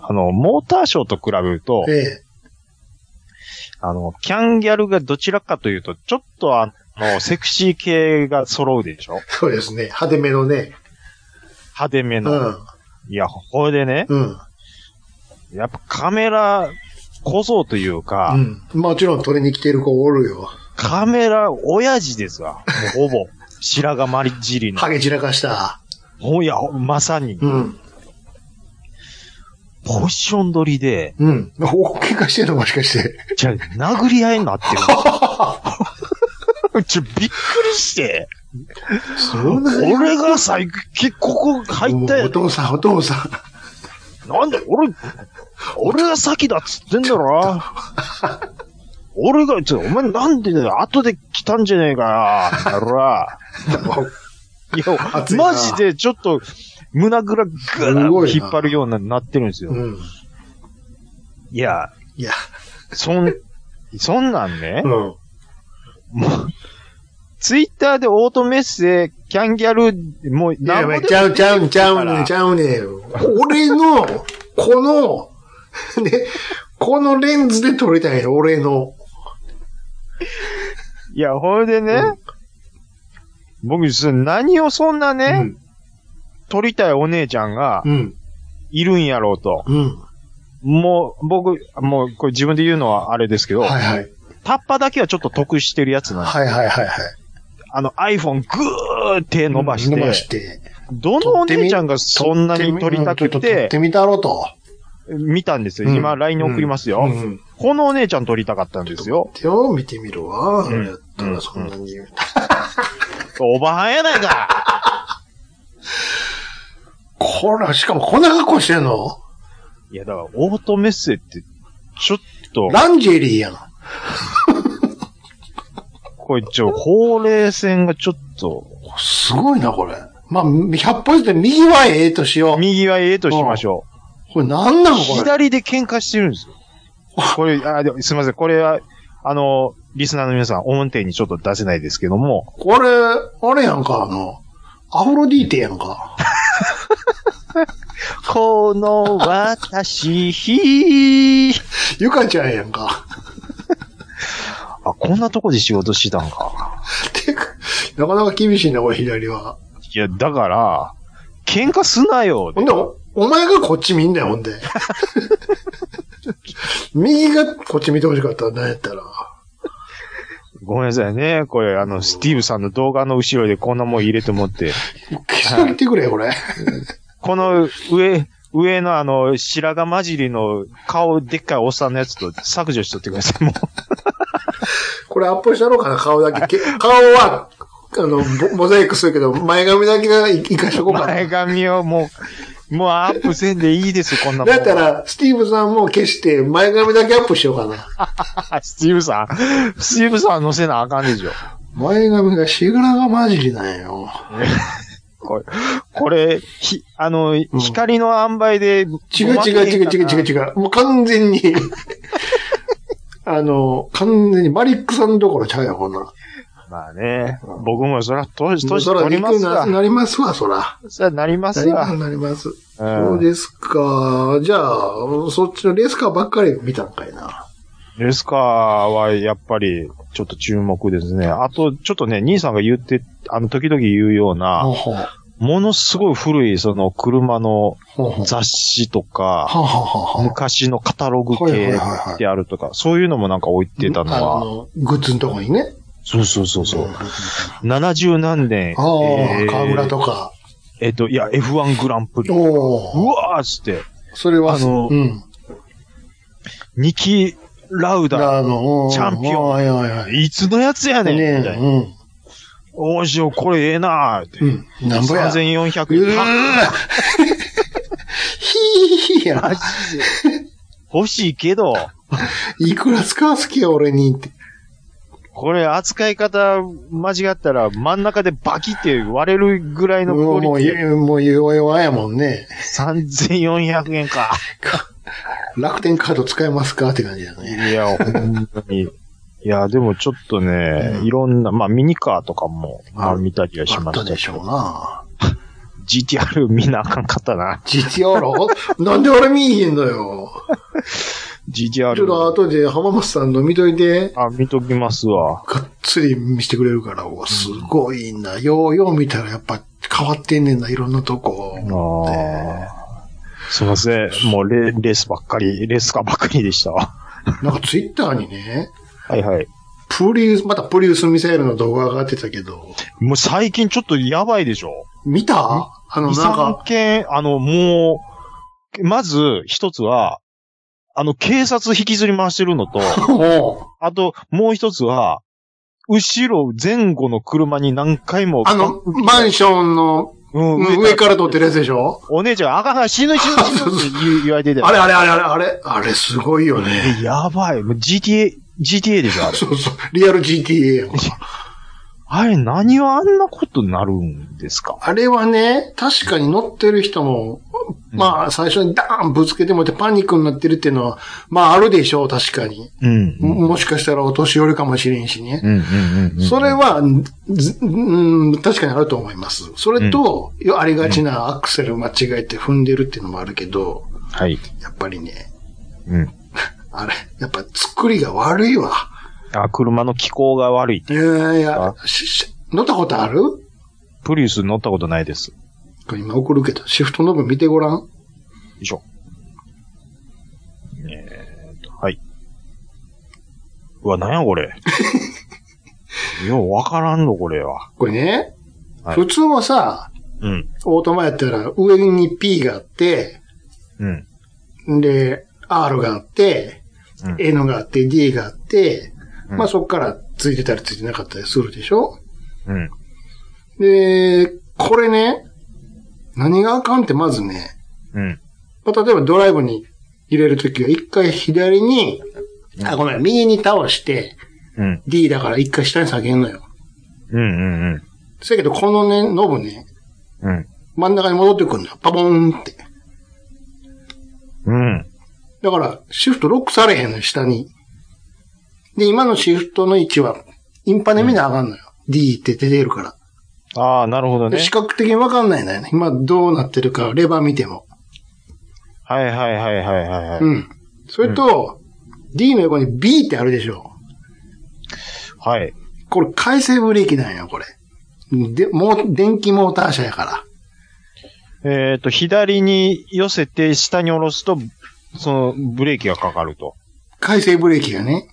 C: あの、モーターショーと比べると、
A: ええ。
C: あの、キャンギャルがどちらかというと、ちょっとあの、セクシー系が揃うでしょ
A: そうですね。派手めのね。
C: 派手め
A: う
C: の。
A: ん。
C: いや、ほいでね、
A: うん。
C: やっぱカメラこそというか、
A: うん。もちろん取りに来てる子おるよ。
C: カメラ親父ですわ。ほぼ。白髪まりじりの。
A: ハゲ散らかした。
C: ほんや、まさに、
A: うん。
C: ポジション取りで、
A: うん。お、喧嘩してんのもしかして。
C: じゃあ、殴り合いになってるんですよ。ちょ、びっくりして。
A: そうなんや
C: 俺が最結ここ入った
A: お
C: や
A: 父さん、お父さん。
C: なんで、俺、俺が先だっつってんだろ。俺が、ちょ、お前なんでだよ、後で来たんじゃねえかよ、やろ。いや
A: 熱、いな
C: マジでちょっと、胸ぐらぐー
A: すご
C: っ
A: い
C: と
A: な
C: 引っ張るようになってるんですよ。
A: うん。
C: いや、
A: いや、
C: そん、そんなんね、
A: うん。
C: もう、ツイッターでオートメッセ、キャンギャル、もう、
A: いや、
C: んぼでも
A: ちゃうちゃうちゃうねん、ちゃうねん。俺の、この、 [laughs] ね、このレンズで撮りたいの、俺の。
C: いや、ほいでね、僕、その何をそんなね、
A: うん。
C: 撮りたいお姉ちゃんが
A: うん。
C: いるんやろうと。
A: うん。
C: もう、僕、もう、これ自分で言うのはあれですけど、
A: はいはい。
C: タッパだけはちょっと得してるやつなんです。
A: はいはいはいはい。
C: あの iPhone ぐーって伸ばして、
A: 伸ばして。
C: どのお姉ちゃんがそんなに撮りた
A: ちょっ
C: く
A: と撮っててみたろうと。
C: 見たんですよ。
A: うん
C: 今 LINE 送りますよ、
A: うんうん
C: このお姉ちゃん撮りたかったんですよ。
A: 手を見てみるわ。
C: うん
A: やったらそんなに。
C: おばはんやないか
A: こら、しかもこんな格好してんの
C: いや、だからオートメッセって、ちょっと、
A: ランジェリーやん。
C: これちょ、ほうれい線がちょっと、
A: すごいな、これ。まあ、100歩ずつ右はええとしよう。
C: 右はええとしましょ
A: これなんな
C: う。
A: のこれ。
C: 左で喧嘩してるんですよ。これ、あでもすいません。これは、あの、リスナーの皆さん、音程にちょっと出せないですけども、
A: これ、あれやんか、あの、アフロディーテやんか。
C: この私、ひー。
A: ゆかちゃんやんか。
C: あ、こんなとこで仕事してたんか。
A: てか、なかなか厳しいな、これ、左は。
C: いや、だから、喧嘩すなよ。
A: ほんで、おお前がこっち見んだよ、ほんで。 [laughs] 右がこっち見てほしかったら、なんやったら。
C: ごめんなさいね。これ、あの、スティーブさんの動画の後ろでこんなもん入れてもって。
A: 消しててくれ、これ。
C: この上、上のあの、白髪混じりの顔でっかいおっさんのやつと削除しとってください。も
A: これアップしたろうかな、顔だけ。け顔は、あの、ボモザイクするけど、前髪だけがい生かしとこ
C: う
A: うか
C: 前
A: な。
C: 髪をもう、もうアップせんでいいです、こんなもん。
A: だったら、スティーブさんも消して、前髪だけアップしようかな。
C: あ、 [laughs] スティーブさん。スティーブさんは乗せなあかんでしょ。
A: 前髪がしぐらが混じりなんよ。
C: これ、これ、ひ、あの、光の塩梅で、
A: 違う違う違う違う違
C: う。
A: う違う。もう完全に。 [laughs] あの、完全にマリックさんのところちゃうよ、こんな。
C: まあね、僕もそら、と年
A: そら、
C: 取ります
A: な
C: わ。
A: なりますわ、そら。
C: そらなります
A: なりま
C: わ
A: す、。なります。
C: う
A: そうんですか。じゃあ、そっちのレースカーばっかり見たんかいな。
C: レスカーはやっぱりちょっと注目ですね。あと、ちょっとね、兄さんが言って、あの、時々言うよう
A: ほう
C: な、
A: ほう。
C: ものすごい古い、その、車の
A: ほうほう。
C: 雑誌とか、
A: はははは。
C: 昔のカタログ系であるとか、そういうのもなんか置いてたの
A: あ
C: は、
A: の、グッズのとこにね。
C: そうそうそうそう
A: うん。
C: 70何年、
A: ああ、
C: えー
A: 川村とか。
C: えっと、いや、F1 グランプリ。う
A: おお。
C: わーっつって、
A: それは、
C: あの
A: うん。
C: ニキ・ラウダ、
A: あの、うん
C: チャンピオン
A: はいはいはい。
C: いつのやつやねんみたいな。
A: ね
C: おーしよう、これええなーって。
A: うん。うん。なんぼや。う
C: 3400
A: ー
C: 円。
A: ひーひーや。
C: 欲しいけど、
A: [laughs] いくら使わす気や、俺にって。
C: これ扱い方間違ったら真ん中でバキって割れるぐらいのク
A: もう、も
C: オ
A: う、
C: リティ。
A: もう、弱々やもんね。 [laughs]
C: 3400円か。
A: 楽天カード使えますかって感じだ
C: い
A: ね。
C: や、ほんまに。いや、でもちょっとね、いろんな、まあミニカーとかも、まあ
A: あ
C: 見たりはし
A: あ
C: ま
A: っ
C: したた
A: でしょうな。
C: GTR 見なあかんかったな。
A: GTR? [laughs] なんで俺見えへんのよ。ちょっ
C: GTR。
A: と後で浜松さんの見といて、
C: あ、見ときますわ。
A: がっつり見せてくれるから、おすごいな。ようよう見たらやっぱ変わってんねんな、いろんなとこ。
C: ああ。すいません。もうレレースばっかり、レースカーばっかりでしたわ。
A: なんかツイッターにね、
C: はいはい。
A: プリウス、またプリウスミサイルの動画上がってたけど、
C: もう最近ちょっとやばいでしょ
A: 見たあの、
C: 遺
A: なん
C: 産
A: か、
C: 系、あの、もう、まず、一つは、あの、警察引きずり回してる
A: [laughs]
C: のと、
A: おう
C: あと、もう一つは、後ろ、前後の車に何回も、
A: あの、マンションの
C: うん、
A: うん上から撮ってるやつでしょ
C: お姉ちゃん、あかんあかん、死ぬ死ぬ死
A: [laughs]
C: ぬって言う言われてたよ
A: あれあれあれあれあれ、あれすごいよね。
C: えやばい。もう GTA、GTA でしょ、あれ。
A: そうそう、リアル GTA やんか
C: あれ、何はあんなことになるんですか
A: あれはね、確かに乗ってる人も、まあ、最初にダーンぶつけてもってパニックになってるっていうのは、まああるでしょう、確かに。
C: うん。うん、
A: ももしかしたらお年寄りかもしれんしね。
C: うん、うん。
A: それは、ずうん、確かにあると思います。それと、ありがちなアクセル間違えて踏んでるっていうのもあるけど、
C: はい。
A: やっぱりね、
C: うん。
A: あれ、やっぱ作りが悪いわ。
C: あ、車の気候が悪い。
A: いやいや、しし乗ったことある
C: プリウス乗ったことないです。
A: これ今送るけど、シフトノブ見てごらん。
C: よいしょ。えーっと、はい。うわ、なんやこ
A: [laughs]
C: れ。ようわからんの、これは。
A: これね、
C: はい
A: 普通はさ、
C: うん。
A: オートマやったら上に P があって、
C: うん。
A: で、R があって、
C: うん
A: N があって、D があって、
C: うん
A: まあそっからついてたりついてなかったりするでしょ
C: うん。
A: で、これね、何があかんってまずね、
C: うん。
A: まあ、例えばドライブに入れるときは一回左に、あ、ごめん、右に倒して、
C: うん。
A: D だから一回下に下げんのよ。
C: うん。うん。うん。
A: そやけど、このね、ノブね、
C: うん。
A: 真ん中に戻ってくるのよ。パボーンって。
C: うん。
A: だから、シフトロックされへんのよ、下に。で、今のシフトの位置は、インパネ見なあかんのよ。D って出てるから。
C: ああ、なるほど
A: で
C: ね。
A: 視覚的にわかんないんだよね。今どうなってるか、レバー見ても。
C: はいはいはいはいはいはい。
A: うん。それと、D の横に B ってあるでしょ。
C: はい。
A: これ、回生ブレーキなんよ、これ。で、もう、電気モーター車やから。
C: えーっと、左に寄せて下に下ろすと、その、ブレーキがかかると。
A: 回生ブレーキがね、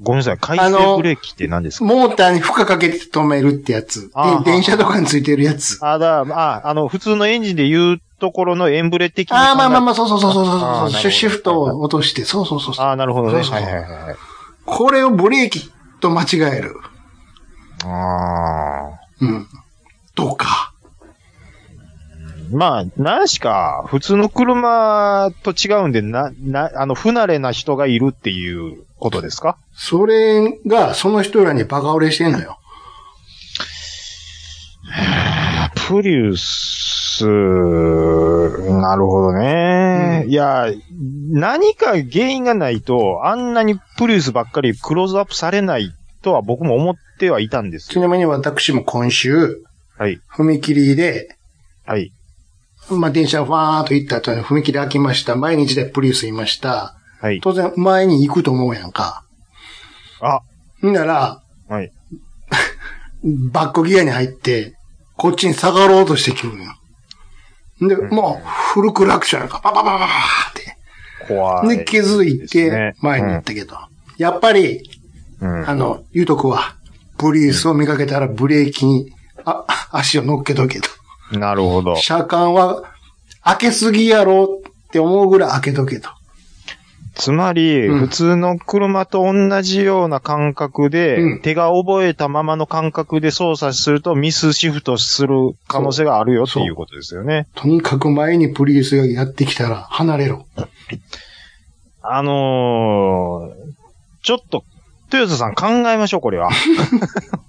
C: ごめんなさい。回
A: あ
C: 転
A: の
C: ブレーキって何ですか
A: モーターに負荷かけて止めるってやつ。で
C: あー
A: 電車とかについてるやつ。
C: あ、だ、あ、あの、普通のエンジンで言うところのエンブレ的に考え
A: ああ、まあまあまあ、そうそうそうそうそう
C: あーなるほ
A: シ
C: ど
A: ュシフトを落として、そうそうそうそう。
C: ああ、なるほどね。
A: そうそう
C: はい
A: そう
C: はいはいはい。
A: これをブレーキと間違える。
C: あ
A: うん。とか。
C: あ。まあ、何しか、普通の車と違うんで、な、な、あの、不慣れな人がいるっていうことですか
A: それが、その人らにバカ売れしてんのよ。
C: プリウス、なるほどね。いや、何か原因がないと、あんなにプリウスばっかりクローズアップされないとは僕も思ってはいたんです
A: ち
C: よ。
A: なみに私も今週、
C: はい。
A: 踏切で、
C: はい。
A: まあ、電車ファーっと行った後に踏切開きました。前に一台プリウスいました。
C: はい。
A: 当然、前に行くと思うやんか。
C: あ、
A: んなら、
C: はい。
A: バックギアに入って、こっちに下がろうとしてくるのよ。で、もう、フルクラクションやんか、パパパパパーって。
C: 怖い。
A: で、気づい
C: です
A: て
C: ね、
A: 前に行ったけど。やっぱり、
C: うん。
A: あの、言うとくわ。ブリースを見かけたらブレーキに、あ、足を乗っけとけと。
C: なるほど。
A: 車間は、開けすぎやろって思うぐらい開けとけと。
C: つまり、
A: うん
C: 普通の車と同じような感覚で、
A: うん
C: 手が覚えたままの感覚で操作するとミスシフトする可能性があるよっていうことですよね。
A: とにかく前にプリウスがやってきたら離れろ。
C: あのー、ちょっと、トヨタさん考えましょう、これ
A: [laughs]
C: は。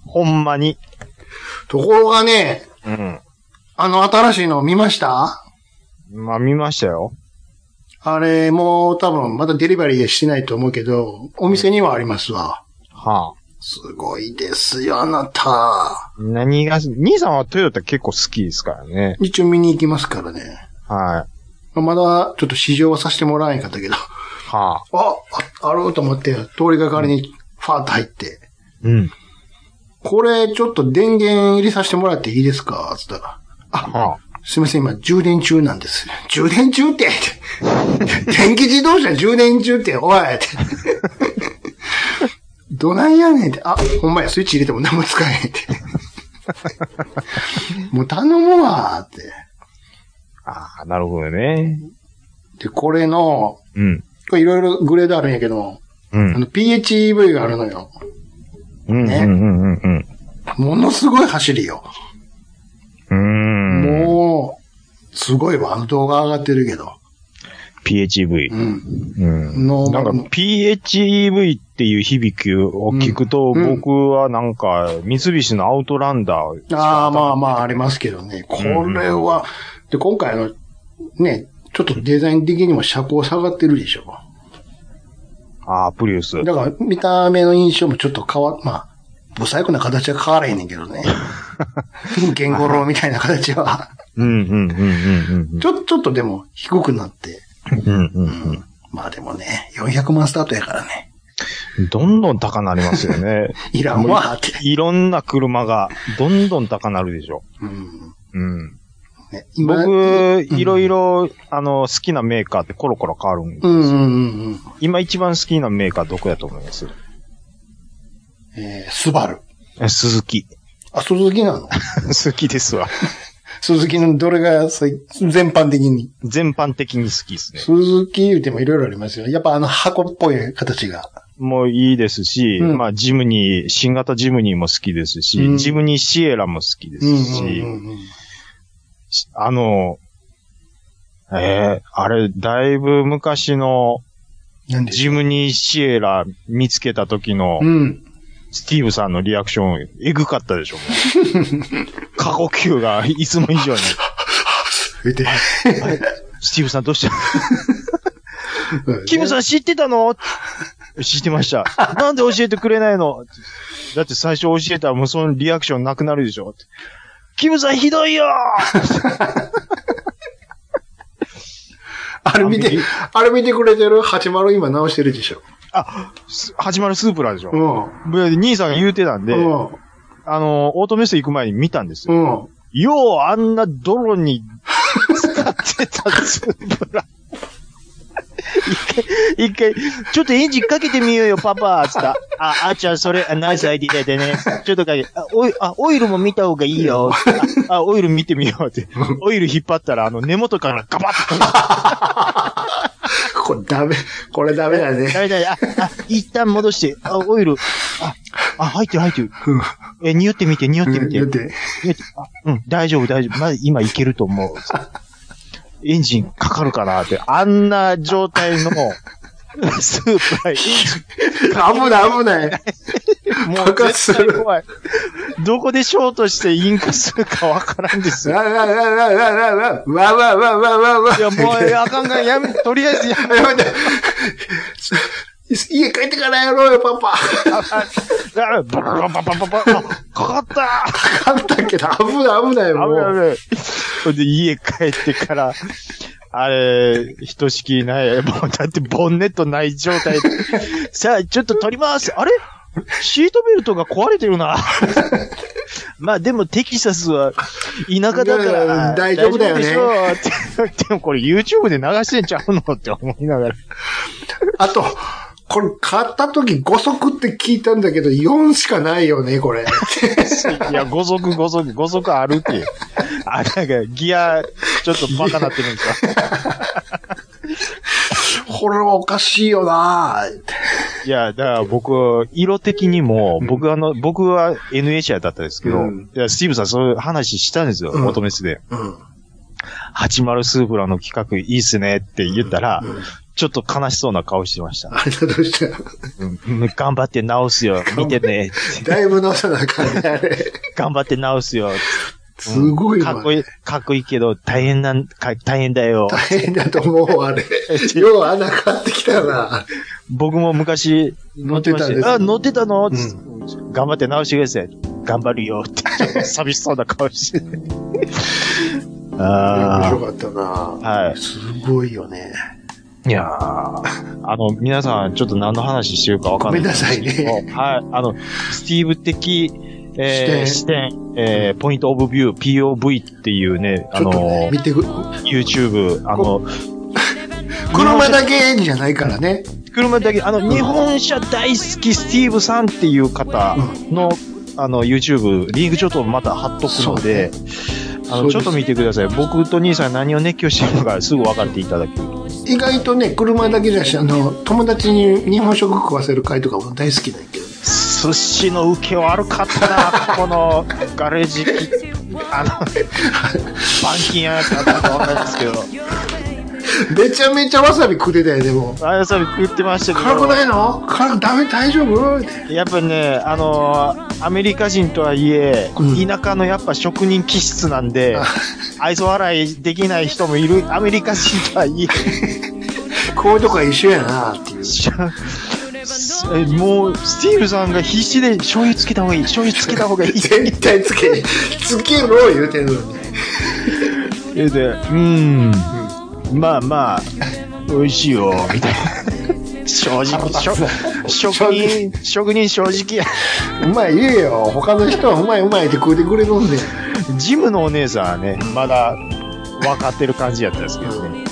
C: ほんまに。
A: ところがね、
C: うん。
A: あの新しいの見ました
C: まあ、見ましたよ。
A: あれ、もう多分まだデリバリーしてないと思うけど、お店にはありますわ。
C: はあ。
A: すごいですよ、あなた。
C: 何が、兄さんはトヨタ結構好きですからね。
A: 一応見に行きますからね。
C: はい。
A: まあまだ、ちょっと試乗はさせてもらわへんかったけど。 [laughs]
C: はあ。
A: あ、ああると思って、通りがかりにファーッと入って、
C: うん。
A: これちょっと電源入れさせてもらっていいですかつったら、あ、
C: は
A: すいません、今充電中なんです。充電中って [laughs] って電気自動車充電中って、おい [laughs] って。どないやねんって。あ、ほんまや、スイッチ入れても何も使えへんって。 [laughs] もう頼むわって。
C: あ。ああ、なるほどね。
A: で、これの、
C: うん。
A: これいろいろグレードあるんやけど、
C: う
A: あ
C: ん。
A: の PHEV があるのよ。
C: うん。うん。
A: ね
C: うん。うん。
A: ものすごい走りよ。
C: うん。うん。
A: もう、すごいわ。あの動画上がってるけど。
C: PHEV
A: う。ん。
C: うん。
A: の
C: なんか PHEV っていう響きを聞くと、
A: うん
C: 僕はなんか、三菱のアウトランダーし
A: あ
C: か
A: あ、まあまあ、ありますけどね。これは、で、今回の、ね、ちょっとデザイン的にも車高下がってるでしょ。
C: ああ、プリウス。
A: だから、見た目の印象もちょっと変わ、まあ、不細工な形は変わらへんねんけど [laughs] ね。ゲンゴロウみたいな形は。
C: うん。うん。うん。うん。
A: ちょ、ちょっとでも低くなって。
C: うん。うん。
A: まあでもね、400万スタートやからね。
C: うん。どんどん高なりますよね。
A: いらんわーって。
C: いろんな車が、どんどん高なるでしょ。
A: うん。
C: うん。
A: ね、今
C: 僕、いろいろ、あの、好きなメーカーってコロコロ変わるんで、
A: うんうんうんうん。
C: 今一番好きなメーカーどこやと思います
A: えー、スバル。
C: え鈴木。
A: あ、鈴木なの
C: 好きですわ。
A: 鈴木のどれが、そうい全般的に。
C: 全般的に好きですね。
A: 鈴木言うてもいろいろありますよ。やっぱあの箱っぽい形が。
C: もういいですし、
A: うん
C: まあ、ジムニー、新型ジムニーも好きですし、
A: うん
C: ジムニーシエラも好きで
A: うんう
C: すし、
A: んうん
C: あの、えーあれ、だいぶ昔の
A: なんで
C: ジムニーシエラ見つけた時の、
A: うん。
C: スティーブさんのリアクション、えぐかったでしょ、も
A: [laughs]
C: う過呼吸がいつも以上に。
A: 言うて。
C: スティーブさんどうしたキムさん知ってたの知ってました。なんで教えてくれないのだって最初教えたらもうそのリアクションなくなるでしょキムさんひどい
A: [laughs]
C: よ
A: [laughs] あれ見て、あれ見てくれてる ?80 今直してるでしょ。
C: あ、す始まるスープラでしょ、
A: う
C: 兄さんが言うてたんで、
A: ん。うん。
C: あの、オートメスト行く前に見たんですよ。
A: うん。 [laughs]
C: ようあんな泥に使ってたつぶら。一回、一回、ちょっとエンジンかけてみようよ、パパ、つった。あ、あーちゃん、それ、あナイスアイディアでね。ちょっとかけ、あ、オイル、あ、オイルも見た方がいいよ。あ、あオイル見てみようって。オイル引っ張ったら、あの、根元からガバッと。
A: これダメ、これダメだね。
C: ダメだね、あ、あ、一旦戻して、あ、オイル、あ、あ、入ってる入ってる。え、匂ってみて、匂ってみて
A: 言う。て。
C: えあうん、大丈夫、大丈夫。まだ今いけると思う。エンジンかかるかなって。あんな状態の、 [laughs] スープライエン
A: 危ない危ない。
C: ジン、もう
A: 爆発す
C: 絶
A: る
C: 対怖い。どこでショートして引火するかわからんですよ。
A: わわわわわわわわわわわわわ
C: い
A: [laughs]
C: や、もう、えあかんがやめ、とりあえずやめ。
A: やめて。 [laughs] 家帰ってからやろうよ、パパ。
C: [laughs]
A: [laughs]
C: あバババババババあかかった
A: 簡単けど、危ない危ない、
C: 危
A: も。
C: ないう危ない。 [laughs] ほんで、家帰ってから、 [laughs] あれ、ひとしきりない。 [laughs] もう、だって、ボンネットない状態 [laughs] で。さあ、ちょっと取ります。あれシートベルトが壊れてるな。 [laughs] まあ、でも、テキサスは、田舎だか
A: だから
C: ら、
A: 大丈夫だよね
C: 大丈夫でしょ [laughs] うってでも、これ YouTube で流してんちゃうのって思いな
A: [laughs]
C: がら。
A: あと、これ買った時5足って聞いたんだけど、4しかないよね、これ。 [laughs]
C: いや、5足、5足、5足あるって。あ、なんか、ギア、ちょっとバカなってるんですか。
A: これはおかしいよなぁって
C: いや、だから僕、色的にも、僕あの、僕は NA 社だったんですけど、
A: うん
C: いや、スティーブさんそういう話したんですよ、
A: うん
C: オートメスで。
A: うん。
C: 80スープラの企画いいっすねって言ったら、ちょっと悲しそうな顔してました。
A: あれだとしたら、
C: うん頑張って直すよ、見てね、
A: だいぶ直さなあかんね、あれ。
C: 頑張って直すよ。
A: すごいわ
C: かっこいい、かっこいいけど、大変なん、か大変だよ。
A: 大変だと思う、あれ。よう穴買ってきたな。
C: 僕も昔、
A: 乗ってたんです
C: あ、乗ってたの、
A: ん
C: 頑張って直してください。頑張るよって、寂しそうな
E: [laughs]
C: 顔して。
E: 面
C: あ
E: 白かったな
C: あ。はい。
E: すごいよね。
C: いやーあの、皆さん、ちょっと何の話してるかわかんない。
E: ごめんなさいね。
C: はい。あの、スティーブ的、えー、視
A: 視
C: 点、えー、ポイントオブビュー、POV っていうね、あ
E: ちょ
C: の
E: っとね、見てく、
C: YouTube、あの、
A: 車だけじゃないからね。
C: 車だけ、あの、日本車大好きスティーブさんっていう方の、あの、YouTube、リンクちょっとまた貼っとくので、あ
A: そ
C: の、
A: うです
C: ちょっと見てください。僕と兄さん何を熱狂してるのかすぐ分かっていただけると。
A: 意外とね、車だけじゃし、あの、友達に日本食食わせる会とかも大好きだけど、
C: 寿司の受け悪かった
A: [laughs]
C: な、この、ガレージ、あの、板金屋かなんかわかんないですけど、
A: めちゃめちゃわさび食ってたよ、でも。
C: あやさび食ってましたけど。
A: 辛くないの辛くダメ大丈夫って
C: やっぱね、あのーアメリカ人とはいえ、
A: うん
C: 田舎のやっぱ職人気質なん
A: [laughs]
C: で、愛想笑いできない人もいる、アメリカ人とはいえ、
A: こういうとこは一緒やなっていう。
C: えもう、スティールさんが必死で醤油つけた方がいい、醤油つけた方がいいって
A: 絶対つけ、つけろ言うてるのに。
C: 言うて、うーん、まあまあ、美味しいよ、みたいな。正直、しょ
A: [laughs]
C: 職人、職人正直や。
A: うまい言えよ。他の人はうまいうまいって食うてくれるんで。
C: ジムのお姉さんはね、まだ分かってる感じやったんですけどね。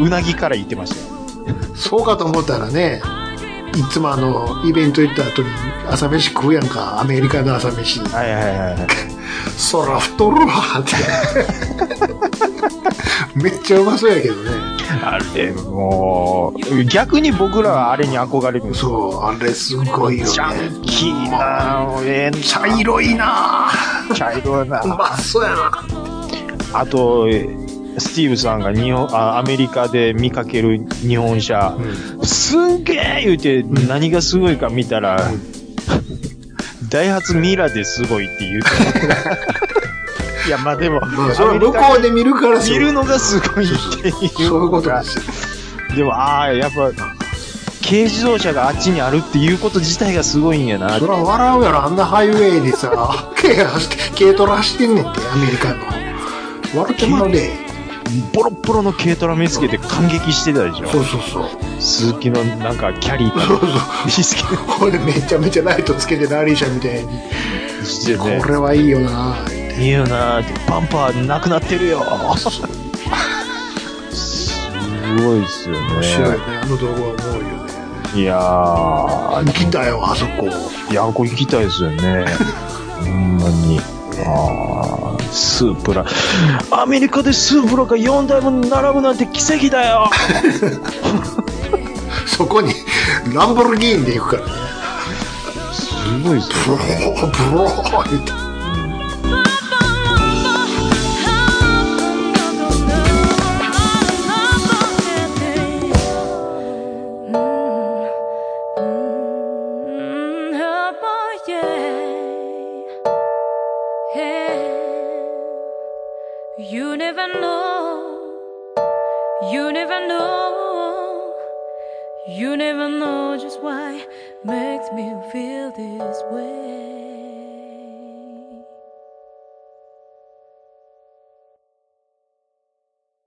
C: うなぎから言ってましたよ。
A: そうかと思ったらね、いつもあの、イベント行った後に朝飯食うやんか、アメリカの朝飯。
C: はいはいはいはい。
A: そら太るわって。 [laughs] めっちゃうまそうやけどね。
C: あれ、もう、逆に僕らはあれに憧れるんですよ。
A: そう、あれすごいよね。
C: ジャンキーなぁ、ええな
A: 茶色いなぁ
C: 茶色な
A: う
C: ぁ。
A: まそうやな
C: あと、スティーブさんが日本あアメリカで見かける日本車、すんげえ言うて、何がすごいか見たら、ダイハツミラですごいって言うて [laughs] いや、まあでも、
A: まあ、それは向こうで見るからそう
C: 見るのがすごいって
A: そう
C: いう。
A: いうことですよ。
C: でも、ああ、やっぱ、軽自動車があっちにあるっていうこと自体がすごいんやな。
A: そら笑うやろ、あんなハイウェイでさ、 [laughs] 軽走って軽トラ走ってんねんって、アメリカの。笑ってまうで。
C: ボロッボロの軽トラ見つけて感激してたでし
A: そ
C: ょ。
A: うそうそう。
C: 鈴木のなんかキャリーか
A: そうそう。
C: 見つけ
A: これめちゃめちゃライトつけてラリー車みたいに、
C: てして
A: こ
C: ね。
A: れはいいよない
C: いよなーって、バンパーなくなってるよすごいっすよ
A: 面白い
C: ね。
A: ねあの動画は思うよね
C: いやー、
A: 行きたよあそこ
C: いや、これ行きたいですよ [laughs] ね。ほんまに。あースープラ。アメリカでスープラが4台も並ぶなんて奇跡だよ
A: そこにランボルギーニで行くからね
C: すごいです
A: ブローブロー言って
F: You never know just why makes me feel this way.